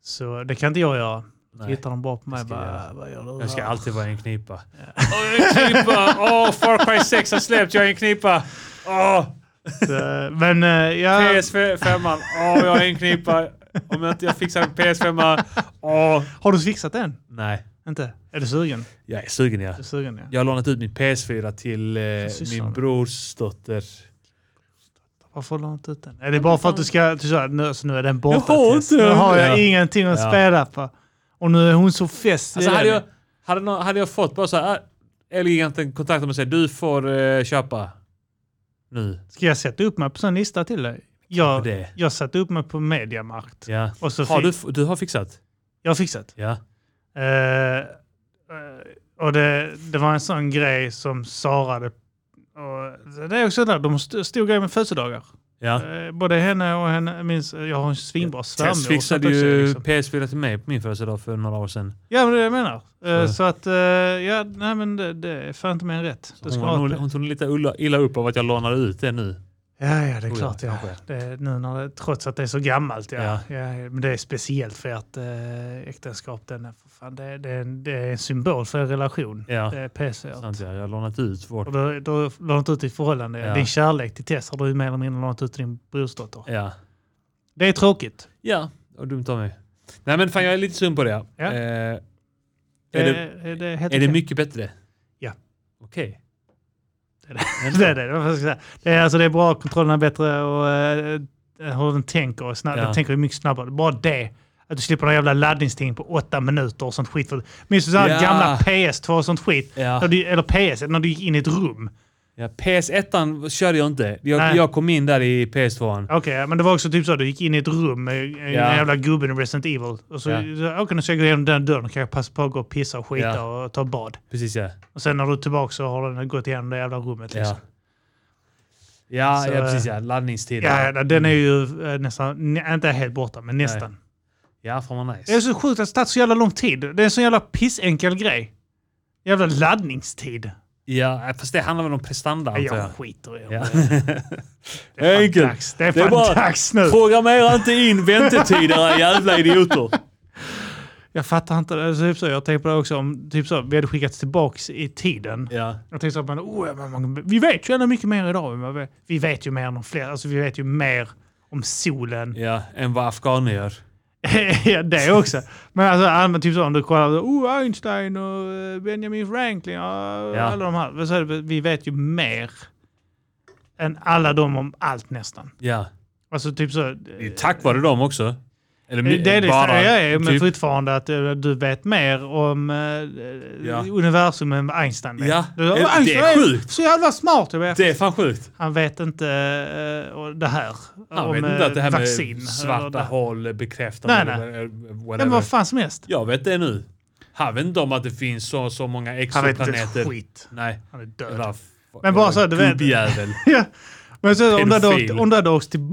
[SPEAKER 2] Så det kan inte jag göra. Tittar de bara på mig
[SPEAKER 1] ska jag
[SPEAKER 2] bara,
[SPEAKER 1] göra.
[SPEAKER 2] vad gör du
[SPEAKER 1] Jag ska
[SPEAKER 2] här?"
[SPEAKER 1] alltid vara i en knipa. Åh, jag är i en knipa! Åh, Far Cry 6 har släppt, jag är i en knipa! Åh,
[SPEAKER 2] Så, Men eh, ja,
[SPEAKER 1] PS5, åh, jag är i en knipa! Om jag inte jag fixar en PS5, åh!
[SPEAKER 2] har du fixat den?
[SPEAKER 1] Nej,
[SPEAKER 2] Inte? Är du sugen?
[SPEAKER 1] jag är sugen ja.
[SPEAKER 2] Du är sugen ja.
[SPEAKER 1] Jag har lånat ut min PS4 till eh,
[SPEAKER 2] sysslan.
[SPEAKER 1] min brors dotter.
[SPEAKER 2] Varför har du inte ut den? Är det bara för att du ska... Du sa, nu, alltså, nu är den borta.
[SPEAKER 1] har
[SPEAKER 2] Tess.
[SPEAKER 1] inte
[SPEAKER 2] Nu
[SPEAKER 1] den.
[SPEAKER 2] har
[SPEAKER 1] Ja.
[SPEAKER 2] jag ingenting att
[SPEAKER 1] Ja.
[SPEAKER 2] spela på. Och nu är hon så fäst i
[SPEAKER 1] Alltså,
[SPEAKER 2] den.
[SPEAKER 1] hade, jag, hade, nå- hade jag fått bara så här, eleganten kontakta mig och säga du får eh, köpa nu.
[SPEAKER 2] Ska jag sätta upp mig på sån lista till dig? Jag,
[SPEAKER 1] Kanske det.
[SPEAKER 2] jag satte upp mig på Mediamarkt.
[SPEAKER 1] Ja.
[SPEAKER 2] Och så
[SPEAKER 1] Har
[SPEAKER 2] fick,
[SPEAKER 1] du, f- du har fixat?
[SPEAKER 2] Jag har fixat.
[SPEAKER 1] Ja.
[SPEAKER 2] Eh, eh, och det, det var en sån grej som Sara... hade- Och det är också där, de st- stor grej med födelsedagar.
[SPEAKER 1] ja.
[SPEAKER 2] Eh, både henne och henne, minns, jag har en svinbra svärmor.
[SPEAKER 1] Tess
[SPEAKER 2] och sånt
[SPEAKER 1] fixade
[SPEAKER 2] också,
[SPEAKER 1] ju
[SPEAKER 2] liksom.
[SPEAKER 1] PS4 till mig på min födelsedag för några år sedan.
[SPEAKER 2] Ja, men det är det jag menar. Eh,
[SPEAKER 1] Så.
[SPEAKER 2] Så att, eh, ja, nej men det, det är fan inte mer än rätt. Du
[SPEAKER 1] Hon,
[SPEAKER 2] ska ha
[SPEAKER 1] hon,
[SPEAKER 2] ett-
[SPEAKER 1] hon tog lite ulla- illa upp av att jag lånade ut det nu.
[SPEAKER 2] ja, ja, det är
[SPEAKER 1] Oh,
[SPEAKER 2] klart. Ja.
[SPEAKER 1] kanske.
[SPEAKER 2] Det är, nu när det, trots att det är så gammalt. Ja. Ja. men det är speciellt för att eh, äktenskap, den är, för fan, det, det, är en- det är en symbol för en relation.
[SPEAKER 1] Ja,
[SPEAKER 2] Det är PC.
[SPEAKER 1] sant ja. Jag har lånat ut vårt...
[SPEAKER 2] Och då, då har du inte ut ditt förhållande.
[SPEAKER 1] Ja.
[SPEAKER 2] Din kärlek till Tess har du ju mer eller mindre lånat ut till din brorsdotter.
[SPEAKER 1] Ja.
[SPEAKER 2] Det är tråkigt.
[SPEAKER 1] Ja, och dumt av mig. Nej men fan jag är lite sugen på det.
[SPEAKER 2] Ja.
[SPEAKER 1] Eh, är,
[SPEAKER 2] Det, är
[SPEAKER 1] det,
[SPEAKER 2] det, är helt
[SPEAKER 1] är det
[SPEAKER 2] okej.
[SPEAKER 1] mycket bättre?
[SPEAKER 2] Ja.
[SPEAKER 1] Okej.
[SPEAKER 2] Det är Det är det. det, var vad jag skulle säga. det är, alltså, det är bra, kontrollen är bättre och eh, hur den tänker. Och snabb,
[SPEAKER 1] Ja.
[SPEAKER 2] Den tänker ju mycket snabbare. Bara det. Att du slipper den jävla laddningstiden på åtta minuter och sånt skit. För- Minns du sådana
[SPEAKER 1] Ja.
[SPEAKER 2] gamla PS2 och sånt skit?
[SPEAKER 1] Ja.
[SPEAKER 2] När du, eller PS, när du gick in i ett rum.
[SPEAKER 1] Ja, PS1 körde jag inte. Jag,
[SPEAKER 2] Nej.
[SPEAKER 1] jag kom in där i PS2.
[SPEAKER 2] Okej, men det var också typ så att du gick in i ett rum med eh,
[SPEAKER 1] Ja.
[SPEAKER 2] den jävla gubben i Resident Evil. Och så,
[SPEAKER 1] Ja.
[SPEAKER 2] ja. okej, nu ska jag gå igenom den dörren. Då kan jag passa på att gå och pissa och skita
[SPEAKER 1] Ja.
[SPEAKER 2] och ta bad.
[SPEAKER 1] Precis ja.
[SPEAKER 2] Och sen när du är tillbaka så har den gått igenom det jävla rummet. Liksom.
[SPEAKER 1] Ja, ja,
[SPEAKER 2] Så,
[SPEAKER 1] ja precis ja. Laddningstiden.
[SPEAKER 2] Ja, ja, den är ju eh, nästan, nä- inte helt borta, men nästan.
[SPEAKER 1] Ja, fan vad
[SPEAKER 2] Det är
[SPEAKER 1] nice.
[SPEAKER 2] så sjukt att det tagit så jävla lång tid. Det är en så jävla pissenkel grej. Jävla laddningstid.
[SPEAKER 1] Ja, fast det handlar väl om prestanda antar jag.
[SPEAKER 2] Jag skiter i
[SPEAKER 1] Ja.
[SPEAKER 2] det. Det är fan
[SPEAKER 1] Enkelt.
[SPEAKER 2] dags. Det är
[SPEAKER 1] Det är
[SPEAKER 2] fan
[SPEAKER 1] bara-
[SPEAKER 2] dags nu.
[SPEAKER 1] Programmera inte in väntetider era jävla idioter.
[SPEAKER 2] Jag fattar inte. det. Alltså, typ så, jag tänkte på det också. Om, typ så, vi hade skickats tillbaks i tiden.
[SPEAKER 1] Ja,
[SPEAKER 2] Jag tänkte så att man, oh, ja, men man, vi vet ju ändå mycket mer idag. än vad vi- Vi vet ju mer än de flesta. Alltså, vi vet ju mer om solen
[SPEAKER 1] ja, än vad afghaner gör.
[SPEAKER 2] ja, det också. Men alltså allmänt typ så om du kollar, så, oh, Einstein och eh, Benjamin Franklin och alla de här. Så är det, vi vet ju mer än alla dem om allt nästan.
[SPEAKER 1] Ja.
[SPEAKER 2] Alltså typ så. eh,
[SPEAKER 1] Det är tack vare dem också. Eller
[SPEAKER 2] Det är det
[SPEAKER 1] bara
[SPEAKER 2] jag är, men
[SPEAKER 1] typ-
[SPEAKER 2] fortfarande att eh, du vet mer om eh,
[SPEAKER 1] Ja.
[SPEAKER 2] universum än vad Einstein vet.
[SPEAKER 1] Ja,
[SPEAKER 2] Du,
[SPEAKER 1] det är
[SPEAKER 2] Einstein
[SPEAKER 1] sjukt.
[SPEAKER 2] Så jävla smart. Jag bara,
[SPEAKER 1] Det är fan sjukt.
[SPEAKER 2] Han vet inte eh, och det här.
[SPEAKER 1] Han
[SPEAKER 2] om,
[SPEAKER 1] vet
[SPEAKER 2] eh,
[SPEAKER 1] inte att det här med
[SPEAKER 2] vaccin, eller det
[SPEAKER 1] svarta
[SPEAKER 2] här.
[SPEAKER 1] hål bekräftar
[SPEAKER 2] Nej,
[SPEAKER 1] mig,
[SPEAKER 2] nej.
[SPEAKER 1] eller eh,
[SPEAKER 2] Ja, men
[SPEAKER 1] Whatever.
[SPEAKER 2] vad fan som helst.
[SPEAKER 1] Jag vet det nu. Han vet inte om att det finns så, så många
[SPEAKER 2] Han vet inte ett
[SPEAKER 1] exoplaneter.
[SPEAKER 2] skit.
[SPEAKER 1] Nej.
[SPEAKER 2] Han är död.
[SPEAKER 1] Jävla-
[SPEAKER 2] Men bara så att du vet.
[SPEAKER 1] Gubbjävel.
[SPEAKER 2] Ja. Men så, om det hade åkt-
[SPEAKER 1] Pedofil.
[SPEAKER 2] om det hade åkt till...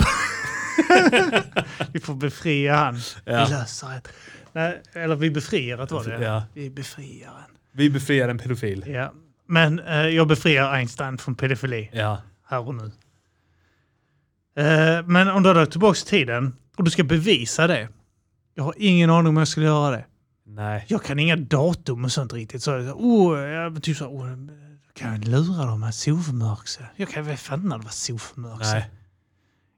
[SPEAKER 2] vi får befria han.
[SPEAKER 1] Ja.
[SPEAKER 2] Vi löser det. Nej, eller vi befriar det var det.
[SPEAKER 1] Ja.
[SPEAKER 2] Vi befriar han.
[SPEAKER 1] Vi befriar en pedofil.
[SPEAKER 2] Ja. Men eh, jag befriar Einstein från pedofili
[SPEAKER 1] Ja.
[SPEAKER 2] här och nu. Eh, men om du hade åkt tillbaka i tiden och du ska bevisa det. Jag har ingen aning om jag skulle göra det.
[SPEAKER 1] Nej.
[SPEAKER 2] Jag kan inga datum och sånt riktigt. Så, oh, jag, typ så, oh, kan jag lura dem att sovmörkse? Jag kan väl fan när det var sovmörkse.
[SPEAKER 1] Nej.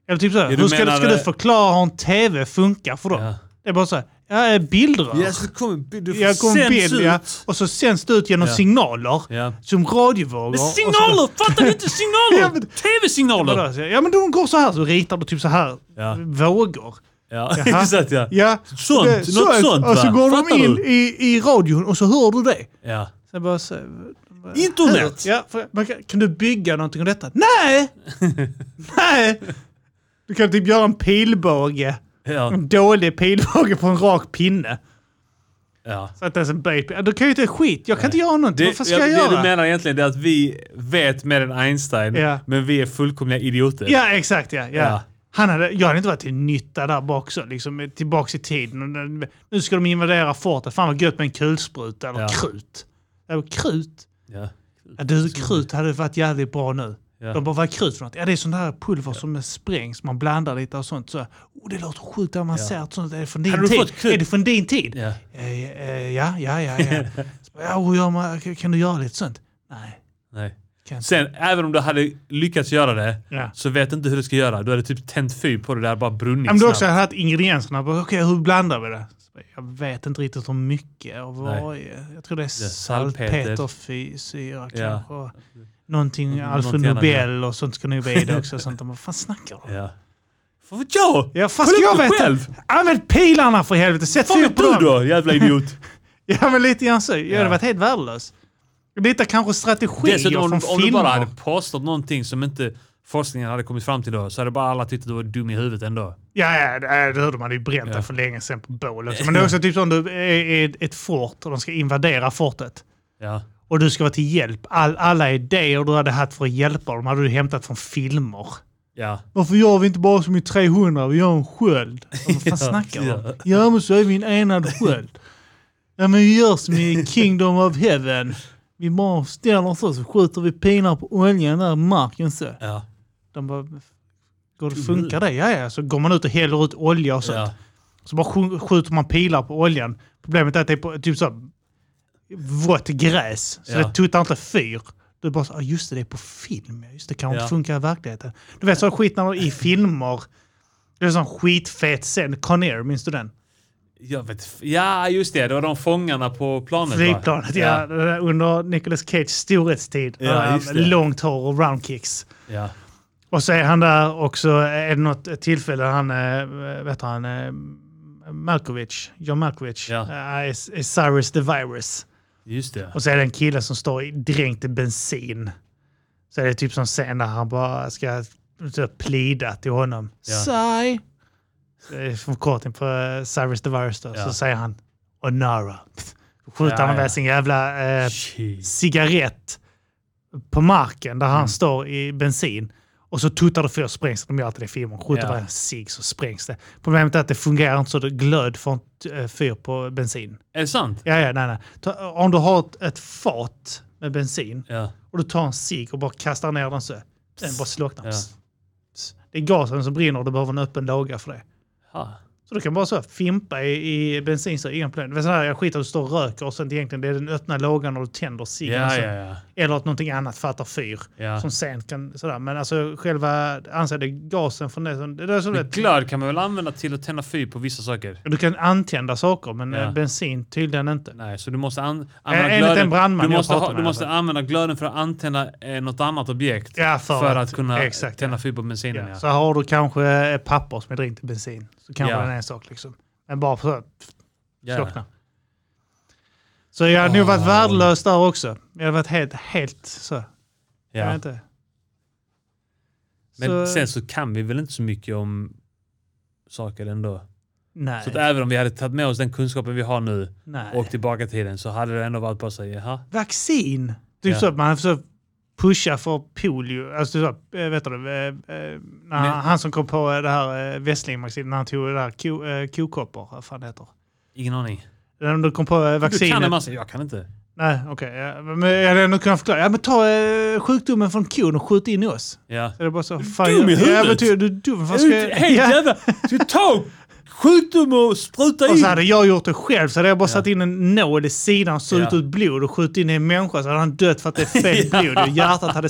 [SPEAKER 2] Eller typ så här,
[SPEAKER 1] Ja, du
[SPEAKER 2] hur ska,
[SPEAKER 1] menar
[SPEAKER 2] ska
[SPEAKER 1] det-
[SPEAKER 2] du förklara hur en tv funkar för dem?
[SPEAKER 1] Ja.
[SPEAKER 2] Det är bara så här, ja, eh, bildrör.
[SPEAKER 1] Ja, så det kommer en bild. Du får
[SPEAKER 2] Jag kom en bild, ja, och så sänds det ut genom
[SPEAKER 1] Ja.
[SPEAKER 2] signaler.
[SPEAKER 1] Ja.
[SPEAKER 2] Som radiovågor.
[SPEAKER 1] Men
[SPEAKER 2] och så-
[SPEAKER 1] signaler! Fattar du inte
[SPEAKER 2] Ja,
[SPEAKER 1] signaler?
[SPEAKER 2] men-
[SPEAKER 1] TV-signaler!
[SPEAKER 2] Vadå? Ja men de går så här, så ritar du typ så här
[SPEAKER 1] Ja.
[SPEAKER 2] vågor.
[SPEAKER 1] Ja,
[SPEAKER 2] Jaha.
[SPEAKER 1] exakt ja.
[SPEAKER 2] Ja,
[SPEAKER 1] Sånt,
[SPEAKER 2] det-
[SPEAKER 1] något sånt,
[SPEAKER 2] Och så
[SPEAKER 1] va?
[SPEAKER 2] går
[SPEAKER 1] Fattar
[SPEAKER 2] de in
[SPEAKER 1] du?
[SPEAKER 2] i, i radion och så hör du det.
[SPEAKER 1] ja.
[SPEAKER 2] Så bara så,
[SPEAKER 1] Internet!
[SPEAKER 2] Ja, för, man kan, kan du bygga någonting av detta? Nej! Nej! Du kan typ göra en pilbåge.
[SPEAKER 1] Ja.
[SPEAKER 2] En dålig pilbåge på en rak pinne.
[SPEAKER 1] ja.
[SPEAKER 2] Så att det är en böjd pinne. Då kan jag ju inte skit. Jag kan inte göra någonting. Vad
[SPEAKER 1] Det,
[SPEAKER 2] fan ska
[SPEAKER 1] ja,
[SPEAKER 2] jag
[SPEAKER 1] det du
[SPEAKER 2] göra?
[SPEAKER 1] menar egentligen är att vi vet mer än Einstein,
[SPEAKER 2] Ja.
[SPEAKER 1] men vi är fullkomliga idioter.
[SPEAKER 2] Ja, exakt. Ja, ja.
[SPEAKER 1] Ja.
[SPEAKER 2] Han hade, jag hade inte varit till nytta där bak så, liksom tillbaks i tiden. Och den- Nu ska de invadera fortet. Fan vad gött med en kulspruta eller
[SPEAKER 1] Ja.
[SPEAKER 2] krut. Eller krut?
[SPEAKER 1] Ja.
[SPEAKER 2] Ja, du, krut hade varit jävligt bra nu.
[SPEAKER 1] Ja.
[SPEAKER 2] De bara, vad är krut för något? Ja, det är sån där pulver som sprängs. Man blandar lite och sånt. Så, oh, det låter sjukt avancerat. Sånt. Är det från
[SPEAKER 1] Hade
[SPEAKER 2] din
[SPEAKER 1] du
[SPEAKER 2] tid?
[SPEAKER 1] fått krut?
[SPEAKER 2] Är det från din tid?
[SPEAKER 1] Ja.
[SPEAKER 2] Eh, eh, ja, ja, ja. ja. Så bara, ja hur gör man, kan du göra lite sånt? Nej.
[SPEAKER 1] Nej.
[SPEAKER 2] Kan inte.
[SPEAKER 1] Sen, även om du hade lyckats göra det,
[SPEAKER 2] Ja.
[SPEAKER 1] så vet du inte hur du ska göra. Du hade typ tänt fyr på det där bara brunnit
[SPEAKER 2] Ja, men du har också
[SPEAKER 1] snabbt.
[SPEAKER 2] haft ingredienserna. Bara, Okej, hur blandar vi det? Så bara, Jag vet inte riktigt hur mycket av
[SPEAKER 1] Nej.
[SPEAKER 2] varje. Jag tror det är
[SPEAKER 1] saltpeter. Ja.
[SPEAKER 2] saltpetersyra kanske. och Någonting Alfred
[SPEAKER 1] någonting annat,
[SPEAKER 2] Nobel och sånt ska nog vara i det också. Sånt. Man, vad fan snackar du om?
[SPEAKER 1] Ja. Vad vet jag?
[SPEAKER 2] Ja, fast
[SPEAKER 1] Kolla upp
[SPEAKER 2] jag
[SPEAKER 1] det
[SPEAKER 2] vet
[SPEAKER 1] själv.
[SPEAKER 2] själv. Använd pilarna för helvete! Sätt
[SPEAKER 1] Vad
[SPEAKER 2] fyr
[SPEAKER 1] vet
[SPEAKER 2] på
[SPEAKER 1] du
[SPEAKER 2] dem!
[SPEAKER 1] då, jävla idiot?
[SPEAKER 2] Ja, men lite grann så. Jag hade
[SPEAKER 1] Ja.
[SPEAKER 2] varit helt värdelös. Lite kanske strategier
[SPEAKER 1] Dessutom om,
[SPEAKER 2] från
[SPEAKER 1] om du
[SPEAKER 2] filmer.
[SPEAKER 1] bara hade påstått någonting som inte forskningen hade kommit fram till då, så hade bara alla tyckt att du var dum i huvudet ändå.
[SPEAKER 2] Ja, ja, det det hörde man ju bränt
[SPEAKER 1] Ja.
[SPEAKER 2] den för länge sedan på bål. också. Men det är också typ som du är är ett fort och de ska invadera fortet.
[SPEAKER 1] Ja.
[SPEAKER 2] Och du ska vara till hjälp. All, alla idéer du hade haft för att hjälpa dem hade du hämtat från filmer.
[SPEAKER 1] Ja.
[SPEAKER 2] Varför gör vi inte bara som i 300? Vi gör en sköld. Ja, Vad fan
[SPEAKER 1] Ja,
[SPEAKER 2] snackar du om?
[SPEAKER 1] ja.
[SPEAKER 2] Ja, men så är vi en enad sköld. Ja, men vi gör som i Kingdom of Heaven. Vi bara ställer oss och så skjuter vi pinar på oljan där i marken så.
[SPEAKER 1] Ja.
[SPEAKER 2] De bara, går det, funkar det? Ja, ja. Så går man ut och häller ut olja och sånt.
[SPEAKER 1] ja.
[SPEAKER 2] Så bara sju- skjuter man pilar på oljan. Problemet är att det är på, typ så här vått gräs, så
[SPEAKER 1] Ja.
[SPEAKER 2] det tuttar inte fyr. Du bara så, ah, just det, det är på film. ja, Just det, kan
[SPEAKER 1] Ja.
[SPEAKER 2] inte funka i verkligheten. Du vet sån skit när de i filmer, det är sån skitfet scen. Conair, minns du den?
[SPEAKER 1] Jag vet, f- ja, just det. Det var de fångarna på planet va?
[SPEAKER 2] Flygplanet, ja.
[SPEAKER 1] Ja.
[SPEAKER 2] det där Under Nicolas Cages storhetstid.
[SPEAKER 1] Ja,
[SPEAKER 2] Där,
[SPEAKER 1] just det.
[SPEAKER 2] långt hår och roundkicks.
[SPEAKER 1] ja.
[SPEAKER 2] Och så är han där och så är det något tillfälle han, eh, vet han, eh, Malkovich, John Malkovich,
[SPEAKER 1] Ja.
[SPEAKER 2] eh, är, är Cyrus the Virus.
[SPEAKER 1] Just det.
[SPEAKER 2] Och så är det en kille som står i- dränkt i bensin. Så är det typ som scen där han bara ska så, plida till honom.
[SPEAKER 1] Ja.
[SPEAKER 2] Cy! Det är Förkortning på eh, Cyrus the Virus då.
[SPEAKER 1] Ja.
[SPEAKER 2] Så säger han Onara. Pff. Skjuter
[SPEAKER 1] Ja,
[SPEAKER 2] han med
[SPEAKER 1] ja.
[SPEAKER 2] sin jävla eh,
[SPEAKER 1] Shit.
[SPEAKER 2] cigarett på marken där
[SPEAKER 1] Mm.
[SPEAKER 2] han står i bensin. Och så tuttar det för och sprängs. De gör alltid det i filmen. Skjuter
[SPEAKER 1] Ja.
[SPEAKER 2] bara en cigg så sprängs det. Problemet är att det fungerar inte så det glöd får inte eh, fyr på bensin.
[SPEAKER 1] Är det sant?
[SPEAKER 2] Ja, ja, nej, nej. Ta, om du har ett, ett fat med bensin
[SPEAKER 1] Ja.
[SPEAKER 2] och du tar en cigg och bara kastar ner den så. Den bara slocknar.
[SPEAKER 1] Ja.
[SPEAKER 2] Pss, pss. Det är gasen som brinner och du behöver en öppen låga för det.
[SPEAKER 1] Ha.
[SPEAKER 2] Så du kan bara så fimpa i, i bensin så ingen problem. Det är sån här jag skit att du står och röker och sen egentligen det är den öppna lågan och du tänder ciggen. och
[SPEAKER 1] Ja,
[SPEAKER 2] så.
[SPEAKER 1] ja, ja.
[SPEAKER 2] Eller att någonting annat fattar fyr.
[SPEAKER 1] Ja.
[SPEAKER 2] Som sen kan sådär. Men alltså själva anser det gasen från det som... Det är som
[SPEAKER 1] Men
[SPEAKER 2] det,
[SPEAKER 1] glöd kan man väl använda till att tända fyr på vissa saker?
[SPEAKER 2] du kan antända saker men
[SPEAKER 1] Ja.
[SPEAKER 2] eh, bensin tydligen inte.
[SPEAKER 1] Nej, så du måste an
[SPEAKER 2] Eh,
[SPEAKER 1] använda
[SPEAKER 2] enligt en brandman
[SPEAKER 1] du
[SPEAKER 2] jag
[SPEAKER 1] måste,
[SPEAKER 2] pratar
[SPEAKER 1] ha,
[SPEAKER 2] med
[SPEAKER 1] du måste
[SPEAKER 2] alltså.
[SPEAKER 1] använda glöden för att antända eh, något annat objekt.
[SPEAKER 2] Ja, för
[SPEAKER 1] för att,
[SPEAKER 2] att-
[SPEAKER 1] kunna
[SPEAKER 2] exakt,
[SPEAKER 1] tända
[SPEAKER 2] ja.
[SPEAKER 1] fyr på bensinen. Ja.
[SPEAKER 2] Så har du kanske eh, papper som är dränkt i bensin. Så kanske
[SPEAKER 1] Ja.
[SPEAKER 2] den är en sak liksom. Men bara för att
[SPEAKER 1] Ja.
[SPEAKER 2] slockna. Så jag hade nog varit
[SPEAKER 1] Ah.
[SPEAKER 2] värdelös där också. Jag hade varit helt, helt så. Jag vet
[SPEAKER 1] Ja.
[SPEAKER 2] inte.
[SPEAKER 1] Men sen så kan vi väl inte så mycket om saker ändå.
[SPEAKER 2] nej,
[SPEAKER 1] Så att även om vi hade tagit med oss den kunskapen vi har nu
[SPEAKER 2] nej.
[SPEAKER 1] och tillbaka till den så hade det ändå varit bara så här, jaha.
[SPEAKER 2] vaccin. Typ
[SPEAKER 1] Ja.
[SPEAKER 2] så att man försöker pusha för polio. Alltså typ så, eh, vet du, eh, eh, när han, han som kom på eh, det här eh, Wesslingmagasinet, när han tog det där ko, eh, kokoppor, vad fan det heter.
[SPEAKER 1] Ingen aning.
[SPEAKER 2] När de kom på eh,
[SPEAKER 1] Du kan en
[SPEAKER 2] vaccinet.
[SPEAKER 1] massa, jag kan inte.
[SPEAKER 2] Nej, okej. ja, men jag hade ändå kunnat förklara. Ja, men ta eh, sjukdomen från kon och skjut in i oss.
[SPEAKER 1] Ja.
[SPEAKER 2] Så det är bara så, fan,
[SPEAKER 1] dum i
[SPEAKER 2] jag- Jag,
[SPEAKER 1] huvudet?
[SPEAKER 2] betyder, du är dum. Vad
[SPEAKER 1] Är
[SPEAKER 2] ska
[SPEAKER 1] du inte
[SPEAKER 2] jag,
[SPEAKER 1] helt
[SPEAKER 2] ja.
[SPEAKER 1] jävla... Ska du ta sjukdom och spruta in?
[SPEAKER 2] Och så hade jag gjort det själv så hade jag bara satt in en nål i sidan och sugit
[SPEAKER 1] Ja.
[SPEAKER 2] ut blod och skjutit in i en människa så hade han dött för att det är fel blod och hjärtat hade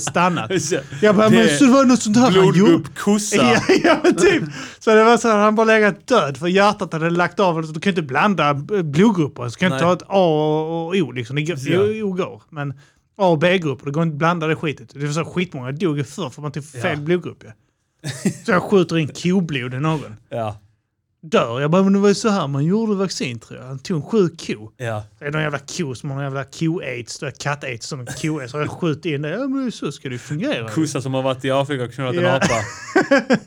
[SPEAKER 2] stannat.
[SPEAKER 1] Så-
[SPEAKER 2] Jag bara, men
[SPEAKER 1] Det-
[SPEAKER 2] så det var något sånt här han gjorde.
[SPEAKER 1] Blodgupp, kossa.
[SPEAKER 2] Ja, ja, men typ. Så det var så här, han bara legat död för hjärtat hade lagt av. Så Du kan inte blanda eh, blodgrupper. Så Du kan inte ta
[SPEAKER 1] Nej.
[SPEAKER 2] ett A och O liksom. Det går-
[SPEAKER 1] Ja.
[SPEAKER 2] jo, jo, går. Men A och B-grupper, det går inte att blanda det skitet. Det var så här, skitmånga dog ju förr för man tog fel
[SPEAKER 1] Ja.
[SPEAKER 2] blodgrupp ju. Så jag skjuter in koblod i någon.
[SPEAKER 1] Ja.
[SPEAKER 2] Dör. Jag bara, men det var ju så här man gjorde vaccin tror jag. Han tog en sjuk ko.
[SPEAKER 1] Ja.
[SPEAKER 2] Det är någon jävla ko som har någon jävla ko-aids, då är katt-aids som en ko-aids. Så jag skjuter in det. Ja men så ska det ju fungera.
[SPEAKER 1] Kossa som har varit i Afrika och knullat
[SPEAKER 2] Ja.
[SPEAKER 1] en apa.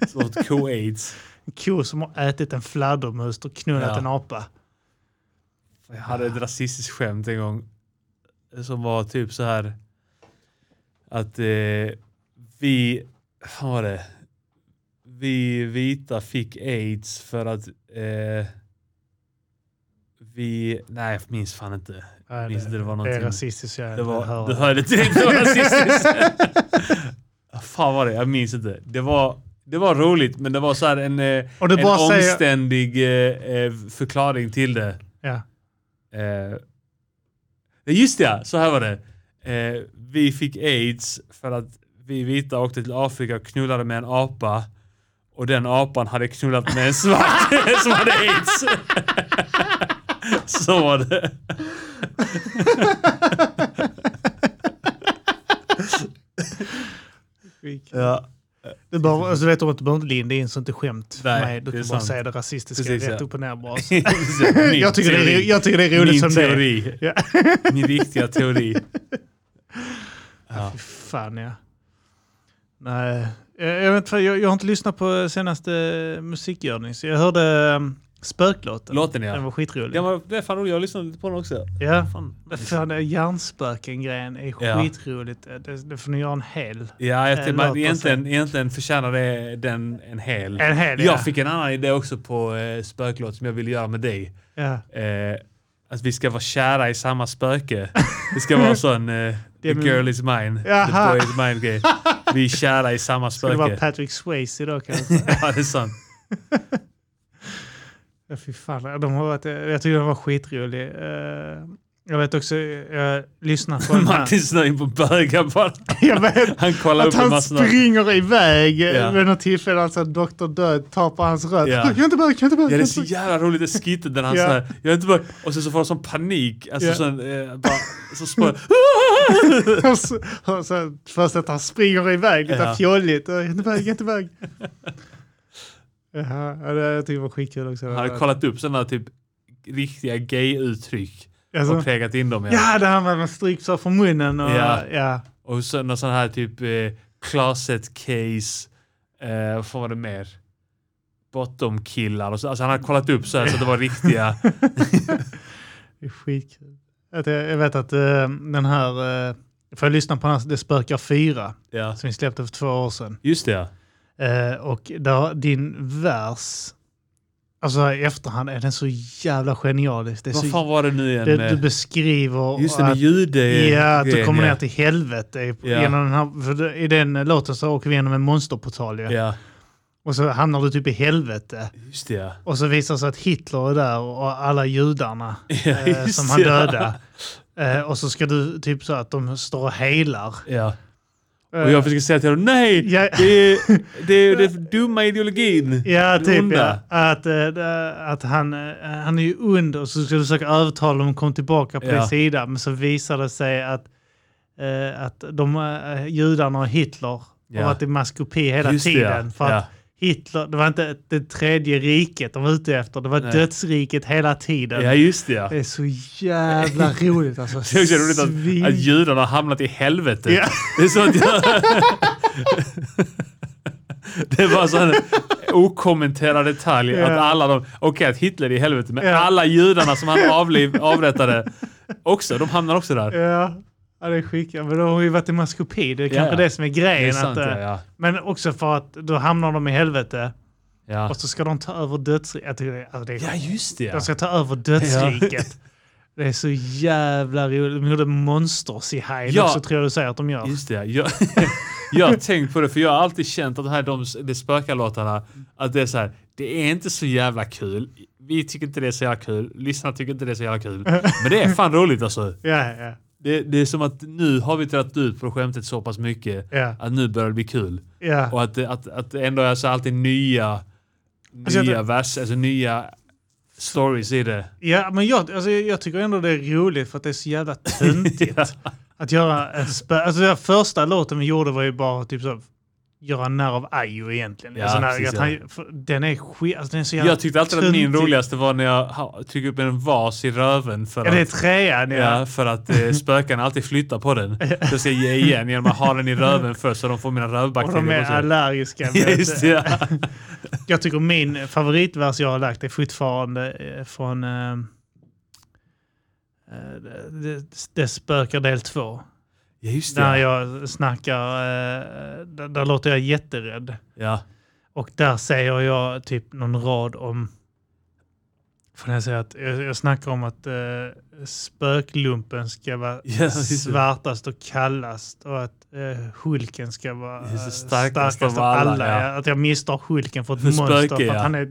[SPEAKER 1] Som har fått co-aids.
[SPEAKER 2] En ko som har ätit en fladdermus och knullat
[SPEAKER 1] Ja.
[SPEAKER 2] en apa.
[SPEAKER 1] Jag hade ett rasistiskt skämt en gång. Som var typ så här. Att eh, vi, vad var det? Vi vita fick aids för att eh, vi, nej jag minns fan inte. Jag minns inte det var
[SPEAKER 2] det är
[SPEAKER 1] någonting.
[SPEAKER 2] rasistiskt. Jag
[SPEAKER 1] Det var,
[SPEAKER 2] hör.
[SPEAKER 1] du hörde direkt det var rasistiskt. Fan var det? Jag minns inte. Det var, det var roligt, men det var så här en, eh,
[SPEAKER 2] Och du
[SPEAKER 1] en
[SPEAKER 2] bara säger...
[SPEAKER 1] omständig eh, eh, förklaring till det.
[SPEAKER 2] Ja.
[SPEAKER 1] Eh, nej, Eh, just det, ja. så här var det. Eh, vi fick aids för att vi vita åkte till Afrika och knullade med en apa. Och den apan hade knullat med en svart som hade aids. så var det. Ja,
[SPEAKER 2] Du, behöver, alltså, du vet om att du behöver inte linda in sånt i skämt.
[SPEAKER 1] Nej,
[SPEAKER 2] Nej, du
[SPEAKER 1] det
[SPEAKER 2] kan
[SPEAKER 1] är
[SPEAKER 2] bara
[SPEAKER 1] sant.
[SPEAKER 2] säga det rasistiska
[SPEAKER 1] Precis,
[SPEAKER 2] rätt
[SPEAKER 1] ja.
[SPEAKER 2] upp och ner bara.
[SPEAKER 1] Så, min
[SPEAKER 2] jag, tycker det är,
[SPEAKER 1] teori.
[SPEAKER 2] ro- jag tycker det är roligt
[SPEAKER 1] Min
[SPEAKER 2] som det är.
[SPEAKER 1] teori.
[SPEAKER 2] Ja.
[SPEAKER 1] Min riktiga teori.
[SPEAKER 2] Fy Fan ja. Nej, Eh, jag, vet, inte, jag, jag har inte lyssnat på senaste musikgörning, så jag hörde um, Spöklåten.
[SPEAKER 1] Låten
[SPEAKER 2] Den
[SPEAKER 1] ja.
[SPEAKER 2] var skitrolig.
[SPEAKER 1] Den var, det är fan rolig, jag lyssnade lite på den också.
[SPEAKER 2] Ja.
[SPEAKER 1] Fan.
[SPEAKER 2] Vad Fan, det är hjärnspöken-grejen är
[SPEAKER 1] Ja.
[SPEAKER 2] skitroligt. Eh, Det, det får ni göra en hel.
[SPEAKER 1] Ja, jag
[SPEAKER 2] Eh,
[SPEAKER 1] tycker man,
[SPEAKER 2] låt oss
[SPEAKER 1] egentligen, egentligen förtjänar det den en hel.
[SPEAKER 2] En hel, ja.
[SPEAKER 1] Jag fick en annan idé också på eh, spöklåt som jag ville göra med dig.
[SPEAKER 2] ja.
[SPEAKER 1] Eh, att vi ska vara kära i samma spöke. Det ska vara sån eh, the
[SPEAKER 2] men-
[SPEAKER 1] girl is mine,
[SPEAKER 2] Jaha.
[SPEAKER 1] the boy is mine grej. Vi är kära i samma
[SPEAKER 2] Ska det vara
[SPEAKER 1] spöke.
[SPEAKER 2] Patrick Swayze idag kanske?
[SPEAKER 1] ja, det är sant.
[SPEAKER 2] Ja, fy fan. De har varit, eh, jag tycker den var skitrolig. Eh, Jag vet också, jag lyssnar på den här.
[SPEAKER 1] Martin snör in på bögar bara.
[SPEAKER 2] jag vet
[SPEAKER 1] Han kollar
[SPEAKER 2] att
[SPEAKER 1] upp en
[SPEAKER 2] han
[SPEAKER 1] massa...
[SPEAKER 2] springer iväg
[SPEAKER 1] Ja.
[SPEAKER 2] yeah. vid något tillfälle. Alltså Dr. Död tar på hans
[SPEAKER 1] Ja.
[SPEAKER 2] röst. Jag kan inte bög, kan inte bög.
[SPEAKER 1] Ja,
[SPEAKER 2] kan
[SPEAKER 1] det är
[SPEAKER 2] inte
[SPEAKER 1] så
[SPEAKER 2] bög.
[SPEAKER 1] jävla roligt det skittet där han
[SPEAKER 2] Ja.
[SPEAKER 1] såhär, jag är inte bara, och sen så får han sån panik, alltså
[SPEAKER 2] Ja.
[SPEAKER 1] sån, eh, bara, så spår,
[SPEAKER 2] Och så- och så Först att han springer iväg lite
[SPEAKER 1] Ja.
[SPEAKER 2] fjolligt. Jag kan inte bög, jag kan inte bög. Jaha, ja, det, jag tycker det var skitkul också.
[SPEAKER 1] Han hade kollat upp sådana typ riktiga gay-uttryck
[SPEAKER 2] Alltså,
[SPEAKER 1] och prägat in dem. Ja.
[SPEAKER 2] Ja, det här med att man stryks av från munnen och
[SPEAKER 1] Ja.
[SPEAKER 2] ja.
[SPEAKER 1] Och så, någon sån här typ eh, closet case, eh, vad fan var det mer? Bottomkillar och så. Alltså han hade kollat upp så, här, så att det var riktiga.
[SPEAKER 2] Det är skitkul. Att jag, jag vet att eh, den här, eh, för jag lyssnade på hans Det spökar fyra
[SPEAKER 1] ja.
[SPEAKER 2] som vi släppte för två år sedan.
[SPEAKER 1] Just det ja.
[SPEAKER 2] Eh, och där, din vers, alltså här i efterhand är den så jävla genialisk. Det är
[SPEAKER 1] Vad
[SPEAKER 2] så,
[SPEAKER 1] fan var det nu igen?
[SPEAKER 2] det, du
[SPEAKER 1] Det,
[SPEAKER 2] beskriver
[SPEAKER 1] just det med
[SPEAKER 2] att,
[SPEAKER 1] jude.
[SPEAKER 2] ja, att du
[SPEAKER 1] grejen,
[SPEAKER 2] kommer
[SPEAKER 1] ja.
[SPEAKER 2] ner till helvete.
[SPEAKER 1] Ja.
[SPEAKER 2] Genom den här, för det- I den låten så åker vi genom en monsterportal ju.
[SPEAKER 1] Ja,
[SPEAKER 2] och så hamnar du typ i helvete.
[SPEAKER 1] just det ja.
[SPEAKER 2] Och så visar det sig att Hitler är där och alla judarna
[SPEAKER 1] Ja,
[SPEAKER 2] eh,
[SPEAKER 1] just
[SPEAKER 2] som han
[SPEAKER 1] det, ja.
[SPEAKER 2] dödade. Eh, och så ska du typ så att de står och helar.
[SPEAKER 1] Ja. Och jag försöker säga till honom, nej!
[SPEAKER 2] Eh, Ja.
[SPEAKER 1] Det är det är den dumma ideologin.
[SPEAKER 2] Ja,
[SPEAKER 1] Det
[SPEAKER 2] typ ja.
[SPEAKER 1] onda.
[SPEAKER 2] Att, eh, det- att han, eh, han är ju ond och så ska du försöka övertala dem att komma tillbaka på
[SPEAKER 1] Ja.
[SPEAKER 2] din sida. Men så visar det sig att, eh, att de, eh, judarna och Hitler
[SPEAKER 1] Ja.
[SPEAKER 2] har varit i maskopi hela
[SPEAKER 1] Just det, ja.
[SPEAKER 2] tiden. För att
[SPEAKER 1] Ja.
[SPEAKER 2] Hitler, det var inte det tredje riket de var ute efter, det var
[SPEAKER 1] Nej.
[SPEAKER 2] dödsriket hela tiden.
[SPEAKER 1] Ja, just det ja.
[SPEAKER 2] Det är så jävla roligt alltså.
[SPEAKER 1] Det är också roligt att, att judarna har hamnat i helvetet.
[SPEAKER 2] Ja.
[SPEAKER 1] Det är så att jag... Det var så en okommenterad detalj
[SPEAKER 2] Ja.
[SPEAKER 1] att alla de... Okej att Hitler är i helvetet, men
[SPEAKER 2] Ja.
[SPEAKER 1] alla judarna som han avliv, avrättade också, de hamnar också där.
[SPEAKER 2] Ja. ja, det är skickligt. Men då har vi varit i maskopi, det är
[SPEAKER 1] Ja,
[SPEAKER 2] kanske
[SPEAKER 1] ja.
[SPEAKER 2] det som är grejen.
[SPEAKER 1] Det är sant
[SPEAKER 2] att,
[SPEAKER 1] ja.
[SPEAKER 2] eh,
[SPEAKER 1] ja.
[SPEAKER 2] Men också för att då hamnar de i helvete
[SPEAKER 1] Ja,
[SPEAKER 2] och så ska de ta över dödsriket. Alltså det är,
[SPEAKER 1] ja just det ja.
[SPEAKER 2] De ska ta över dödsriket. Det är så jävla roligt. De gjorde monsters i Hyde
[SPEAKER 1] Ja.
[SPEAKER 2] också tror jag du säger att de gör.
[SPEAKER 1] Just det, ja. jag, jag har tänkt på det för jag har alltid känt att de här de, de spökarlåtarna, att det är så här, det är inte så jävla kul. Vi tycker inte det är så jävla kul, lyssnarna tycker inte det är så jävla kul. Men det är fan roligt alltså.
[SPEAKER 2] Ja, ja,
[SPEAKER 1] Det, det är som att nu har vi dragit ut på skämtet så pass mycket
[SPEAKER 2] ja.
[SPEAKER 1] att nu börjar det bli kul.
[SPEAKER 2] ja.
[SPEAKER 1] Och att, det- att, att det ändå är så alltid nya,
[SPEAKER 2] Alltså, jag
[SPEAKER 1] nya vers, alltså nya stories i det.
[SPEAKER 2] Ja, men jag, alltså, jag jag tycker ändå det är roligt för att det är så jävla töntigt. Att göra en spö... Alltså den första låten vi gjorde var ju bara typ så göra narr av Ayo egentligen.
[SPEAKER 1] Ja,
[SPEAKER 2] alltså, när,
[SPEAKER 1] precis,
[SPEAKER 2] att han, för, den är skit... Alltså den är så jävla
[SPEAKER 1] Jag tyckte alltid att min
[SPEAKER 2] töntig.
[SPEAKER 1] roligaste var när jag ha- tryckte upp en vas i röven för
[SPEAKER 2] Ja, det är
[SPEAKER 1] att
[SPEAKER 2] trean ja.
[SPEAKER 1] Ja, för att eh, spökarna alltid flyttar på den. Så jag ska ge igen genom att ha den i röven först så de får mina
[SPEAKER 2] Och
[SPEAKER 1] rövbakterier.
[SPEAKER 2] de är
[SPEAKER 1] på sig.
[SPEAKER 2] allergiska.
[SPEAKER 1] Ja,
[SPEAKER 2] mot-
[SPEAKER 1] Just det, ja.
[SPEAKER 2] Jag tycker min favoritvers jag har lagt är fortfarande eh, från eh, eh, det, det spökar del två.
[SPEAKER 1] ja, just det.
[SPEAKER 2] Där
[SPEAKER 1] Ja.
[SPEAKER 2] jag snackar, eh, där, där låter jag jätterädd.
[SPEAKER 1] Ja.
[SPEAKER 2] Och där säger jag typ någon rad om Får jag, säga att jag, jag snackar om att eh, spöklumpen ska vara
[SPEAKER 1] Ja, just det.
[SPEAKER 2] svartast och kallast och att eh, Hulken ska vara
[SPEAKER 1] Just det,
[SPEAKER 2] eh,
[SPEAKER 1] starkast av alla, ja.
[SPEAKER 2] Att jag misstar Hulken för ett
[SPEAKER 1] För spöke,
[SPEAKER 2] monster för,
[SPEAKER 1] ja.
[SPEAKER 2] att han är,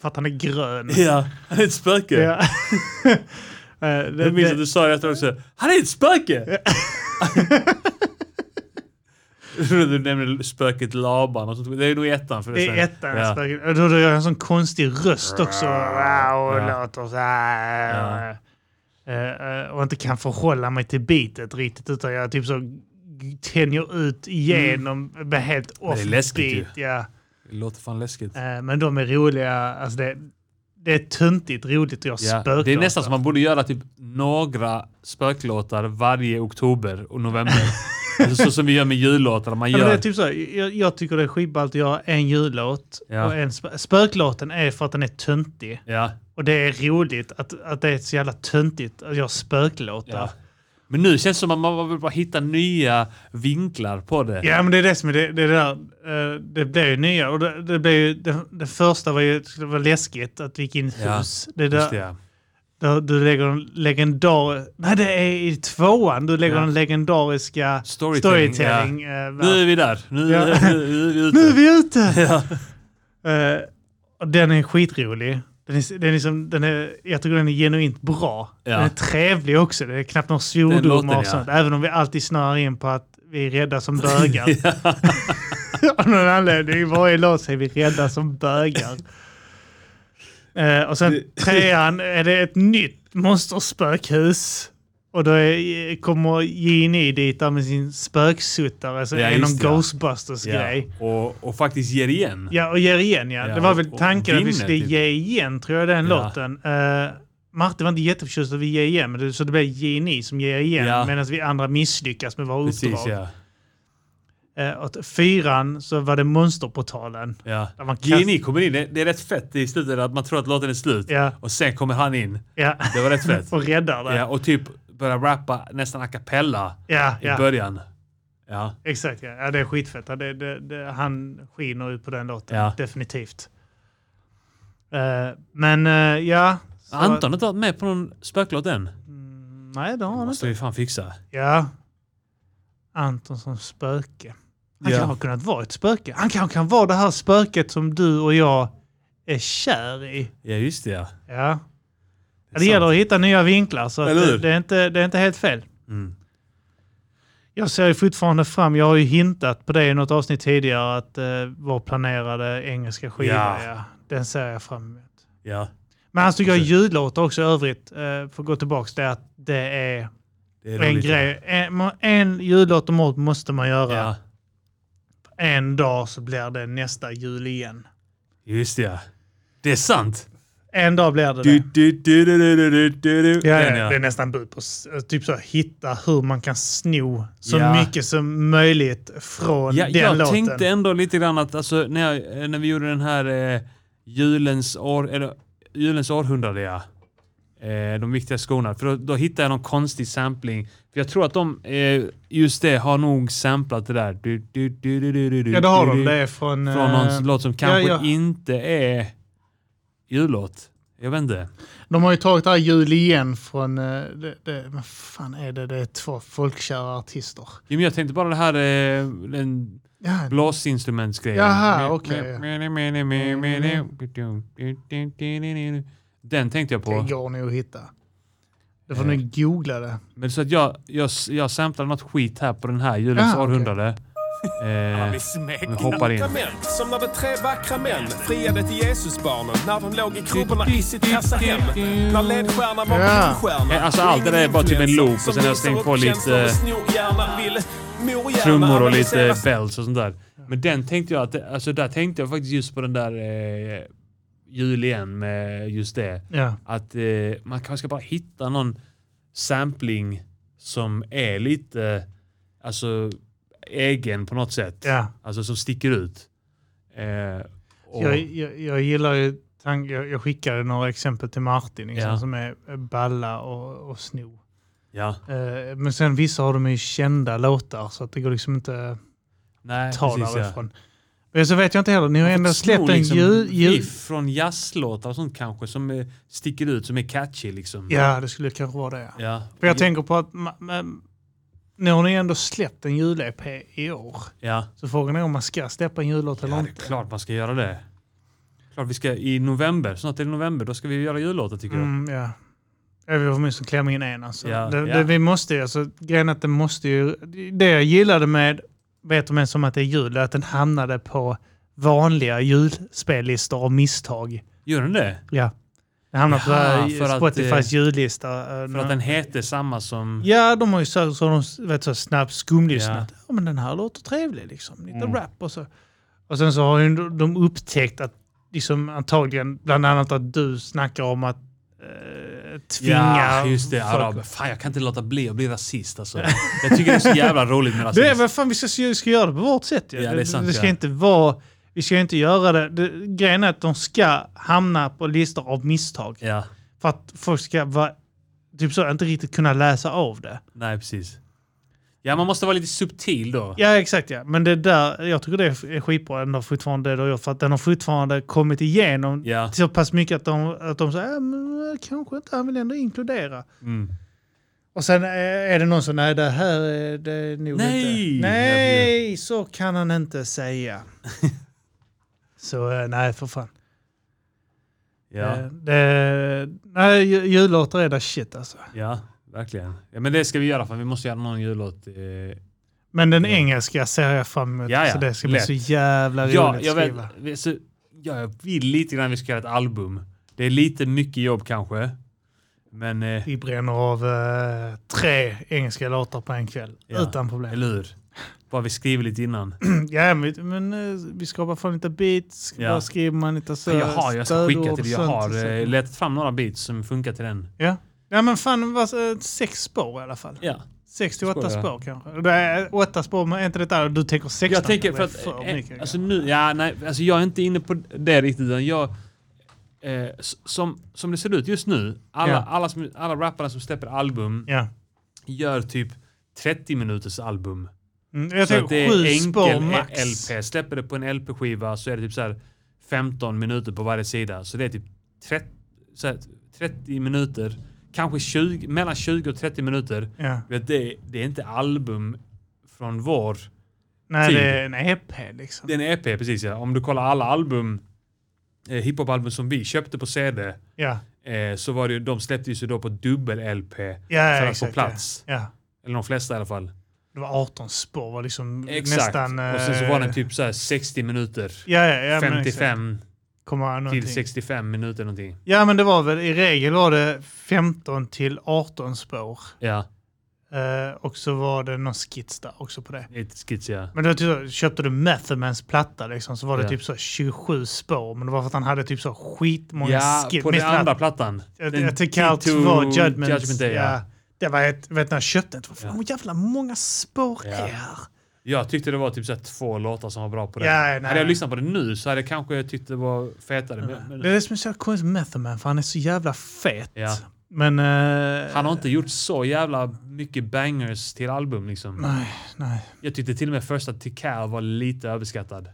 [SPEAKER 2] för att han är grön.
[SPEAKER 1] Ja, han är ett spöke.
[SPEAKER 2] Ja. Eh, det-
[SPEAKER 1] Jag minns att
[SPEAKER 2] det-
[SPEAKER 1] du sa det efteråt också. Han är ett spöke! du nämnde spöket Laban och sånt. Det är nog i ettan. För
[SPEAKER 2] Det
[SPEAKER 1] sen.
[SPEAKER 2] är ettan.
[SPEAKER 1] Ja.
[SPEAKER 2] Ja. Då gör jag en sån konstig röst också. Och låter så här. Eh, eh, Och inte kan förhålla mig till bitet riktigt. Utan jag typ så g- tänjer ut igenom.
[SPEAKER 1] Mm.
[SPEAKER 2] Blir helt off
[SPEAKER 1] läskigt ju.
[SPEAKER 2] beat, ja.
[SPEAKER 1] Det låter fan läskigt.
[SPEAKER 2] Eh, Men de är roliga. Alltså det, det är tuntigt roligt att göra
[SPEAKER 1] Ja.
[SPEAKER 2] spöklåtar.
[SPEAKER 1] Det är nästan som man borde göra typ några spöklåtar varje oktober och november. alltså så som vi gör med jullåtar. Man
[SPEAKER 2] Ja,
[SPEAKER 1] gör...
[SPEAKER 2] men det är typ så, jag, jag tycker det är skitballt att göra en jullåt
[SPEAKER 1] Ja.
[SPEAKER 2] och en spö- spöklåten är för att den är töntig.
[SPEAKER 1] ja,
[SPEAKER 2] Och det är roligt att, att det är så jävla töntigt att göra spöklåtar.
[SPEAKER 1] ja. Men nu känns det som att man vill bara hitta nya vinklar på det.
[SPEAKER 2] Ja, men det är det som är det, det, är det där. eh, Det blev ju nya. Och det, det, blev ju, det, det första var ju det skulle vara läskigt att vi gick in i
[SPEAKER 1] Ja,
[SPEAKER 2] hus. det
[SPEAKER 1] Just
[SPEAKER 2] där,
[SPEAKER 1] det, ja.
[SPEAKER 2] där du lägger en legendar... Nej, det är i tvåan du lägger
[SPEAKER 1] Ja.
[SPEAKER 2] den legendariska
[SPEAKER 1] Storytelling,
[SPEAKER 2] storytelling. eh,
[SPEAKER 1] Nu är vi där. Nu,
[SPEAKER 2] Ja.
[SPEAKER 1] nu, nu är vi ute.
[SPEAKER 2] nu är vi ute!
[SPEAKER 1] Ja.
[SPEAKER 2] Eh, och den är skitrolig. Den är, den är som, den är, jag tycker den är genuint bra.
[SPEAKER 1] Ja.
[SPEAKER 2] Den är trevlig också. Det är knappt några
[SPEAKER 1] Den låten,
[SPEAKER 2] svordomar
[SPEAKER 1] ja.
[SPEAKER 2] och sånt. Även om vi alltid snöar in på att vi är rädda som bögar. Av någon anledning. I varje låt så är vi rädda som bögar. Eh, och sen trean är det ett nytt monsterspökhus. Och då är, kommer Gini dit där med sin spöksuttare. Alltså
[SPEAKER 1] Ja,
[SPEAKER 2] är någon
[SPEAKER 1] just det, ja.
[SPEAKER 2] Ghostbusters-grej.
[SPEAKER 1] Ja. Och, och faktiskt ger igen.
[SPEAKER 2] Ja, och ger igen ja.
[SPEAKER 1] Ja,
[SPEAKER 2] det var väl
[SPEAKER 1] och- och
[SPEAKER 2] tanken att
[SPEAKER 1] vinner,
[SPEAKER 2] vi skulle
[SPEAKER 1] typ.
[SPEAKER 2] ge igen tror jag den
[SPEAKER 1] Ja.
[SPEAKER 2] låten. Uh, Martin var inte jätteförtjust att vi ger igen, men det, så det blev Geni som ger igen
[SPEAKER 1] Ja.
[SPEAKER 2] medan vi andra misslyckas med våra
[SPEAKER 1] Precis,
[SPEAKER 2] uppdrag.
[SPEAKER 1] ja.
[SPEAKER 2] Eh, och t- fyran så var det Monsterportalen.
[SPEAKER 1] ja.
[SPEAKER 2] Där man kast-
[SPEAKER 1] Gini kommer in. Det, det är rätt fett i slutet att man tror att låten är slut.
[SPEAKER 2] Ja.
[SPEAKER 1] Och sen kommer han in.
[SPEAKER 2] Ja.
[SPEAKER 1] Det var rätt fett.
[SPEAKER 2] och räddar det.
[SPEAKER 1] ja, och typ börjar rappa nästan a cappella
[SPEAKER 2] Ja,
[SPEAKER 1] i
[SPEAKER 2] ja.
[SPEAKER 1] början. Ja.
[SPEAKER 2] exakt. Ja. ja, det är skitfett. Ja, det, det, det, han skiner ut på den låten,
[SPEAKER 1] Ja.
[SPEAKER 2] definitivt. Eh, men eh, ja. så-
[SPEAKER 1] Anton har inte varit med på någon spöklåt än.
[SPEAKER 2] Mm, nej, det har
[SPEAKER 1] Det
[SPEAKER 2] han inte.
[SPEAKER 1] måste vi fan fixa.
[SPEAKER 2] Ja. Anton som spöke. Han
[SPEAKER 1] Ja.
[SPEAKER 2] kan ha kunnat vara ett spöke. Han kan, kan vara det här spöket som du och jag är kär i.
[SPEAKER 1] Ja, just det ja.
[SPEAKER 2] Ja. Det,
[SPEAKER 1] sant.
[SPEAKER 2] gäller att hitta nya vinklar, så att
[SPEAKER 1] Eller
[SPEAKER 2] det,
[SPEAKER 1] hur?
[SPEAKER 2] det, är inte, det är inte helt fel.
[SPEAKER 1] Mm.
[SPEAKER 2] Jag ser ju fortfarande fram, jag har ju hintat på det i något avsnitt tidigare, att eh, vår planerade engelska skiva,
[SPEAKER 1] Ja.
[SPEAKER 2] ja. den ser jag fram emot.
[SPEAKER 1] ja.
[SPEAKER 2] Men han tycker jag
[SPEAKER 1] Precis.
[SPEAKER 2] ljudlåtar också i övrigt, eh, för att gå tillbaka till att det är,
[SPEAKER 1] Det är
[SPEAKER 2] en
[SPEAKER 1] roligt, ja.
[SPEAKER 2] grej. En, en ljudlåt om året måste man göra.
[SPEAKER 1] Ja,
[SPEAKER 2] en dag så blir det nästa jul igen.
[SPEAKER 1] just det ja. Det är sant.
[SPEAKER 2] En dag blir det
[SPEAKER 1] Du,
[SPEAKER 2] det.
[SPEAKER 1] du, du, du, du, du, du, du, du.
[SPEAKER 2] Ja,
[SPEAKER 1] Den,
[SPEAKER 2] ja, det är nästan bud på s- typ så här, hitta hur man kan sno så
[SPEAKER 1] Ja.
[SPEAKER 2] mycket som möjligt från
[SPEAKER 1] Ja,
[SPEAKER 2] den
[SPEAKER 1] jag
[SPEAKER 2] låten.
[SPEAKER 1] tänkte ändå lite grann att alltså, när, jag, eh, när vi gjorde den här eh, julens, år, eller, julens århundrade, ja. eh, de viktiga skorna, för då, då hittade jag någon konstig sampling. För jag tror att de, eh, just det, har nog samplat det där. Du, du, du, du, du, du, du,
[SPEAKER 2] Ja, det har
[SPEAKER 1] du,
[SPEAKER 2] de.
[SPEAKER 1] du.
[SPEAKER 2] Det är från...
[SPEAKER 1] Mm. Från någon
[SPEAKER 2] eh,
[SPEAKER 1] låt som kanske
[SPEAKER 2] ja.
[SPEAKER 1] inte är jullåt. Jag vet inte.
[SPEAKER 2] de har ju tagit det här jul igen från... eh, Det, det, vad fan är det? Det är två folkkära artister.
[SPEAKER 1] Jo, men jag tänkte bara det här eh, den
[SPEAKER 2] Ja,
[SPEAKER 1] blåsinstrumentsgrejen.
[SPEAKER 2] Jaha, okej. Mm.
[SPEAKER 1] Den tänkte jag på.
[SPEAKER 2] det går nog att hitta. Du får
[SPEAKER 1] Eh.
[SPEAKER 2] nog googla det.
[SPEAKER 1] Men så att jag, jag, jag samplade något skit här på den här julens
[SPEAKER 2] Ah, okej.
[SPEAKER 1] århundrade. Eh, vi hoppar in.
[SPEAKER 4] Män, som när de tre vackra män friade till Jesusbarnen när de låg i krubborna i sitt kassa hem. När ledstjärnan var
[SPEAKER 2] Ja.
[SPEAKER 4] bildstjärna.
[SPEAKER 1] Eh, alltså, allt det där är bara typ en loop och sen har jag slängt på lite, trummor och lite bells och sånt där. Men den tänkte jag att, alltså där tänkte jag faktiskt just på den där eh, jul igen med just det.
[SPEAKER 2] Ja.
[SPEAKER 1] Att eh, man kanske ska bara hitta någon sampling som är lite, alltså egen på något sätt.
[SPEAKER 2] ja.
[SPEAKER 1] Alltså som sticker ut. Eh, och,
[SPEAKER 2] Jag, jag, jag gillar ju, tank, jag, jag skickade några exempel till Martin liksom,
[SPEAKER 1] Ja.
[SPEAKER 2] som är balla och, och sno.
[SPEAKER 1] ja.
[SPEAKER 2] Eh, men sen vissa har de ju kända låtar så att det går liksom inte
[SPEAKER 1] Nej,
[SPEAKER 2] att ta
[SPEAKER 1] precis ja. liksom
[SPEAKER 2] därifrån. Eh, Så vet jag inte heller, ni har ändå släppt en ljud... ljud
[SPEAKER 1] riff från jazzlåtar och sånt kanske som eh, sticker ut, som är catchy liksom.
[SPEAKER 2] ja, det skulle kanske vara det. Ja.
[SPEAKER 1] Ja,
[SPEAKER 2] För jag tänker på att ma- ma- nu har ni ändå släppt en jul-EP i år.
[SPEAKER 1] ja.
[SPEAKER 2] Så frågan är om man ska släppa en jullåt eller
[SPEAKER 1] ja det är
[SPEAKER 2] inte.
[SPEAKER 1] klart man ska göra det. Klart vi ska i november, snart är det november, då ska vi göra jullåtar tycker jag.
[SPEAKER 2] Mm, ja. Ja, vi får åtminstone klämma in en alltså.
[SPEAKER 1] Ja,
[SPEAKER 2] det,
[SPEAKER 1] ja.
[SPEAKER 2] Det, vi måste ju, alltså, grejen är att den måste ju... Det jag gillade med Vet om en som att det är jul är att den hamnade på vanliga julspellistor av misstag.
[SPEAKER 1] Gör den det?
[SPEAKER 2] Ja. Den hamnade
[SPEAKER 1] Jaha,
[SPEAKER 2] på eh,
[SPEAKER 1] för att,
[SPEAKER 2] Spotifys
[SPEAKER 1] eh,
[SPEAKER 2] jullista.
[SPEAKER 1] För
[SPEAKER 2] Mm.
[SPEAKER 1] att den heter samma som...
[SPEAKER 2] Ja, de har ju så, så de vet, så snabbt skumlyssnat. Ja. men den här låter trevlig liksom.
[SPEAKER 1] Mm.
[SPEAKER 2] Lite rap och så. Och sen så har ju de- de upptäckt att liksom antagligen, bland annat att du snackar om att eh, tvinga
[SPEAKER 1] Ja, just det. Araber. Fan, jag kan inte låta bli att bli rasist alltså. Jag tycker det är så jävla roligt med rasism.
[SPEAKER 2] Det är vad fan, vi ska, vi ska göra det på vårt sätt ju.
[SPEAKER 1] Ja, det är sant,
[SPEAKER 2] ska
[SPEAKER 1] ja.
[SPEAKER 2] inte vara... Vi ska inte göra det. det. Grejen är att de ska hamna på listor av misstag.
[SPEAKER 1] Ja,
[SPEAKER 2] För att folk ska vara, typ så, inte riktigt kunna läsa av det.
[SPEAKER 1] nej precis. Ja, man måste vara lite subtil då.
[SPEAKER 2] Ja, exakt ja. Men det där, jag tycker det är skitbra ändå fortfarande det du har gjort, för att den har fortfarande kommit igenom
[SPEAKER 1] Ja.
[SPEAKER 2] så pass mycket att de, att de säger, äh, men, kanske inte, han vill ändå inkludera.
[SPEAKER 1] Mm.
[SPEAKER 2] Och sen eh, är det någon som, nej det här är det är nog
[SPEAKER 1] Nej!
[SPEAKER 2] inte. Nej, så kan han inte säga. så eh, nej, för fan.
[SPEAKER 1] Ja,
[SPEAKER 2] Eh, Det, nej, ju- jullåtar är där shit alltså.
[SPEAKER 1] ja verkligen. Ja, men det ska vi göra för vi måste göra någon jullåt. Eh,
[SPEAKER 2] Men den engelska ser jag fram emot.
[SPEAKER 1] Ja, ja,
[SPEAKER 2] Så det ska
[SPEAKER 1] lätt.
[SPEAKER 2] bli så jävla roligt
[SPEAKER 1] Ja, jag,
[SPEAKER 2] att
[SPEAKER 1] vet,
[SPEAKER 2] skriva.
[SPEAKER 1] vi- så, ja, jag vill lite grann vi ska göra ett album. Det är lite mycket jobb kanske. Men, eh,
[SPEAKER 2] Vi bränner av eh, tre engelska låtar på en kväll.
[SPEAKER 1] Ja.
[SPEAKER 2] Utan problem.
[SPEAKER 1] eller hur? Bara vi skriver lite innan.
[SPEAKER 2] Ja, men, men eh, vi skapar fan lite beats.
[SPEAKER 1] Ja.
[SPEAKER 2] Bara skriver man lite så,
[SPEAKER 1] Jag har, jag ska skicka
[SPEAKER 2] stödord
[SPEAKER 1] till dig.
[SPEAKER 2] och
[SPEAKER 1] Jag
[SPEAKER 2] sånt.
[SPEAKER 1] har eh, letat fram några beats som funkar till den.
[SPEAKER 2] ja. ja, men fan vad, eh, sex spår i alla fall.
[SPEAKER 1] Ja.
[SPEAKER 2] Sex till åtta
[SPEAKER 1] Spår, ja.
[SPEAKER 2] spår kanske. Det är åtta spår, men är inte det där du tänker 16?
[SPEAKER 1] Jag tänker
[SPEAKER 2] Det
[SPEAKER 1] för
[SPEAKER 2] är
[SPEAKER 1] att...
[SPEAKER 2] för
[SPEAKER 1] eh,
[SPEAKER 2] mycket.
[SPEAKER 1] alltså nu, ja, nej, alltså jag är inte inne på det riktigt. utan Jag, eh, s- som, som det ser ut just nu, alla,
[SPEAKER 2] Ja.
[SPEAKER 1] alla, som, alla rapparna som släpper album
[SPEAKER 2] ja.
[SPEAKER 1] gör typ 30 minuters album.
[SPEAKER 2] mm, jag
[SPEAKER 1] Så att det
[SPEAKER 2] tänker sju
[SPEAKER 1] är
[SPEAKER 2] spår
[SPEAKER 1] enkel
[SPEAKER 2] max.
[SPEAKER 1] LP. Släpper det på en LP-skiva så är det typ så här 15 minuter på varje sida. Så det är typ 30, så här 30 minuter, kanske 20, mellan 20 och 30 minuter.
[SPEAKER 2] Ja.
[SPEAKER 1] Du Vet, det, det är inte album från vår...
[SPEAKER 2] Nej,
[SPEAKER 1] Tid.
[SPEAKER 2] det är en EP liksom.
[SPEAKER 1] Typ. Det är en EP, precis ja. Om du kollar alla album, eh, hiphop-album som vi köpte på CD,
[SPEAKER 2] Ja,
[SPEAKER 1] eh, så var det ju, de släpptes ju så då på dubbel-LP.
[SPEAKER 2] ja,
[SPEAKER 1] för
[SPEAKER 2] ja
[SPEAKER 1] att få
[SPEAKER 2] exakt.
[SPEAKER 1] plats.
[SPEAKER 2] Ja. Ja.
[SPEAKER 1] Eller de flesta i alla fall.
[SPEAKER 2] Det var 18 spår, var liksom
[SPEAKER 1] Exakt.
[SPEAKER 2] nästan...
[SPEAKER 1] och sen så var den
[SPEAKER 2] eh,
[SPEAKER 1] typ så här 60 minuter.
[SPEAKER 2] Ja, ja, ja, men exakt.
[SPEAKER 1] 55
[SPEAKER 2] komma någonting.
[SPEAKER 1] typ. till 65 minuter någonting.
[SPEAKER 2] Ja, men det var väl i regel var det 15 till 18 spår.
[SPEAKER 1] Ja,
[SPEAKER 2] Eh, och så var det någon skits där också på det.
[SPEAKER 1] ett skits ja.
[SPEAKER 2] Men då typ, köpte du Methamans platta liksom, så var det
[SPEAKER 1] Ja.
[SPEAKER 2] typ så 27 spår. Men det var för att han hade typ så skitmånga
[SPEAKER 1] Ja,
[SPEAKER 2] skits.
[SPEAKER 1] på den andra plattan.
[SPEAKER 2] Jag,
[SPEAKER 1] Den
[SPEAKER 2] jag tycker allt
[SPEAKER 1] T2
[SPEAKER 2] var Judgment.
[SPEAKER 1] Day, ja.
[SPEAKER 2] ja. Det var ett, vet när jag köpte det, vad fan
[SPEAKER 1] Ja.
[SPEAKER 2] vad jävla många spår
[SPEAKER 1] Ja.
[SPEAKER 2] är här?
[SPEAKER 1] Jag tyckte det var typ så här två låtar som var bra på det.
[SPEAKER 2] Ja, nej.
[SPEAKER 1] hade jag lyssnat på det nu så hade jag kanske tyckt det var fetare. Men, men,
[SPEAKER 2] Det är det som är så jävla konstigt med Methaman, för han är så jävla fet.
[SPEAKER 1] Ja.
[SPEAKER 2] Men... eh,
[SPEAKER 1] Han har inte gjort så jävla mycket bangers till album liksom.
[SPEAKER 2] Nej, nej.
[SPEAKER 1] Jag tyckte till och med första Tikal var lite överskattad.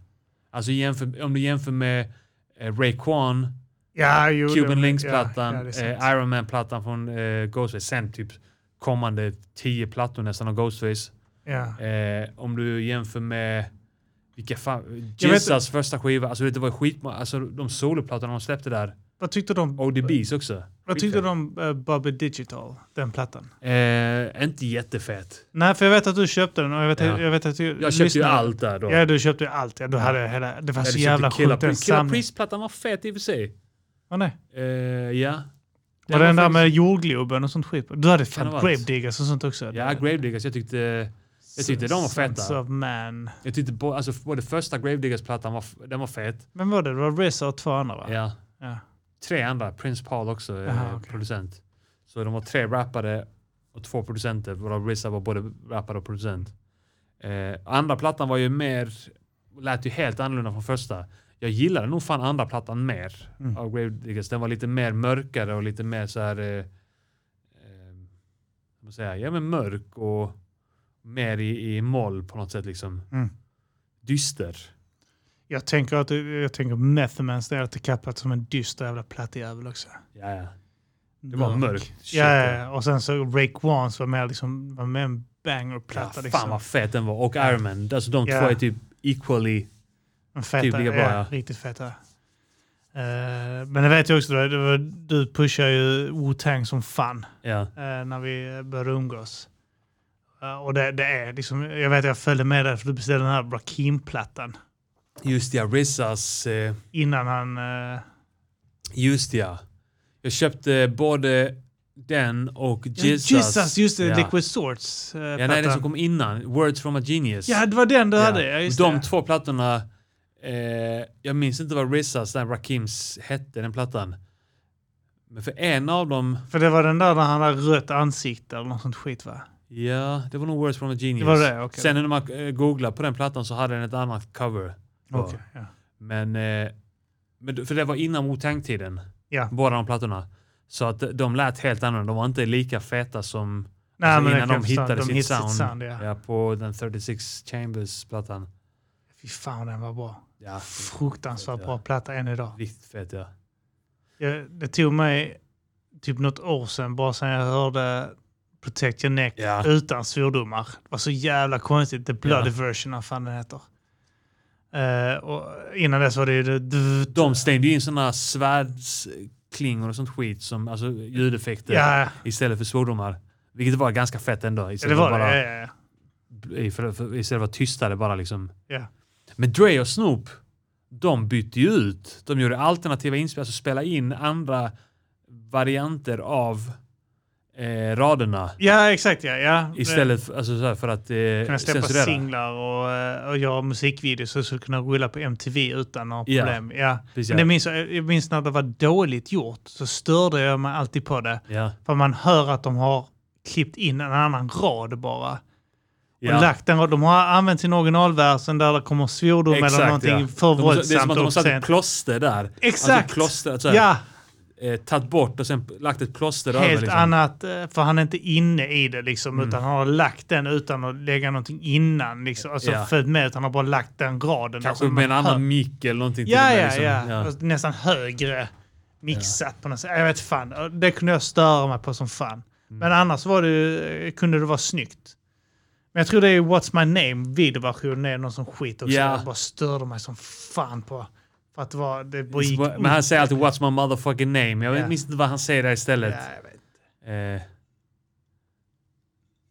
[SPEAKER 1] Alltså jämför, om du jämför med eh, Rayquan,
[SPEAKER 2] Ja, jo, det-
[SPEAKER 1] Cuban
[SPEAKER 2] ja, ja,
[SPEAKER 1] Links-plattan,
[SPEAKER 2] det är sant.
[SPEAKER 1] eh, Iron Man-plattan från eh, Ghostface, sen typ kommande tio plattor nästan av Ghostface.
[SPEAKER 2] Ja.
[SPEAKER 1] Eh, om du jämför med vilka fan,
[SPEAKER 2] Jag vet-
[SPEAKER 1] Jesus första skiva, alltså det var skitmånga, alltså de soloplattorna de släppte där,
[SPEAKER 2] Vad tyckte de?
[SPEAKER 1] ODBs också.
[SPEAKER 2] Vad tyckte du om eh, Bobby Digital, den plattan?
[SPEAKER 1] Eh, inte jättefett.
[SPEAKER 2] Nej, för jag vet att du köpte den och jag vet,
[SPEAKER 1] Ja.
[SPEAKER 2] jag vet att du
[SPEAKER 1] Jag köpte ju
[SPEAKER 2] lyssnade.
[SPEAKER 1] allt där då.
[SPEAKER 2] Ja, du köpte ju allt. Ja, du hade hela, det var
[SPEAKER 1] Jag
[SPEAKER 2] så
[SPEAKER 1] hade
[SPEAKER 2] jävla
[SPEAKER 1] köpt Killa
[SPEAKER 2] sjukt. Den
[SPEAKER 1] Priest. Killa
[SPEAKER 2] samlingen.
[SPEAKER 1] Priest-plattan var fet i och för sig.
[SPEAKER 2] Åh, nej.
[SPEAKER 1] Eh, ja.
[SPEAKER 2] Var den där
[SPEAKER 1] faktiskt-
[SPEAKER 2] med jordgloben och sånt skit? på? Du hade
[SPEAKER 1] Kan ha varit.
[SPEAKER 2] fan Gravediggers och sånt också.
[SPEAKER 1] Ja, Gravediggers. Jag tyckte, jag tyckte de var
[SPEAKER 2] Sons
[SPEAKER 1] feta.
[SPEAKER 2] of Man.
[SPEAKER 1] Jag tyckte bo, alltså, både första Gravediggers-plattan var, f- den var fet.
[SPEAKER 2] Vem var det? Det var RZA och två andra va?
[SPEAKER 1] Ja.
[SPEAKER 2] Ja.
[SPEAKER 1] Tre andra, Prince Paul också, eh,
[SPEAKER 2] Jaha, okej.
[SPEAKER 1] producent. Så de var tre rappare och två producenter, varav RZA var både rappare och producent. Eh, andra plattan var ju mer, lät ju helt annorlunda från första. Jag gillade nog fan andra plattan mer
[SPEAKER 2] Mm.
[SPEAKER 1] av Gravediggers. Den var lite mer mörkare och lite mer så här, eh, eh, vad ska man säga, ja men mörk och mer i, i moll på något sätt liksom.
[SPEAKER 2] Mm.
[SPEAKER 1] Dyster.
[SPEAKER 2] Jag tänker att jag tänker Methemans där till kappat som en dyster jävla plattjävel också.
[SPEAKER 1] Ja, ja. Det var
[SPEAKER 2] Mörk.
[SPEAKER 1] mörkt. Shit.
[SPEAKER 2] Ja, ja, ja, och sen så Ray Wans var med, liksom, var med en bangerplatta.
[SPEAKER 1] Ja,
[SPEAKER 2] liksom.
[SPEAKER 1] fan vad fet den var. Och Iron Man. Alltså de
[SPEAKER 2] Ja.
[SPEAKER 1] två är typ equally...
[SPEAKER 2] En feta,
[SPEAKER 1] Typ lika bra,
[SPEAKER 2] ja,
[SPEAKER 1] ja.
[SPEAKER 2] Riktigt feta. Eh, men det vet jag också, det var, du pushar ju Wu-Tang som fan
[SPEAKER 1] Ja.
[SPEAKER 2] eh, när vi började umgås. Eh, och det, det är liksom, jag vet jag följde med dig för du beställde den här Rakim-plattan
[SPEAKER 1] Just ja, Rizzas... Eh,
[SPEAKER 2] innan han... eh,
[SPEAKER 1] just ja. Jag köpte både den och Jesus.
[SPEAKER 2] Jesus, just det,
[SPEAKER 1] Ja.
[SPEAKER 2] Liquid Swords eh,
[SPEAKER 1] Ja, nej, den som kom innan. Words from a Genius.
[SPEAKER 2] ja, det var den du
[SPEAKER 1] Ja.
[SPEAKER 2] hade. Ja, just
[SPEAKER 1] De
[SPEAKER 2] det.
[SPEAKER 1] två plattorna, eh, jag minns inte vad Rizzas, den Rakims hette, den plattan. Men för en av dem,
[SPEAKER 2] För det var den där när han hade rött ansikte eller något sånt skit va?
[SPEAKER 1] ja, det var nog Words from a Genius.
[SPEAKER 2] Det var det? Okej.
[SPEAKER 1] Sen när man eh, googlade på den plattan så hade den ett annat cover. då.
[SPEAKER 2] Okej, ja.
[SPEAKER 1] Men, eh, men, d- för det var innan Wu-Tang-tiden,
[SPEAKER 2] Ja.
[SPEAKER 1] båda de plattorna. Så att de lät helt annorlunda, de var inte lika feta som
[SPEAKER 2] Nej,
[SPEAKER 1] alltså,
[SPEAKER 2] men jag
[SPEAKER 1] innan de
[SPEAKER 2] kan förstå.
[SPEAKER 1] hittade
[SPEAKER 2] De
[SPEAKER 1] sitt
[SPEAKER 2] hittade
[SPEAKER 1] sound.
[SPEAKER 2] sitt sound, ja.
[SPEAKER 1] på den 36 Chambers-plattan.
[SPEAKER 2] Fy fan, den var bra.
[SPEAKER 1] Ja,
[SPEAKER 2] Fruktansvärt
[SPEAKER 1] Ja.
[SPEAKER 2] bra platta än idag.
[SPEAKER 1] riktigt fet ja.
[SPEAKER 2] Jag, det tog mig typ något år sedan, bara sen jag hörde Protect Your Neck
[SPEAKER 1] Ja.
[SPEAKER 2] utan svordomar. Det var så jävla konstigt. The Bloody
[SPEAKER 1] Ja.
[SPEAKER 2] Version, vad fan den heter. Eh, och innan dess var det ju... det-
[SPEAKER 1] De stängde ju in sådana svärdsklingor och sånt skit, som, alltså ljudeffekter,
[SPEAKER 2] Ja,
[SPEAKER 1] istället för svordomar. Vilket var ganska fett ändå.
[SPEAKER 2] det
[SPEAKER 1] Istället
[SPEAKER 2] var
[SPEAKER 1] för bara,
[SPEAKER 2] det. Ja, ja, ja.
[SPEAKER 1] i- för, för, istället för att vara tystare bara liksom.
[SPEAKER 2] Ja.
[SPEAKER 1] Men Dre och Snoop, de bytte ju ut. De gjorde alternativa inspelningar, alltså spela in andra varianter av eh, raderna.
[SPEAKER 2] ja, exakt ja. ja.
[SPEAKER 1] Istället för, alltså, så här, för att eh,
[SPEAKER 2] kunna släppa
[SPEAKER 1] censurera.
[SPEAKER 2] singlar och, eh, och göra musikvideos så skulle kunna rulla på MTV utan några
[SPEAKER 1] Ja.
[SPEAKER 2] problem. Ja.
[SPEAKER 1] Precis,
[SPEAKER 2] Men det minns, jag jag minns när det var dåligt gjort så störde jag mig alltid på det.
[SPEAKER 1] ja.
[SPEAKER 2] För man hör att de har klippt in en annan rad bara.
[SPEAKER 1] Ja.
[SPEAKER 2] Och lagt den, rad- de har använt sin originalversen där det kommer svordom eller någonting för
[SPEAKER 1] De- Det är som
[SPEAKER 2] våldsamt.
[SPEAKER 1] att de har
[SPEAKER 2] och
[SPEAKER 1] satt ett
[SPEAKER 2] obscent.
[SPEAKER 1] kloster där.
[SPEAKER 2] Exakt!
[SPEAKER 1] Alltså, kloster, alltså,
[SPEAKER 2] ja,
[SPEAKER 1] eh, tagit bort och sen lagt ett kloster över.
[SPEAKER 2] helt
[SPEAKER 1] Liksom. Mm.
[SPEAKER 2] annat. eh, För han är inte inne i det liksom, utan han har lagt den utan att lägga någonting innan. Liksom. Alltså
[SPEAKER 1] Ja.
[SPEAKER 2] följt med, utan han har bara lagt den raden.
[SPEAKER 1] Kanske
[SPEAKER 2] Alltså, man
[SPEAKER 1] med en
[SPEAKER 2] hör-
[SPEAKER 1] annan mick eller någonting. till och
[SPEAKER 2] Ja,
[SPEAKER 1] med,
[SPEAKER 2] ja,
[SPEAKER 1] liksom.
[SPEAKER 2] ja. Och Nästan högre mixat på något sätt. Jag vet fan, Och det kunde jag störa mig på som fan.
[SPEAKER 1] Mm.
[SPEAKER 2] Men annars var det, ju- kunde det vara snyggt. Men jag tror det är What's My Name, videoversionen, är någon som skit också.
[SPEAKER 1] Ja.
[SPEAKER 2] Jag bara störde mig som fan på. För att det var, det bara gick
[SPEAKER 1] Men han säger alltid “What's my motherfucking name?” Jag
[SPEAKER 2] Ja.
[SPEAKER 1] minns inte vad han säger där istället.
[SPEAKER 2] Ja, jag
[SPEAKER 1] Eh,
[SPEAKER 2] vet.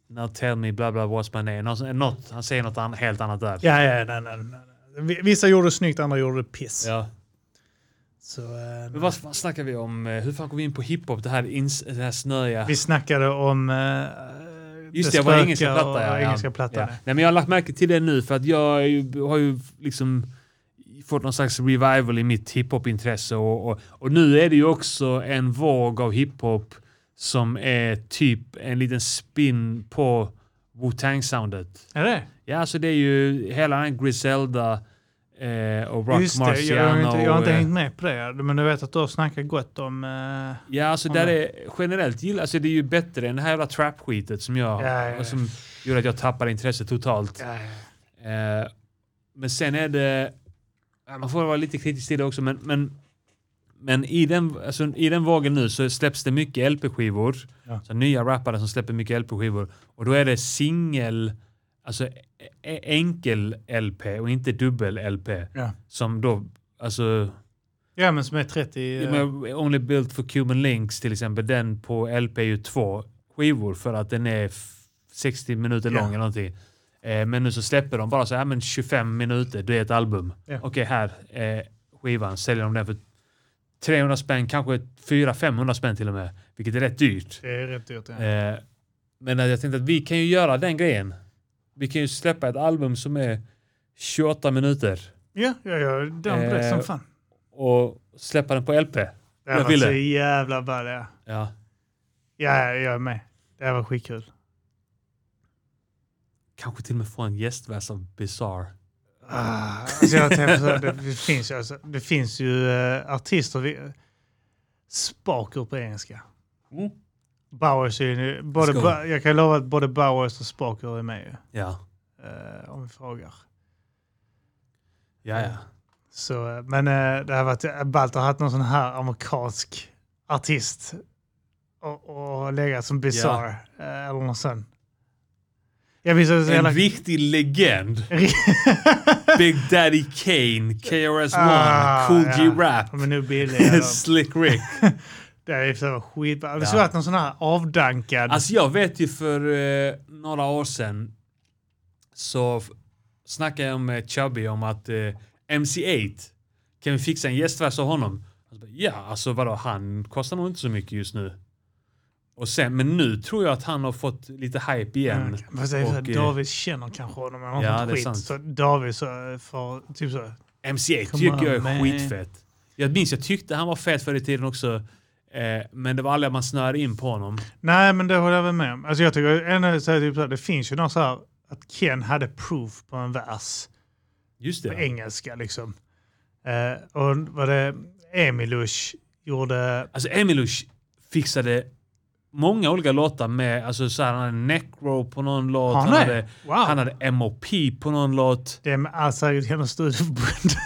[SPEAKER 1] now tell me bla bla what's my name. Något, sånt- något, han säger något an- helt annat där.
[SPEAKER 2] ja, ja, nej, nej, nej. nej. Vissa gjorde det snyggt, andra gjorde det piss.
[SPEAKER 1] Ja.
[SPEAKER 2] Så, eh,
[SPEAKER 1] Men vad fan snackar vi om? eh, Hur fan kom vi in på hiphop? Det här, ins- det här snöiga...
[SPEAKER 2] Vi snackade om eh,
[SPEAKER 1] Just det, jag var
[SPEAKER 2] spökiga
[SPEAKER 1] engelska platta.
[SPEAKER 2] och-
[SPEAKER 1] ja,
[SPEAKER 2] och
[SPEAKER 1] ja.
[SPEAKER 2] engelska plattan.
[SPEAKER 1] Ja. Nej, men jag har lagt märke till det nu för att jag är ju, har ju liksom fått någon slags revival i mitt hiphop-intresse. Och, och, och nu är det ju också en våg av hiphop som är typ en liten spin på Wu-Tang-soundet.
[SPEAKER 2] Är det?
[SPEAKER 1] Ja, alltså det är ju hela den här Griselda eh, och Rock
[SPEAKER 2] Just det, jag har
[SPEAKER 1] Marciano.
[SPEAKER 2] inte, jag har inte
[SPEAKER 1] och, eh,
[SPEAKER 2] hängt med på det. Men du vet att du har snackat gott om... eh,
[SPEAKER 1] Ja, alltså
[SPEAKER 2] Ja,
[SPEAKER 1] där
[SPEAKER 2] men-
[SPEAKER 1] är generellt gillar, alltså det är ju bättre än det här jävla trap-skitet som jag,
[SPEAKER 2] Ja, ja, ja.
[SPEAKER 1] som gjorde att jag tappade intresset totalt. Eh, men sen är det, ja, man får vara lite kritisk till det också, men, men, men i, den, alltså, i den vågen nu så släpps det mycket LP-skivor.
[SPEAKER 2] Ja.
[SPEAKER 1] Så nya rappare som släpper mycket LP-skivor. Och då är det singel, alltså e- e- enkel-LP och inte dubbel-LP.
[SPEAKER 2] Ja.
[SPEAKER 1] Som då, alltså
[SPEAKER 2] ja, men som är 30... eh,
[SPEAKER 1] men Only Built for Cuban Links till exempel, den på LP är ju två skivor för att den är f- 60 minuter lång
[SPEAKER 2] Ja.
[SPEAKER 1] eller någonting. Eh, men nu så släpper de bara så här, men 25 minuter, det är ett album.
[SPEAKER 2] Ja.
[SPEAKER 1] Okej, här är skivan, säljer de den för 300 spänn, kanske 400-500 spänn till och med, vilket är rätt dyrt.
[SPEAKER 2] Det är rätt dyrt. Ja.
[SPEAKER 1] Eh, men jag tänkte att vi kan ju göra den grejen. Vi kan ju släppa ett album som är 28 minuter
[SPEAKER 2] ja, ja, ja. Den var rätt som
[SPEAKER 1] Eh,
[SPEAKER 2] fan.
[SPEAKER 1] och släppa den på LP.
[SPEAKER 2] Det här
[SPEAKER 1] jag
[SPEAKER 2] var
[SPEAKER 1] ville.
[SPEAKER 2] så jävla ball, ja.
[SPEAKER 1] Ja.
[SPEAKER 2] ja. ja, Jag är med. Det här var skitkul.
[SPEAKER 1] Kanske till och med få en gästvers av Bizarre.
[SPEAKER 2] Ah, alltså jag tänkte så här, det, det, finns, ju- alltså, det finns ju eh, artister... Vi, spaker på engelska.
[SPEAKER 1] Mm.
[SPEAKER 2] Bowers är ju... Både,
[SPEAKER 1] Skål.
[SPEAKER 2] Ba- jag kan lova att både Bowers och Spaker är med ju.
[SPEAKER 1] Ja.
[SPEAKER 2] eh, om vi frågar.
[SPEAKER 1] Ja, ja.
[SPEAKER 2] Så, eh, men eh, det har varit ballt att ha haft någon sån här amerikansk artist och, och legat som Bizarre eh, eller någon sån. Jag visste att det
[SPEAKER 1] En
[SPEAKER 2] var så jävla...
[SPEAKER 1] riktig legend. Big Daddy Kane, KRS-One,
[SPEAKER 2] Ah,
[SPEAKER 1] Cool
[SPEAKER 2] ja.
[SPEAKER 1] G Rap,
[SPEAKER 2] Men nu billig. eller-
[SPEAKER 1] Slick Rick.
[SPEAKER 2] Det är ju så skitballt. alltså, Det skulle varit någon sån här avdankad.
[SPEAKER 1] Alltså jag vet ju för eh, några år sedan så f- snackade jag med Chubby om att eh, MC8, kan vi fixa en gästvers av honom? Han bara, ja, alltså vadå, han kostar nog inte så mycket just nu. Och sen, men nu tror jag att han har fått lite hype igen.
[SPEAKER 2] Mm, Fast det är så här,
[SPEAKER 1] Och, eh,
[SPEAKER 2] David känner kanske honom. Han har
[SPEAKER 1] ja,
[SPEAKER 2] fått
[SPEAKER 1] det är
[SPEAKER 2] skit.
[SPEAKER 1] sant.
[SPEAKER 2] Så David så får typ så.
[SPEAKER 1] MC8
[SPEAKER 2] Come
[SPEAKER 1] tycker
[SPEAKER 2] on,
[SPEAKER 1] jag är
[SPEAKER 2] man.
[SPEAKER 1] skitfett. Jag minns, jag tyckte han var fet förr i tiden också. Eh, men det var aldrig att man snöade in på honom.
[SPEAKER 2] Nej, men det håller jag väl med om. Alltså jag tycker, en är så här, typ så här, det finns ju någon så här att Ken hade proof på en vers
[SPEAKER 1] Just
[SPEAKER 2] på
[SPEAKER 1] det.
[SPEAKER 2] engelska liksom. Eh, och var det Emilush gjorde...
[SPEAKER 1] Alltså Emilush fixade många olika låtar med, alltså så här, han hade Necro på någon låt,
[SPEAKER 2] Har
[SPEAKER 1] han,
[SPEAKER 2] han det?
[SPEAKER 1] hade,
[SPEAKER 2] Wow.
[SPEAKER 1] han hade MOP på någon låt.
[SPEAKER 2] Det är med all säkerhet genom studieförbundet.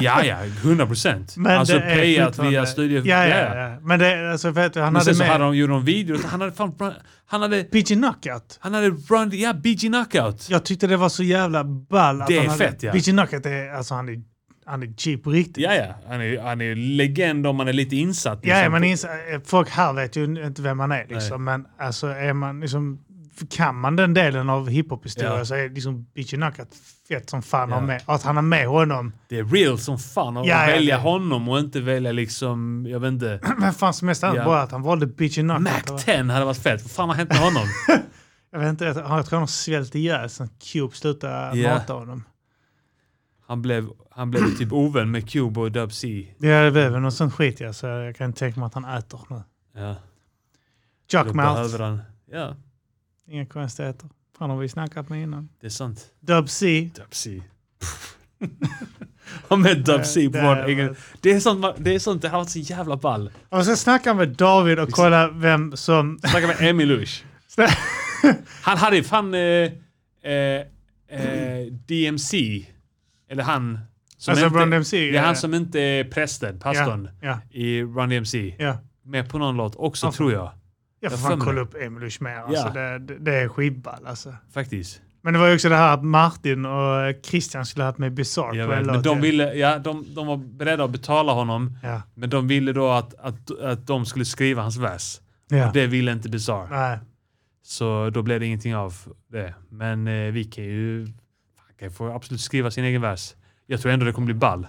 [SPEAKER 1] Ja, ja, 100 procent. Alltså
[SPEAKER 2] det är
[SPEAKER 1] playat
[SPEAKER 2] fortfarande-
[SPEAKER 1] via studio...
[SPEAKER 2] Ja, ja, ja. Men det, är- alltså, vet du, han
[SPEAKER 1] Men sen
[SPEAKER 2] hade
[SPEAKER 1] så
[SPEAKER 2] med
[SPEAKER 1] hade de, gjorde de videor, han hade fan, han hade,
[SPEAKER 2] Pidgey Knockout.
[SPEAKER 1] han hade run, ja, BG Knockout.
[SPEAKER 2] Jag tyckte det var så jävla ball. att
[SPEAKER 1] Det
[SPEAKER 2] han
[SPEAKER 1] är
[SPEAKER 2] hade,
[SPEAKER 1] fett, ja.
[SPEAKER 2] Pidgey Knockout är, alltså han är, han är cheap på riktigt.
[SPEAKER 1] Ja, ja, han är han är ju legend om man är lite insatt.
[SPEAKER 2] Ja,
[SPEAKER 1] liksom.
[SPEAKER 2] man ins- eh, folk här vet ju inte vem man är liksom. Men alltså är man liksom, kan man den delen av hiphop-historia
[SPEAKER 1] Ja.
[SPEAKER 2] så är liksom Bitchy Knockout fett som fan
[SPEAKER 1] Ja.
[SPEAKER 2] har med. Att han har med honom.
[SPEAKER 1] Det är real som fan att
[SPEAKER 2] Ja, ja,
[SPEAKER 1] välja
[SPEAKER 2] det-
[SPEAKER 1] honom och inte välja liksom, jag vet inte.
[SPEAKER 2] Men fan som mest annat
[SPEAKER 1] Ja.
[SPEAKER 2] bara att han valde Bitchy Knockout.
[SPEAKER 1] Mac 10 hade varit fett. Vad fan har hänt med honom?
[SPEAKER 2] Jag vet inte, jag tror han har svält ihjäl sen Cube slutade
[SPEAKER 1] Ja.
[SPEAKER 2] mata honom.
[SPEAKER 1] Han blev, han blev typ ovän med Cube och Dub C.
[SPEAKER 2] Det är väl något sånt skit ja, så jag kan tänka mig att han äter nu.
[SPEAKER 1] Ja. Då behöver
[SPEAKER 2] Jockmouth,
[SPEAKER 1] han. Ja,
[SPEAKER 2] inga konstigheter. Han har vi snackat med innan.
[SPEAKER 1] det är sant.
[SPEAKER 2] Dub C.
[SPEAKER 1] Dub C. Han med Dub C på
[SPEAKER 2] Det-
[SPEAKER 1] vår
[SPEAKER 2] det-
[SPEAKER 1] egen... Det är sånt, man- det är sånt, det har varit så jävla ball.
[SPEAKER 2] Och så snackar han med David och kolla vem som...
[SPEAKER 1] Snacka med Emil Lush. Han hade ju fan eh, eh, eh, DMC. Eller han... Som
[SPEAKER 2] Alltså Run DMC,
[SPEAKER 1] Det är
[SPEAKER 2] ja,
[SPEAKER 1] han
[SPEAKER 2] ja.
[SPEAKER 1] som inte är prästen, pastorn,
[SPEAKER 2] ja.
[SPEAKER 1] i Run DMC.
[SPEAKER 2] Ja.
[SPEAKER 1] Med på någon låt också tror jag.
[SPEAKER 2] Jag får
[SPEAKER 1] Jag för
[SPEAKER 2] fan
[SPEAKER 1] mig
[SPEAKER 2] kolla
[SPEAKER 1] det.
[SPEAKER 2] upp Emilys mer. Alltså, det, det, det är skitball alltså.
[SPEAKER 1] Faktiskt.
[SPEAKER 2] Men det var ju också det här att Martin och eh, Christian skulle ha haft med Bizarre
[SPEAKER 1] Jag
[SPEAKER 2] på en
[SPEAKER 1] vet,
[SPEAKER 2] låt.
[SPEAKER 1] men de,
[SPEAKER 2] ja.
[SPEAKER 1] ville, ja, de, de var beredda att betala honom,
[SPEAKER 2] Ja.
[SPEAKER 1] men de ville då att, att, att de skulle skriva hans vers.
[SPEAKER 2] Ja.
[SPEAKER 1] Och det ville inte Bizarre.
[SPEAKER 2] Nej.
[SPEAKER 1] Så då blev det ingenting av det. Men eh, vi kan ju... Fan, kan ju få absolut skriva sin egen vers. Jag tror ändå det kommer bli ball.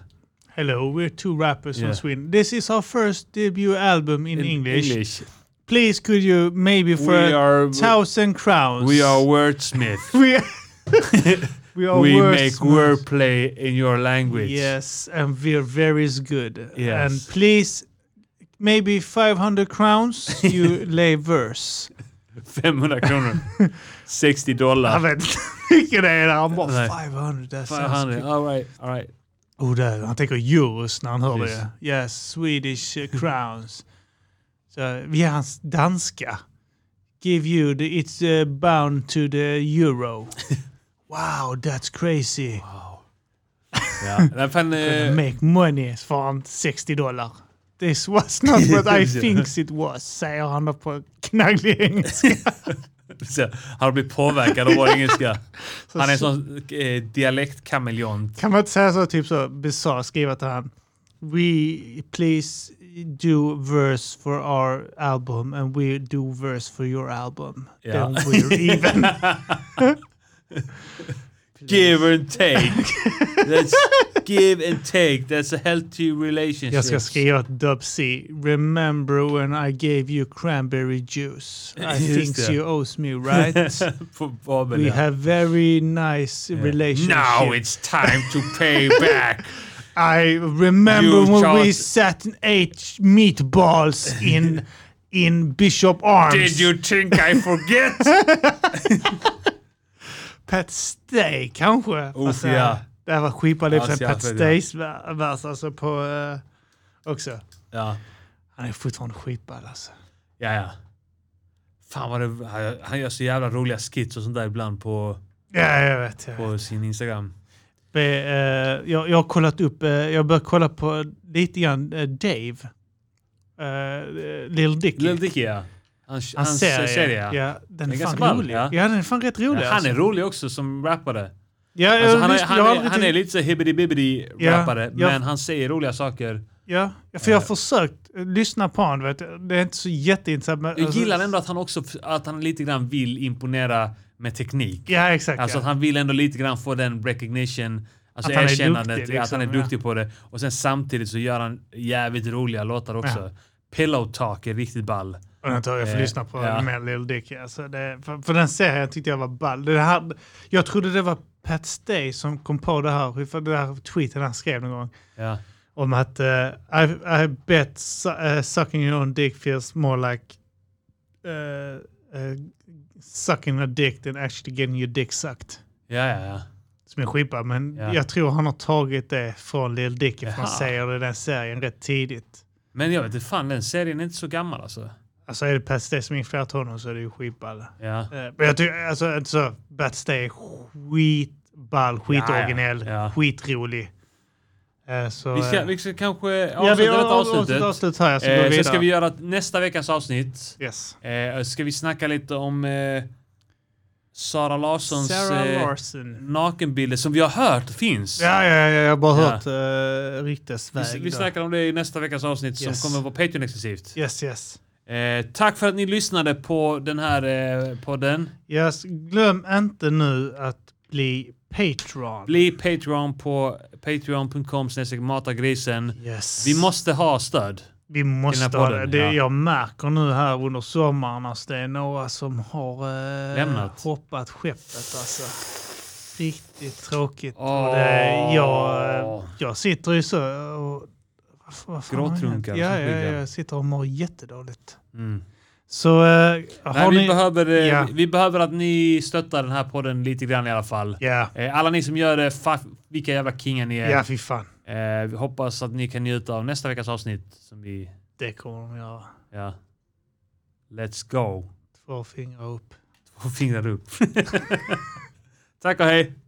[SPEAKER 2] Hello, we're two rappers
[SPEAKER 1] Yeah.
[SPEAKER 2] from Sweden. This is our first debut album in, English.
[SPEAKER 1] English.
[SPEAKER 2] Please could you maybe for
[SPEAKER 1] We
[SPEAKER 2] a
[SPEAKER 1] are-
[SPEAKER 2] thousand crowns.
[SPEAKER 1] We are wordsmith.
[SPEAKER 2] We are, we are
[SPEAKER 1] We
[SPEAKER 2] words,
[SPEAKER 1] make
[SPEAKER 2] man.
[SPEAKER 1] wordplay in your language.
[SPEAKER 2] Yes, and we're very good.
[SPEAKER 1] Yes.
[SPEAKER 2] And please, maybe 500 crowns you lay verse.
[SPEAKER 1] 500 kronor. 60 dollar.
[SPEAKER 2] Jag vet inte hur mycket det är där. Han bara
[SPEAKER 1] Ah. Nej.
[SPEAKER 2] 500. det är så
[SPEAKER 1] 500.
[SPEAKER 2] mycket."
[SPEAKER 1] All right. All right.
[SPEAKER 2] Oh, där, han tänker euros när han hör
[SPEAKER 1] Precis.
[SPEAKER 2] det. Yes, Swedish eh, crowns. Så vi är hans danska. Give you the, it's eh, bound to the euro. wow, that's crazy.
[SPEAKER 1] Ja. Nej, fan, eh,
[SPEAKER 2] Make money, svarar han 60 dollar. This was not what I think it was, säger han då på knagglig engelska.
[SPEAKER 1] Så, han har blivit påverkad av vår engelska. Han är en sån eh, dialektkameleont.
[SPEAKER 2] Kan man inte säga så, typ så bisarrt skriva till han? We please do verse for our album and we do verse for your album.
[SPEAKER 1] Ja.
[SPEAKER 2] Then we're even.
[SPEAKER 1] Give and take. That's give and take. That's a healthy relationship.
[SPEAKER 2] Jag ska skriva till Dub C. Remember when I gave you cranberry juice? I
[SPEAKER 1] Just
[SPEAKER 2] think
[SPEAKER 1] det.
[SPEAKER 2] you owes me right.
[SPEAKER 1] På Babel,
[SPEAKER 2] We
[SPEAKER 1] ja.
[SPEAKER 2] have very nice relationship.
[SPEAKER 1] Now it's time to pay back.
[SPEAKER 2] I remember
[SPEAKER 1] You
[SPEAKER 2] when we
[SPEAKER 1] charge-
[SPEAKER 2] sat and ate meatballs in in Bishop Arms.
[SPEAKER 1] Did you think I forget?
[SPEAKER 2] Pat Stay kanske?
[SPEAKER 1] Oh,
[SPEAKER 2] Alltså,
[SPEAKER 1] ja.
[SPEAKER 2] Det här var skitball i och för sig.
[SPEAKER 1] Ja,
[SPEAKER 2] Pat
[SPEAKER 1] så jävla-
[SPEAKER 2] Stays ver- vers alltså på... eh, också.
[SPEAKER 1] ja,
[SPEAKER 2] Han är fortfarande skitball alltså.
[SPEAKER 1] ja, ja. Fan vad det, han- han gör så jävla roliga skits och sånt där ibland på,
[SPEAKER 2] Ja, jag vet. Jag vet.
[SPEAKER 1] på sin Instagram.
[SPEAKER 2] be, eh, jag, jag har kollat upp, eh, jag börjar kolla på lite grann eh, Dave. Uh, Lil Dicky.
[SPEAKER 1] Lil Dicky ja. Hans,
[SPEAKER 2] Hans serie.
[SPEAKER 1] ja.
[SPEAKER 2] Ja,
[SPEAKER 1] Den
[SPEAKER 2] den är,
[SPEAKER 1] är
[SPEAKER 2] fan
[SPEAKER 1] ganska ball,
[SPEAKER 2] rolig. Ja.
[SPEAKER 1] ja.
[SPEAKER 2] den är fan rätt rolig. alltså.
[SPEAKER 1] Ja, han är rolig också som rappare.
[SPEAKER 2] ja, jag,
[SPEAKER 1] Alltså, han, är,
[SPEAKER 2] visst,
[SPEAKER 1] han,
[SPEAKER 2] jag har
[SPEAKER 1] är,
[SPEAKER 2] aldrig
[SPEAKER 1] han är
[SPEAKER 2] tänkt-
[SPEAKER 1] lite så hibbidi-bibbidi
[SPEAKER 2] Ja,
[SPEAKER 1] rappare,
[SPEAKER 2] ja.
[SPEAKER 1] men han säger roliga saker.
[SPEAKER 2] Ja, ja, för jag har försökt eh, lyssna på honom. Vet. du. Det är inte så jätteintressant. Men,
[SPEAKER 1] Jag
[SPEAKER 2] alltså-
[SPEAKER 1] gillar ändå att han också att han lite grann vill imponera med teknik.
[SPEAKER 2] Ja, exakt.
[SPEAKER 1] Alltså att
[SPEAKER 2] ja.
[SPEAKER 1] han vill ändå lite grann få den recognition, alltså
[SPEAKER 2] Att han är
[SPEAKER 1] erkännandet,
[SPEAKER 2] duktig,
[SPEAKER 1] ja, att han är
[SPEAKER 2] liksom, ja.
[SPEAKER 1] duktig på det. Och sen samtidigt så gör han jävligt roliga låtar också. Pillow Talk är riktigt ball.
[SPEAKER 2] Och den tar jag får
[SPEAKER 1] Eh,
[SPEAKER 2] lyssna på
[SPEAKER 1] ja.
[SPEAKER 2] med Lil Dicky. Alltså det, för, för den serien tyckte jag var ball. Det här, jag trodde det var Pat Stay som kom på det här, för det här tweeten han skrev någon gång.
[SPEAKER 1] Ja.
[SPEAKER 2] Om att eh, I, I bet su eh, sucking your own dick feels more like eh, eh, sucking a dick than actually getting your dick sucked.
[SPEAKER 1] Ja, ja, ja.
[SPEAKER 2] Som är skippa, men
[SPEAKER 1] Ja.
[SPEAKER 2] jag tror han har tagit det från Lil Dicky, för han
[SPEAKER 1] Jaha.
[SPEAKER 2] säger det i den serien rätt tidigt.
[SPEAKER 1] Men jag vet inte, fan den serien är inte så gammal alltså.
[SPEAKER 2] Alltså är det Pat Stay som influerat honom så är det ju skitball.
[SPEAKER 1] Ja.
[SPEAKER 2] Eh, Men jag tycker, alltså, alltså Batstay är skitball, skitoriginell,
[SPEAKER 1] Ja, ja, ja.
[SPEAKER 2] skitrolig. Eh, Så,
[SPEAKER 1] Vi ska,
[SPEAKER 2] eh,
[SPEAKER 1] vi ska kanske
[SPEAKER 2] ja, vi
[SPEAKER 1] avsluta detta
[SPEAKER 2] avslutar
[SPEAKER 1] avsnittet.
[SPEAKER 2] avslut här, så går
[SPEAKER 1] Eh,
[SPEAKER 2] vi
[SPEAKER 1] sen ska
[SPEAKER 2] vidare.
[SPEAKER 1] vi göra nästa veckas avsnitt.
[SPEAKER 2] Yes.
[SPEAKER 1] Eh, ska vi snacka lite om eh, Sara Larssons
[SPEAKER 2] Sarah
[SPEAKER 1] eh,
[SPEAKER 2] Larson.
[SPEAKER 1] nakenbilder som vi har hört finns.
[SPEAKER 2] Ja, ja, ja, jag har bara
[SPEAKER 1] Ja.
[SPEAKER 2] hört uh, ryktesväg.
[SPEAKER 1] Vi, vi
[SPEAKER 2] då.
[SPEAKER 1] snackar om det i nästa veckas avsnitt
[SPEAKER 2] Yes.
[SPEAKER 1] som kommer på Patreon exklusivt.
[SPEAKER 2] Yes, yes.
[SPEAKER 1] Eh, tack för att ni lyssnade på den här eh, podden.
[SPEAKER 2] yes. Glöm inte nu att bli Patreon.
[SPEAKER 1] Bli Patreon på patreon.com snedstreck matagrisen.
[SPEAKER 2] yes.
[SPEAKER 1] Vi måste ha stöd.
[SPEAKER 2] Vi måste
[SPEAKER 1] den här
[SPEAKER 2] ha det.
[SPEAKER 1] podden,
[SPEAKER 2] det
[SPEAKER 1] ja.
[SPEAKER 2] Jag märker nu här under sommaren att det är några som har eh,
[SPEAKER 1] Lämnat.
[SPEAKER 2] hoppat skeppet. Alltså. Riktigt tråkigt. Och det, jag, eh, jag sitter ju så och... vad fan- vad fan har jag
[SPEAKER 1] Gråtrunkar
[SPEAKER 2] hänt? Ja,
[SPEAKER 1] som
[SPEAKER 2] ja, ja,
[SPEAKER 1] skyggar.
[SPEAKER 2] jag sitter och mår jättedåligt.
[SPEAKER 1] Mm.
[SPEAKER 2] Så eh,
[SPEAKER 1] Nej,
[SPEAKER 2] har
[SPEAKER 1] vi,
[SPEAKER 2] ni...
[SPEAKER 1] behöver, eh,
[SPEAKER 2] Ja.
[SPEAKER 1] vi behöver att ni stöttar den här podden lite grann i alla fall.
[SPEAKER 2] Ja,
[SPEAKER 1] Eh, alla ni som gör det, fa- vilka jävla kingar ni är.
[SPEAKER 2] ja fy fan.
[SPEAKER 1] Eh, vi hoppas att ni kan njuta av nästa veckas avsnitt. Som vi,
[SPEAKER 2] Det kommer de göra.
[SPEAKER 1] ja. Let's go.
[SPEAKER 2] Två fingrar upp.
[SPEAKER 1] Två fingrar upp. Tack och hej.